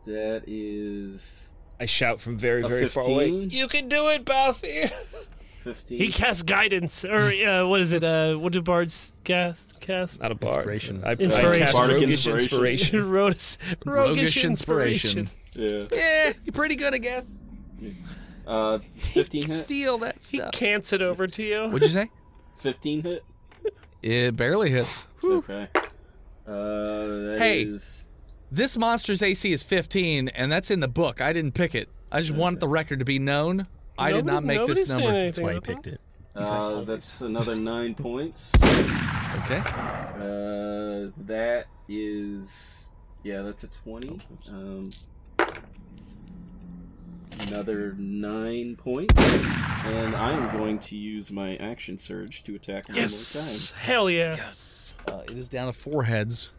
Speaker 11: that is
Speaker 6: I shout from very,
Speaker 11: A
Speaker 6: very far away.
Speaker 11: 15?
Speaker 6: You can do it, Balthier.
Speaker 11: fifteen.
Speaker 3: He casts guidance, or uh, what is it? Uh, what do bards cast? Cast
Speaker 6: Not a bar.
Speaker 8: Inspiration.
Speaker 6: I, I
Speaker 3: Inspiration.
Speaker 6: cast
Speaker 5: Bardic
Speaker 6: roguish
Speaker 5: inspiration.
Speaker 6: inspiration.
Speaker 3: roguish, roguish inspiration.
Speaker 5: yeah.
Speaker 4: Yeah, you're pretty good, I guess.
Speaker 11: Uh, fifteen hit.
Speaker 4: Steal that
Speaker 3: He
Speaker 4: stuff.
Speaker 3: cants it over to you.
Speaker 4: What'd you say?
Speaker 11: Fifteen hit.
Speaker 4: It barely hits.
Speaker 11: Okay. Uh, that is
Speaker 4: Hey. This monster's AC is 15, and that's in the book. I didn't pick it. I just want the record to be known. I did
Speaker 3: Nobody-
Speaker 4: not make
Speaker 3: nobody's
Speaker 4: this
Speaker 3: saying
Speaker 4: number.
Speaker 8: That's why he
Speaker 3: anything about
Speaker 8: picked it.
Speaker 11: uh, that's another nine points.
Speaker 4: Okay.
Speaker 11: Uh, that is yeah, that's a twenty. Um, another nine points, and I am going to use my action surge to attack one
Speaker 3: Yes, hell yeah.
Speaker 4: Uh, it is down to four heads.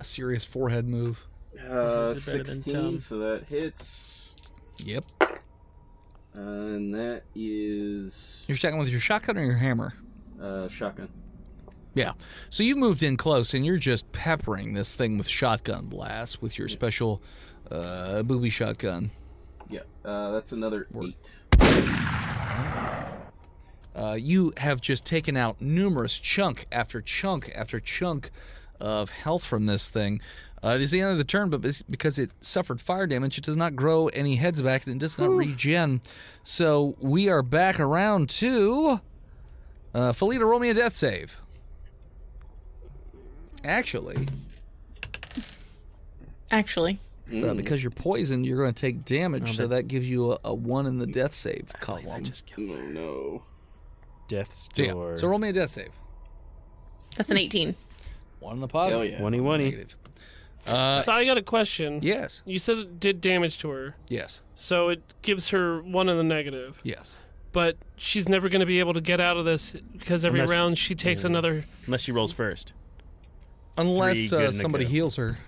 Speaker 4: A serious forehead move.
Speaker 11: more time. Uh,
Speaker 8: That's better than
Speaker 11: sixteen,
Speaker 8: Tom.
Speaker 11: so that hits,
Speaker 4: Yep.
Speaker 11: and that is
Speaker 4: You're attacking with your shotgun or your hammer?
Speaker 11: uh, shotgun.
Speaker 4: Yeah. So you moved in close and you're just peppering this thing with shotgun blasts with your special uh, booby shotgun.
Speaker 11: Yeah, uh, that's another
Speaker 4: Word.
Speaker 11: eight.
Speaker 5: Oh,
Speaker 4: Uh, you have just taken out numerous chunk after chunk after chunk of health from this thing. Uh, it is the end of the turn, but bes- because it suffered fire damage, it does not grow any heads back and it does not regen. So we are back around to. Uh, Felita, roll me a death save. Actually,
Speaker 9: Actually,
Speaker 4: uh, because you're poisoned, you're going to take damage, so that gives you a, a one in the death save column.
Speaker 11: Oh no.
Speaker 8: Death's
Speaker 4: So, yeah.
Speaker 8: door.
Speaker 4: so roll me a death save.
Speaker 9: that's an 18.
Speaker 4: One in the positive.
Speaker 11: Hell yeah.
Speaker 8: Oney, oney.
Speaker 4: Negative. Uh,
Speaker 3: So I got a question.
Speaker 4: yes,
Speaker 3: You said it did damage to her,
Speaker 4: yes,
Speaker 3: so it gives her one in the negative.
Speaker 4: yes.
Speaker 3: But she's never going to be able to get out of this because every
Speaker 8: Unless-
Speaker 3: round she takes another.
Speaker 8: Unless she rolls first.
Speaker 4: Unless
Speaker 8: Three good
Speaker 4: uh,
Speaker 8: and a
Speaker 4: somebody
Speaker 8: good.
Speaker 4: heals her.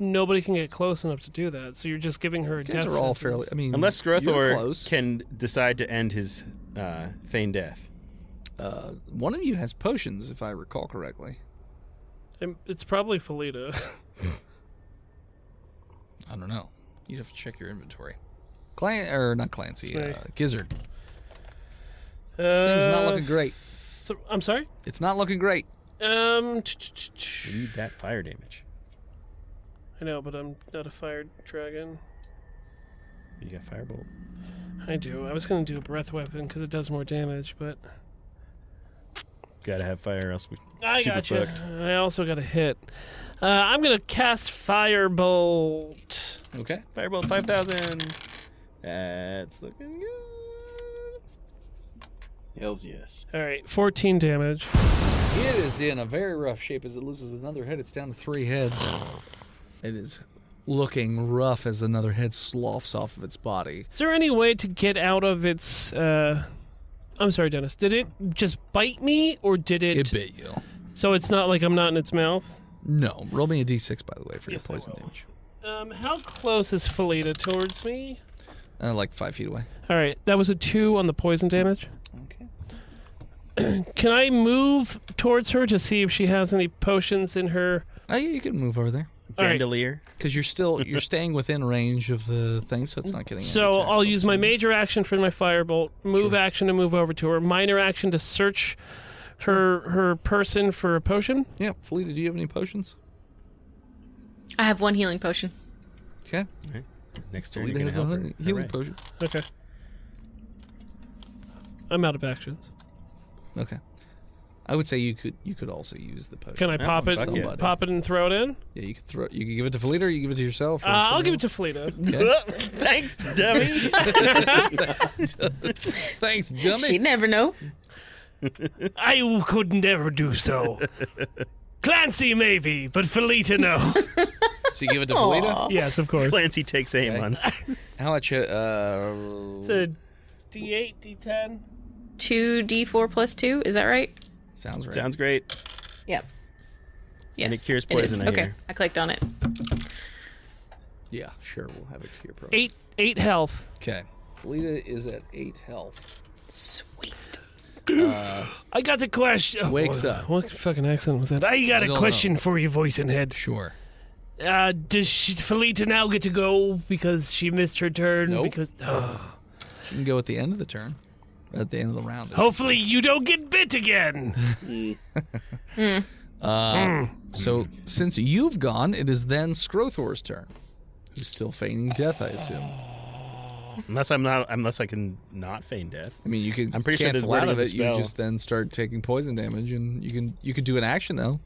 Speaker 3: Nobody can get close enough to do that. So you're just giving her a
Speaker 4: You guys
Speaker 3: death.
Speaker 4: are all
Speaker 3: sentence.
Speaker 4: fairly. I mean,
Speaker 8: Unless
Speaker 4: you're
Speaker 8: Scrothor
Speaker 4: close.
Speaker 8: can decide to end his uh, feigned death.
Speaker 4: Uh, one of you has potions, if I recall correctly.
Speaker 3: Um, It's probably Felita.
Speaker 4: I don't know. You'd have to check your inventory. Clan or not Clancy?
Speaker 3: Sorry.
Speaker 4: Uh, Gizzard. This thing's not
Speaker 3: Uh,
Speaker 4: looking great.
Speaker 3: th- I'm sorry.
Speaker 4: It's not looking great.
Speaker 3: Um, ch- ch- ch- ch-
Speaker 8: We need that fire damage.
Speaker 3: I know, but I'm not a fire dragon.
Speaker 8: You got firebolt.
Speaker 3: I do. I was gonna do a breath weapon because it does more damage, but
Speaker 8: Gotta have fire, or else we.
Speaker 3: I
Speaker 8: Super
Speaker 3: got you.
Speaker 8: fucked.
Speaker 3: I also got a hit. Uh, I'm gonna cast firebolt.
Speaker 4: Okay.
Speaker 8: Firebolt 5000. That's looking good.
Speaker 11: Hells yes.
Speaker 3: All right, 14 damage.
Speaker 4: It is in a very rough shape as it loses another head. It's down to three heads. It is looking rough as another head sloughs off of its body.
Speaker 3: Is there any way to get out of its? Uh, I'm sorry, Dennis. Did it just bite me, or did it?
Speaker 4: It bit you.
Speaker 3: So it's not like I'm not in its mouth.
Speaker 4: No. Roll me a d6, by the way, for
Speaker 3: Yes, I
Speaker 4: your poison
Speaker 3: will.
Speaker 4: damage.
Speaker 3: Um, how close is Felita towards me?
Speaker 4: Uh, like five feet away.
Speaker 3: All right, that was a two on the poison damage.
Speaker 4: Okay.
Speaker 3: Can I move towards her to see if she has any potions in her?
Speaker 4: Oh, yeah, Uh, you can move over there.
Speaker 2: All right.
Speaker 8: Bandolier.
Speaker 4: because you're still you're staying within range of the thing, so it's not getting. any
Speaker 2: So
Speaker 4: attacks.
Speaker 2: I'll use my major action for my firebolt, move action to move over to her, minor action to search her her person for a potion.
Speaker 4: Yeah, Felita, do you have any potions?
Speaker 9: I have one healing potion.
Speaker 4: Okay,
Speaker 8: Next turn, you
Speaker 4: Felita
Speaker 8: can
Speaker 4: has a
Speaker 8: help her.
Speaker 4: healing healing
Speaker 8: Hooray.
Speaker 4: potion.
Speaker 2: Okay. I'm out of actions.
Speaker 4: Okay, I would say you could you could also use the potion.
Speaker 2: Can
Speaker 3: Oh,
Speaker 2: I pop it?
Speaker 8: fuck yeah.
Speaker 2: Pop it and throw it in.
Speaker 4: Yeah, you could throw. You could give it to Felita, or you give it to yourself.
Speaker 2: Uh, I'll give it to Felita.
Speaker 8: Thanks, dummy.
Speaker 4: Thanks, dummy.
Speaker 9: She'd never know.
Speaker 3: I could never do so. Clancy, maybe, but Felita, no.
Speaker 4: So you give it to Felita.
Speaker 3: yes, of course.
Speaker 8: Clancy takes aim on.
Speaker 4: How much? Uh,
Speaker 2: It's a D8, D10.
Speaker 9: Two D four plus two. Is that right?
Speaker 4: sounds right.
Speaker 8: Sounds great.
Speaker 9: Yep. Yes.
Speaker 8: it cures
Speaker 9: it is.
Speaker 8: poison, I
Speaker 9: okay,
Speaker 8: hear.
Speaker 9: I clicked on it.
Speaker 4: Yeah, sure. We'll have it here. Probably.
Speaker 2: Eight, eight health.
Speaker 4: Okay. Felita is at eight health.
Speaker 9: Sweet.
Speaker 3: I got a question. Oh,
Speaker 4: Wakes
Speaker 3: boy.
Speaker 4: up.
Speaker 3: What fucking accent was that? I got
Speaker 4: I
Speaker 3: a
Speaker 4: don't
Speaker 3: question for you, voice and head.
Speaker 4: Sure.
Speaker 3: Uh, does she, Felita now get to go because she missed her turn?
Speaker 4: Nope.
Speaker 3: Because oh.
Speaker 4: You can go at the end of the turn. At the end of the round.
Speaker 8: Oh.
Speaker 3: hopefully you don't get bit again.
Speaker 4: So since you've gone, it is then Scrothor's turn. Who's still feigning death, I assume.
Speaker 8: Unless I'm not, unless I can not feign death.
Speaker 4: I mean, you can
Speaker 8: I'm pretty sure
Speaker 4: cancel
Speaker 8: there's
Speaker 4: out
Speaker 8: wording
Speaker 4: of
Speaker 8: of
Speaker 4: it.
Speaker 8: the
Speaker 4: You
Speaker 8: spell.
Speaker 4: just then start taking poison damage, and you can you could do an action though.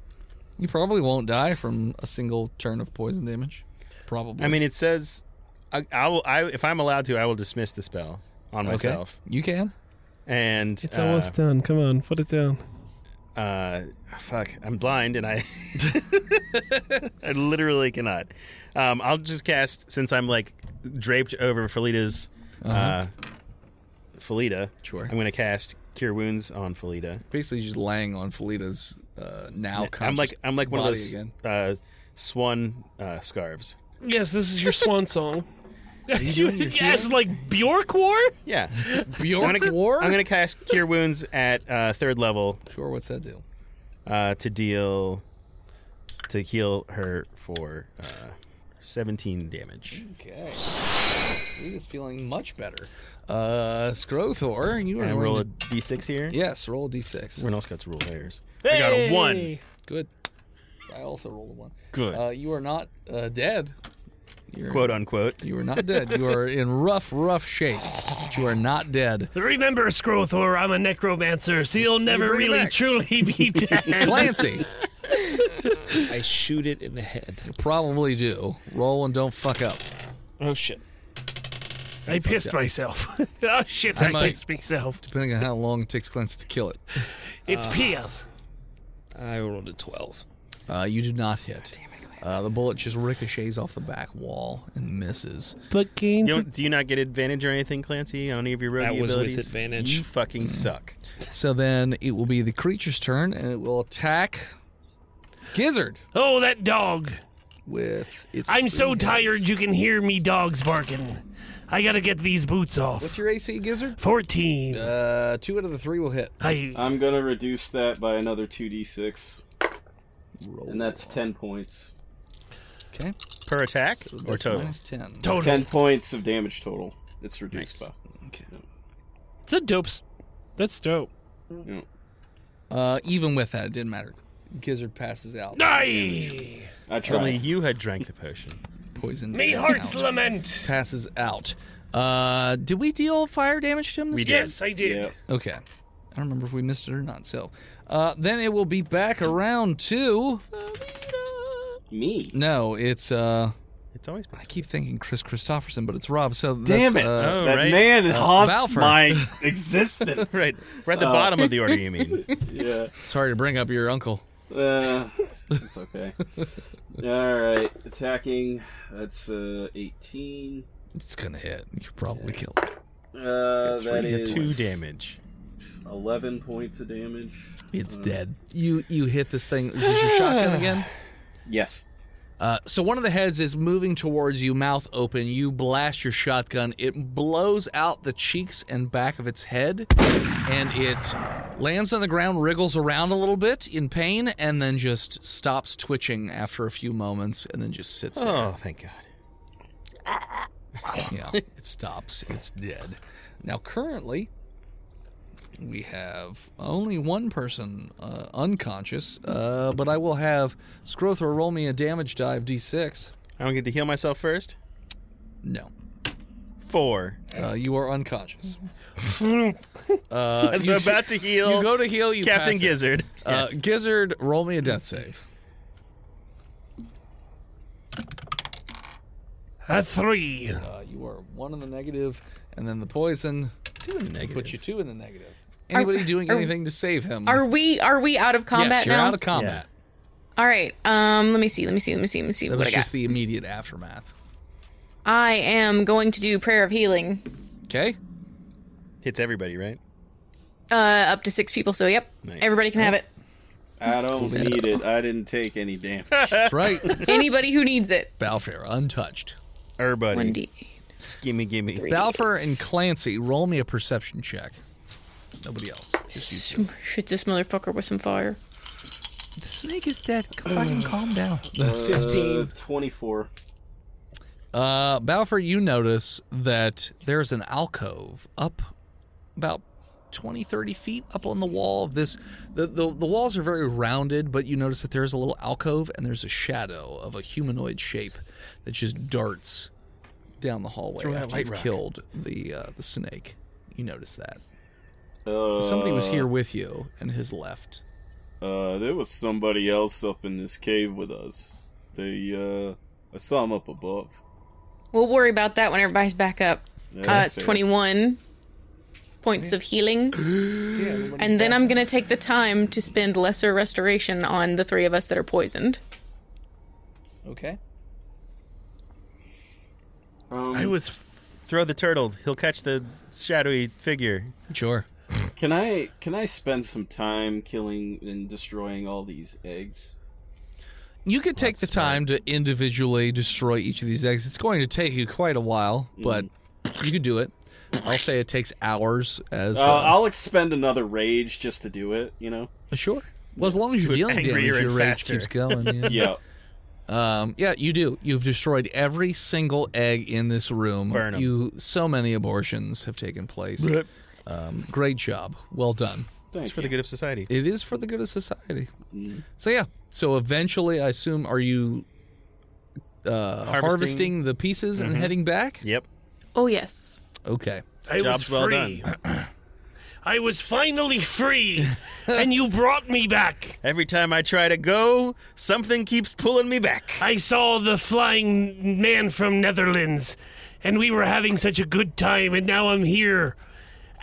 Speaker 4: You probably won't die from a single turn of poison damage. Probably.
Speaker 8: I mean, it says, I, I will. I if I'm allowed to, I will dismiss the spell on
Speaker 4: Okay.
Speaker 8: myself.
Speaker 4: You can.
Speaker 8: And
Speaker 3: It's almost
Speaker 4: Uh,
Speaker 3: done. Come on, put it down.
Speaker 8: Uh, uh, fuck, I'm blind, and I, I literally cannot. Um, I'll just cast since I'm like draped over Felita's, uh Felita.
Speaker 4: Uh-huh. Sure.
Speaker 8: I'm gonna cast Cure Wounds on Felita.
Speaker 4: Basically, just laying on Felita's uh, now.
Speaker 8: I'm
Speaker 4: conscious
Speaker 8: like I'm like one of
Speaker 4: body
Speaker 8: those
Speaker 4: Again.
Speaker 8: uh, swan uh, scarves.
Speaker 3: Yes, this is your swan song. yes, like Bjork War.
Speaker 8: Yeah, I'm
Speaker 4: Bjork
Speaker 8: gonna,
Speaker 4: War.
Speaker 8: I'm gonna cast Cure Wounds at uh, third level
Speaker 4: Sure. What's that do?
Speaker 8: uh, to deal to heal her for uh, 17 damage.
Speaker 4: Okay. Felita's feeling much better. Uh, Scrothor, you are
Speaker 8: And I
Speaker 4: going
Speaker 8: roll a
Speaker 4: to-
Speaker 8: d6 here.
Speaker 4: Yes, roll a d6.
Speaker 8: Everyone else got to roll theirs. I got a one.
Speaker 4: Good. So I also rolled a one.
Speaker 8: Good.
Speaker 4: Uh, you are not uh, dead. You're,
Speaker 8: Quote unquote.
Speaker 4: You are not dead. You are in rough, rough shape. But you are not dead.
Speaker 3: Remember, Scrothor, I'm a necromancer, so you'll never
Speaker 4: bring it
Speaker 3: really
Speaker 4: back.
Speaker 3: truly be dead.
Speaker 4: Clancy,
Speaker 6: I shoot it in the head.
Speaker 4: probably do. Roll and don't fuck up.
Speaker 6: Oh shit!
Speaker 3: I pissed myself. oh shit,
Speaker 4: I
Speaker 3: I,
Speaker 4: might-
Speaker 3: pissed myself.
Speaker 4: Depending on how long it takes Clancy to kill it.
Speaker 8: Ah.
Speaker 3: It's PS.
Speaker 6: I rolled a twelve.
Speaker 4: Uh, you do not hit. Uh, the bullet just ricochets off the back wall and misses.
Speaker 3: But gains.
Speaker 8: You don't- do you not get advantage or anything, Clancy, on any of your rogue
Speaker 6: That was with
Speaker 8: abilities?
Speaker 6: advantage.
Speaker 8: You fucking suck.
Speaker 4: So then it will be the creature's turn, and it will attack Gizzard
Speaker 3: oh, that dog.
Speaker 4: with its.
Speaker 3: I'm so
Speaker 4: three heads.
Speaker 3: tired you can hear me dogs barking. I gotta get these boots
Speaker 4: What's
Speaker 3: off.
Speaker 4: your AC, Gizzard?
Speaker 3: 14.
Speaker 4: Uh, two out of the three will hit.
Speaker 3: I
Speaker 8: uh,
Speaker 5: I'm gonna reduce that by another two d six,
Speaker 4: Roll.
Speaker 5: and that's ten points.
Speaker 4: okay.
Speaker 8: Per attack
Speaker 4: So
Speaker 8: or
Speaker 4: that's
Speaker 8: total?
Speaker 4: minus ten.
Speaker 3: total.
Speaker 5: Ten points of damage total. It's reduced
Speaker 8: Nice.
Speaker 5: by.
Speaker 3: It's a dope. s- That's dope.
Speaker 4: Uh, even with that, it didn't matter. Gizzard passes out.
Speaker 3: Aye.
Speaker 5: I
Speaker 8: Only
Speaker 5: tried.
Speaker 8: you had drank the potion.
Speaker 4: Poison.
Speaker 3: Me
Speaker 4: is
Speaker 3: heart's
Speaker 4: out.
Speaker 3: lament.
Speaker 4: passes out. Uh, did we deal fire damage to him? This
Speaker 8: We
Speaker 4: turn?
Speaker 8: did.
Speaker 3: Yes, I did.
Speaker 5: Yeah.
Speaker 4: Okay. I don't remember if we missed it or not. So, uh, then it will be back around to.
Speaker 5: Me.
Speaker 4: No, it's uh.
Speaker 8: It's always been.
Speaker 4: I keep thinking Chris Christopherson, but it's Rob. So
Speaker 12: Damn
Speaker 4: that's,
Speaker 12: it.
Speaker 4: Uh, Uh,
Speaker 8: Oh,
Speaker 12: that
Speaker 8: right.
Speaker 12: man haunts
Speaker 4: Balfour.
Speaker 12: my existence.
Speaker 8: Right. We're at the bottom of the order, you mean?
Speaker 5: Yeah.
Speaker 4: sorry to bring up your uncle.
Speaker 5: Uh, it's okay. All right, attacking. That's uh, eighteen.
Speaker 4: It's gonna hit. You probably kill. it.
Speaker 5: Uh, that
Speaker 4: three
Speaker 5: is
Speaker 8: Two damage.
Speaker 5: Eleven points of damage.
Speaker 4: It's dead. You you hit this thing. Is this your shotgun again?
Speaker 5: Yes.
Speaker 4: Uh, so one of the heads is moving towards you, mouth open. You blast your shotgun. It blows out the cheeks and back of its head, and it lands on the ground, wriggles around a little bit in pain, and then just stops twitching after a few moments, and then just sits there.
Speaker 8: Oh, thank God.
Speaker 4: Yeah, it stops. It's dead. Now, currently, we have only one person uh, unconscious, uh, but I will have Scrother roll me a damage die of d6.
Speaker 8: I don't get to heal myself first.
Speaker 4: No.
Speaker 8: Four.
Speaker 4: Uh, you are unconscious.
Speaker 9: Mm-hmm.
Speaker 8: As I'm about to heal,
Speaker 4: Uh, You go to heal, you
Speaker 8: Captain
Speaker 4: pass it.
Speaker 8: Gizzard.
Speaker 4: Uh, Gizzard, roll me a death save.
Speaker 13: A three.
Speaker 4: Uh, you are one in the negative, and then the poison
Speaker 8: Two in the negative.
Speaker 4: puts you two in the negative. Anybody doing
Speaker 9: are-
Speaker 4: anything to save him?
Speaker 9: Are we are we out of combat
Speaker 4: yes, you're
Speaker 9: now?
Speaker 4: out of combat.
Speaker 9: All right. Um. Let me see. Let me see. Let me see. Let me see
Speaker 4: That
Speaker 9: what I
Speaker 4: was
Speaker 9: got.
Speaker 4: just the immediate aftermath.
Speaker 9: I am going to do prayer of healing.
Speaker 4: Okay.
Speaker 8: Hits everybody, right?
Speaker 9: Uh, up to six people. So yep,
Speaker 8: Nice.
Speaker 9: everybody can have it.
Speaker 5: I don't need it. I didn't take any damage.
Speaker 4: That's right.
Speaker 9: Anybody who needs it.
Speaker 4: Balfair, untouched.
Speaker 8: Everybody.
Speaker 9: One D.
Speaker 8: Gimme, gimme.
Speaker 4: Balfour and Clancy, roll me a perception check. Nobody else. Just you two.
Speaker 9: Shoot this motherfucker with some fire.
Speaker 4: The snake is dead. Fucking calm down.
Speaker 14: 15.
Speaker 5: 24.
Speaker 4: Uh, Balfour, you notice that there's an alcove up about 20, 30 feet up on the wall of this. The, the, the walls are very rounded, but you notice that there's a little alcove and there's a shadow of a humanoid shape that just darts down the hallway
Speaker 8: Throw that
Speaker 4: after
Speaker 8: light
Speaker 4: you've
Speaker 8: rock.
Speaker 4: killed the, uh, the snake. You notice that.
Speaker 15: Uh,
Speaker 4: So somebody was here with you and has left.
Speaker 15: Uh, there was somebody else up in this cave with us. They, uh, I saw him up above.
Speaker 9: We'll worry about that when everybody's back up. Uh, it's
Speaker 15: so-
Speaker 9: 21 points of healing. and then I'm going to take the time to spend lesser restoration on the three of us that are poisoned.
Speaker 4: Okay.
Speaker 5: Um,
Speaker 3: I was
Speaker 8: Throw the turtle. He'll catch the shadowy figure.
Speaker 4: Sure.
Speaker 5: Can I can I spend some time killing and destroying all these eggs?
Speaker 4: You could take the time to individually destroy each of these eggs. It's going to take you quite a while, but you could do it. I'll say it takes hours as
Speaker 5: Uh,
Speaker 4: uh,
Speaker 5: I'll expend another rage just to do it. You know.
Speaker 4: sure. Well, as long as you're dealing damage,
Speaker 8: angrier
Speaker 4: your
Speaker 8: and
Speaker 4: rage
Speaker 8: faster.
Speaker 4: keeps going. Yeah.
Speaker 5: Yeah.
Speaker 4: Um, yeah, you do. You've destroyed every single egg in this room.
Speaker 8: Burn 'em.
Speaker 4: You so many abortions have taken place. Um, great job. Well done.
Speaker 5: Thanks
Speaker 8: It's for the good of society.
Speaker 4: It is for the good of society. So yeah. So eventually, I assume, are you uh, harvesting.
Speaker 8: Harvesting.
Speaker 4: the pieces and heading back?
Speaker 8: Yep.
Speaker 9: Oh, yes.
Speaker 4: Okay.
Speaker 13: I was
Speaker 8: Job's well
Speaker 13: free. I was finally free, and you brought me back.
Speaker 8: Every time I try to go, something keeps pulling me back.
Speaker 13: I saw the flying man from Netherlands, and we were having such a good time, and now I'm here,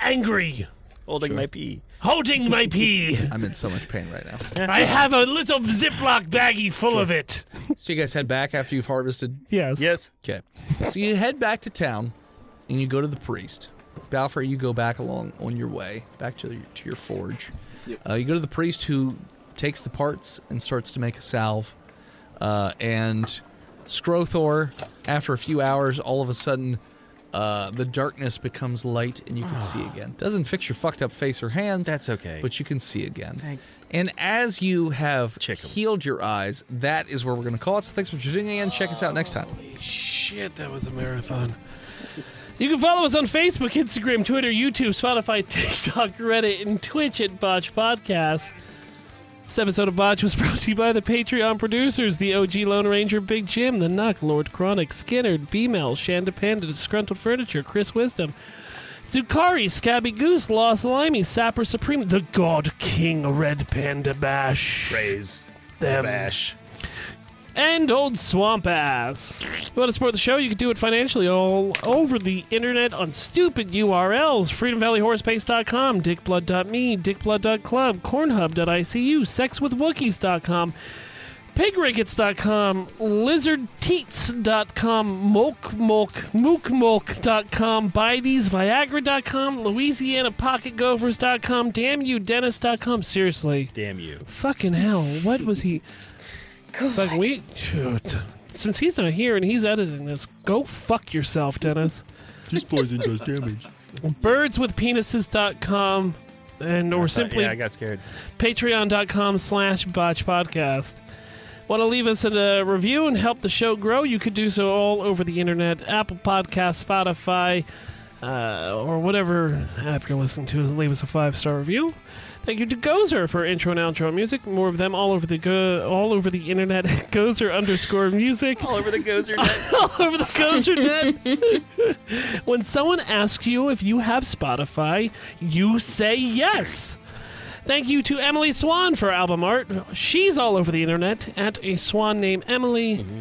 Speaker 13: angry,
Speaker 8: Holding my pee.
Speaker 13: holding my pee.
Speaker 4: I'm in so much pain right now.
Speaker 13: I have a little Ziploc baggie full of it.
Speaker 4: so you guys head back after you've harvested.
Speaker 3: yes.
Speaker 8: Yes.
Speaker 4: Okay. So you head back to town, and you go to the priest. Balfour, you go back along on your way back to your, to your forge. Uh, you go to the priest who takes the parts and starts to make a salve. Uh, and Scrothor, after a few hours, all of a sudden, uh, the darkness becomes light and you can see again. Doesn't fix your fucked up face or hands.
Speaker 8: Ah. That's okay.
Speaker 4: But you can see again. and as you have
Speaker 8: Chickens.
Speaker 4: healed your eyes, that is where we're going to call it. So thanks for tuning in. Check us out next time.
Speaker 3: Shit, that was a marathon. You can follow us on Facebook, Instagram, Twitter, YouTube, Spotify, TikTok, Reddit, and Twitch at Botch Podcast. This episode of Botch was brought to you by the Patreon producers, the OG Lone Ranger, Big Jim, the Nuck, Lord Chronic, Skinner, B-Mel, Shanda Panda, Disgruntled Furniture, Chris Wisdom, Zukari, Scabby Goose, Lost Limey, Sapper Supreme, the God King, Red Panda Bash.
Speaker 8: Praise.
Speaker 3: Them
Speaker 8: Bash.
Speaker 3: and old swamp ass. If you want to support the show? You can do it financially all over the internet on stupid URLs: FreedomValleyHorsepaste.com, DickBlood.me, DickBlood.club, Cornhub.icu, SexWithWookies.com. PigRickets.com, LizardTeats.com, MolkMolk, MookMolk.com, BuyTheseViagra.com, LouisianaPocketGophers.com, DamnYouDennis.com. Seriously.
Speaker 8: Damn you.
Speaker 3: Fucking hell! What was he? Fuck we. shoot. Since he's not here and he's editing this, go fuck yourself, Dennis.
Speaker 16: This poison does damage.
Speaker 3: Birdswithpenises.com. and or simply
Speaker 2: yeah, I got scared.
Speaker 3: patreon.com slash botch podcast want to leave us a review and help the show grow you could do so all over the internet apple podcast spotify uh, or whatever app you're listening to leave us a five star review thank you to gozer for intro and outro music more of them all over the go- all over the internet gozer underscore music
Speaker 2: All over the gozer net.
Speaker 3: all over the gozer net when someone asks you if you have spotify you say yes Thank you to Emily Swan for album art. She's all over the internet at a swan named Emily.
Speaker 6: Mm-hmm.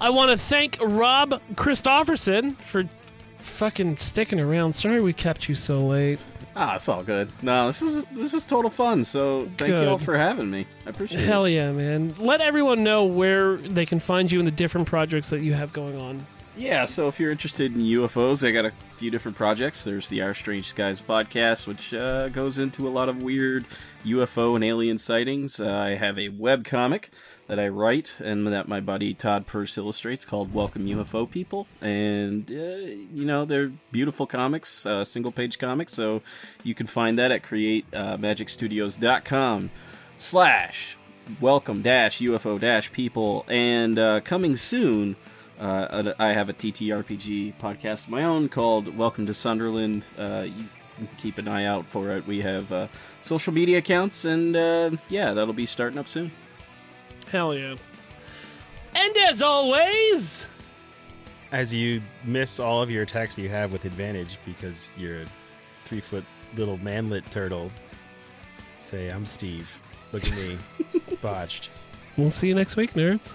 Speaker 3: I want to thank Rob Christofferson for fucking sticking around. Sorry we kept you so late.
Speaker 5: Ah, it's all good. No, this is this is total fun. So thank you all
Speaker 3: Good.
Speaker 5: for having me. I appreciate it.
Speaker 3: Hell yeah, man. Let everyone know where they can find you and the different projects that you have going on.
Speaker 5: Yeah, so if you're interested in UFOs, I got a few different projects. There's the Our Strange Skies podcast, which uh, goes into a lot of weird UFO and alien sightings. Uh, I have a webcomic that I write and that my buddy Todd Peirce illustrates called Welcome UFO People. And, uh, you know, they're beautiful comics, uh, single page comics. So you can find that at uh, createmagicstudios.com slash welcome dash UFO dash people. And uh, coming soon. Uh, I I have a TTRPG podcast of my own called Welcome to Sunderland. Uh, you can keep an eye out for it. We have uh, social media accounts, and uh, yeah, that'll be starting up soon.
Speaker 3: Hell yeah. And as always,
Speaker 2: As you miss all of your attacks that you have with advantage because you're a three foot little manlet turtle, say, I'm Steve. Look at me. Botched.
Speaker 3: we'll see you next week, nerds.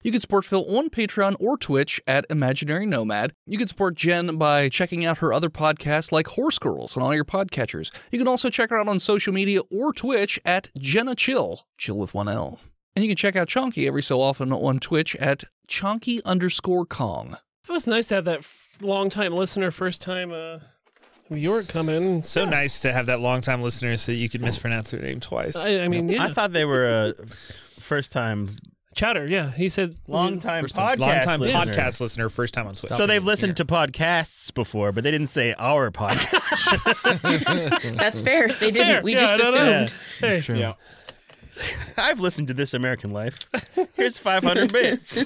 Speaker 4: You can support Phil on Patreon or Twitch at Imaginary Nomad. You can support Jen by checking out her other podcasts like Horse Girls on all your podcatchers. You can also check her out on social media or Twitch at Jenna Chill, chill with one L. And you can check out Chonky every so often on Twitch at Chonky underscore Kong.
Speaker 3: It was nice to have that f- long time listener, first time uh, York come in.
Speaker 6: So nice to have that longtime listener so that you could mispronounce their name twice.
Speaker 2: Uh,
Speaker 3: I, I mean, yeah.
Speaker 2: I thought they were a first time,
Speaker 3: Chowder, yeah. He said
Speaker 2: long time
Speaker 4: First time-
Speaker 2: podcast.
Speaker 6: longtime
Speaker 2: listener.
Speaker 6: podcast listener, first time on Twitch.
Speaker 2: So they've listened to podcasts before, but they didn't say our podcast.
Speaker 9: That's fair. They didn't.
Speaker 3: Fair.
Speaker 9: We
Speaker 3: Yeah,
Speaker 9: just
Speaker 3: I don't know.
Speaker 9: assumed.
Speaker 3: Hey,
Speaker 4: true.
Speaker 17: Yeah.
Speaker 2: I've listened to This American Life. Here's 500 bits.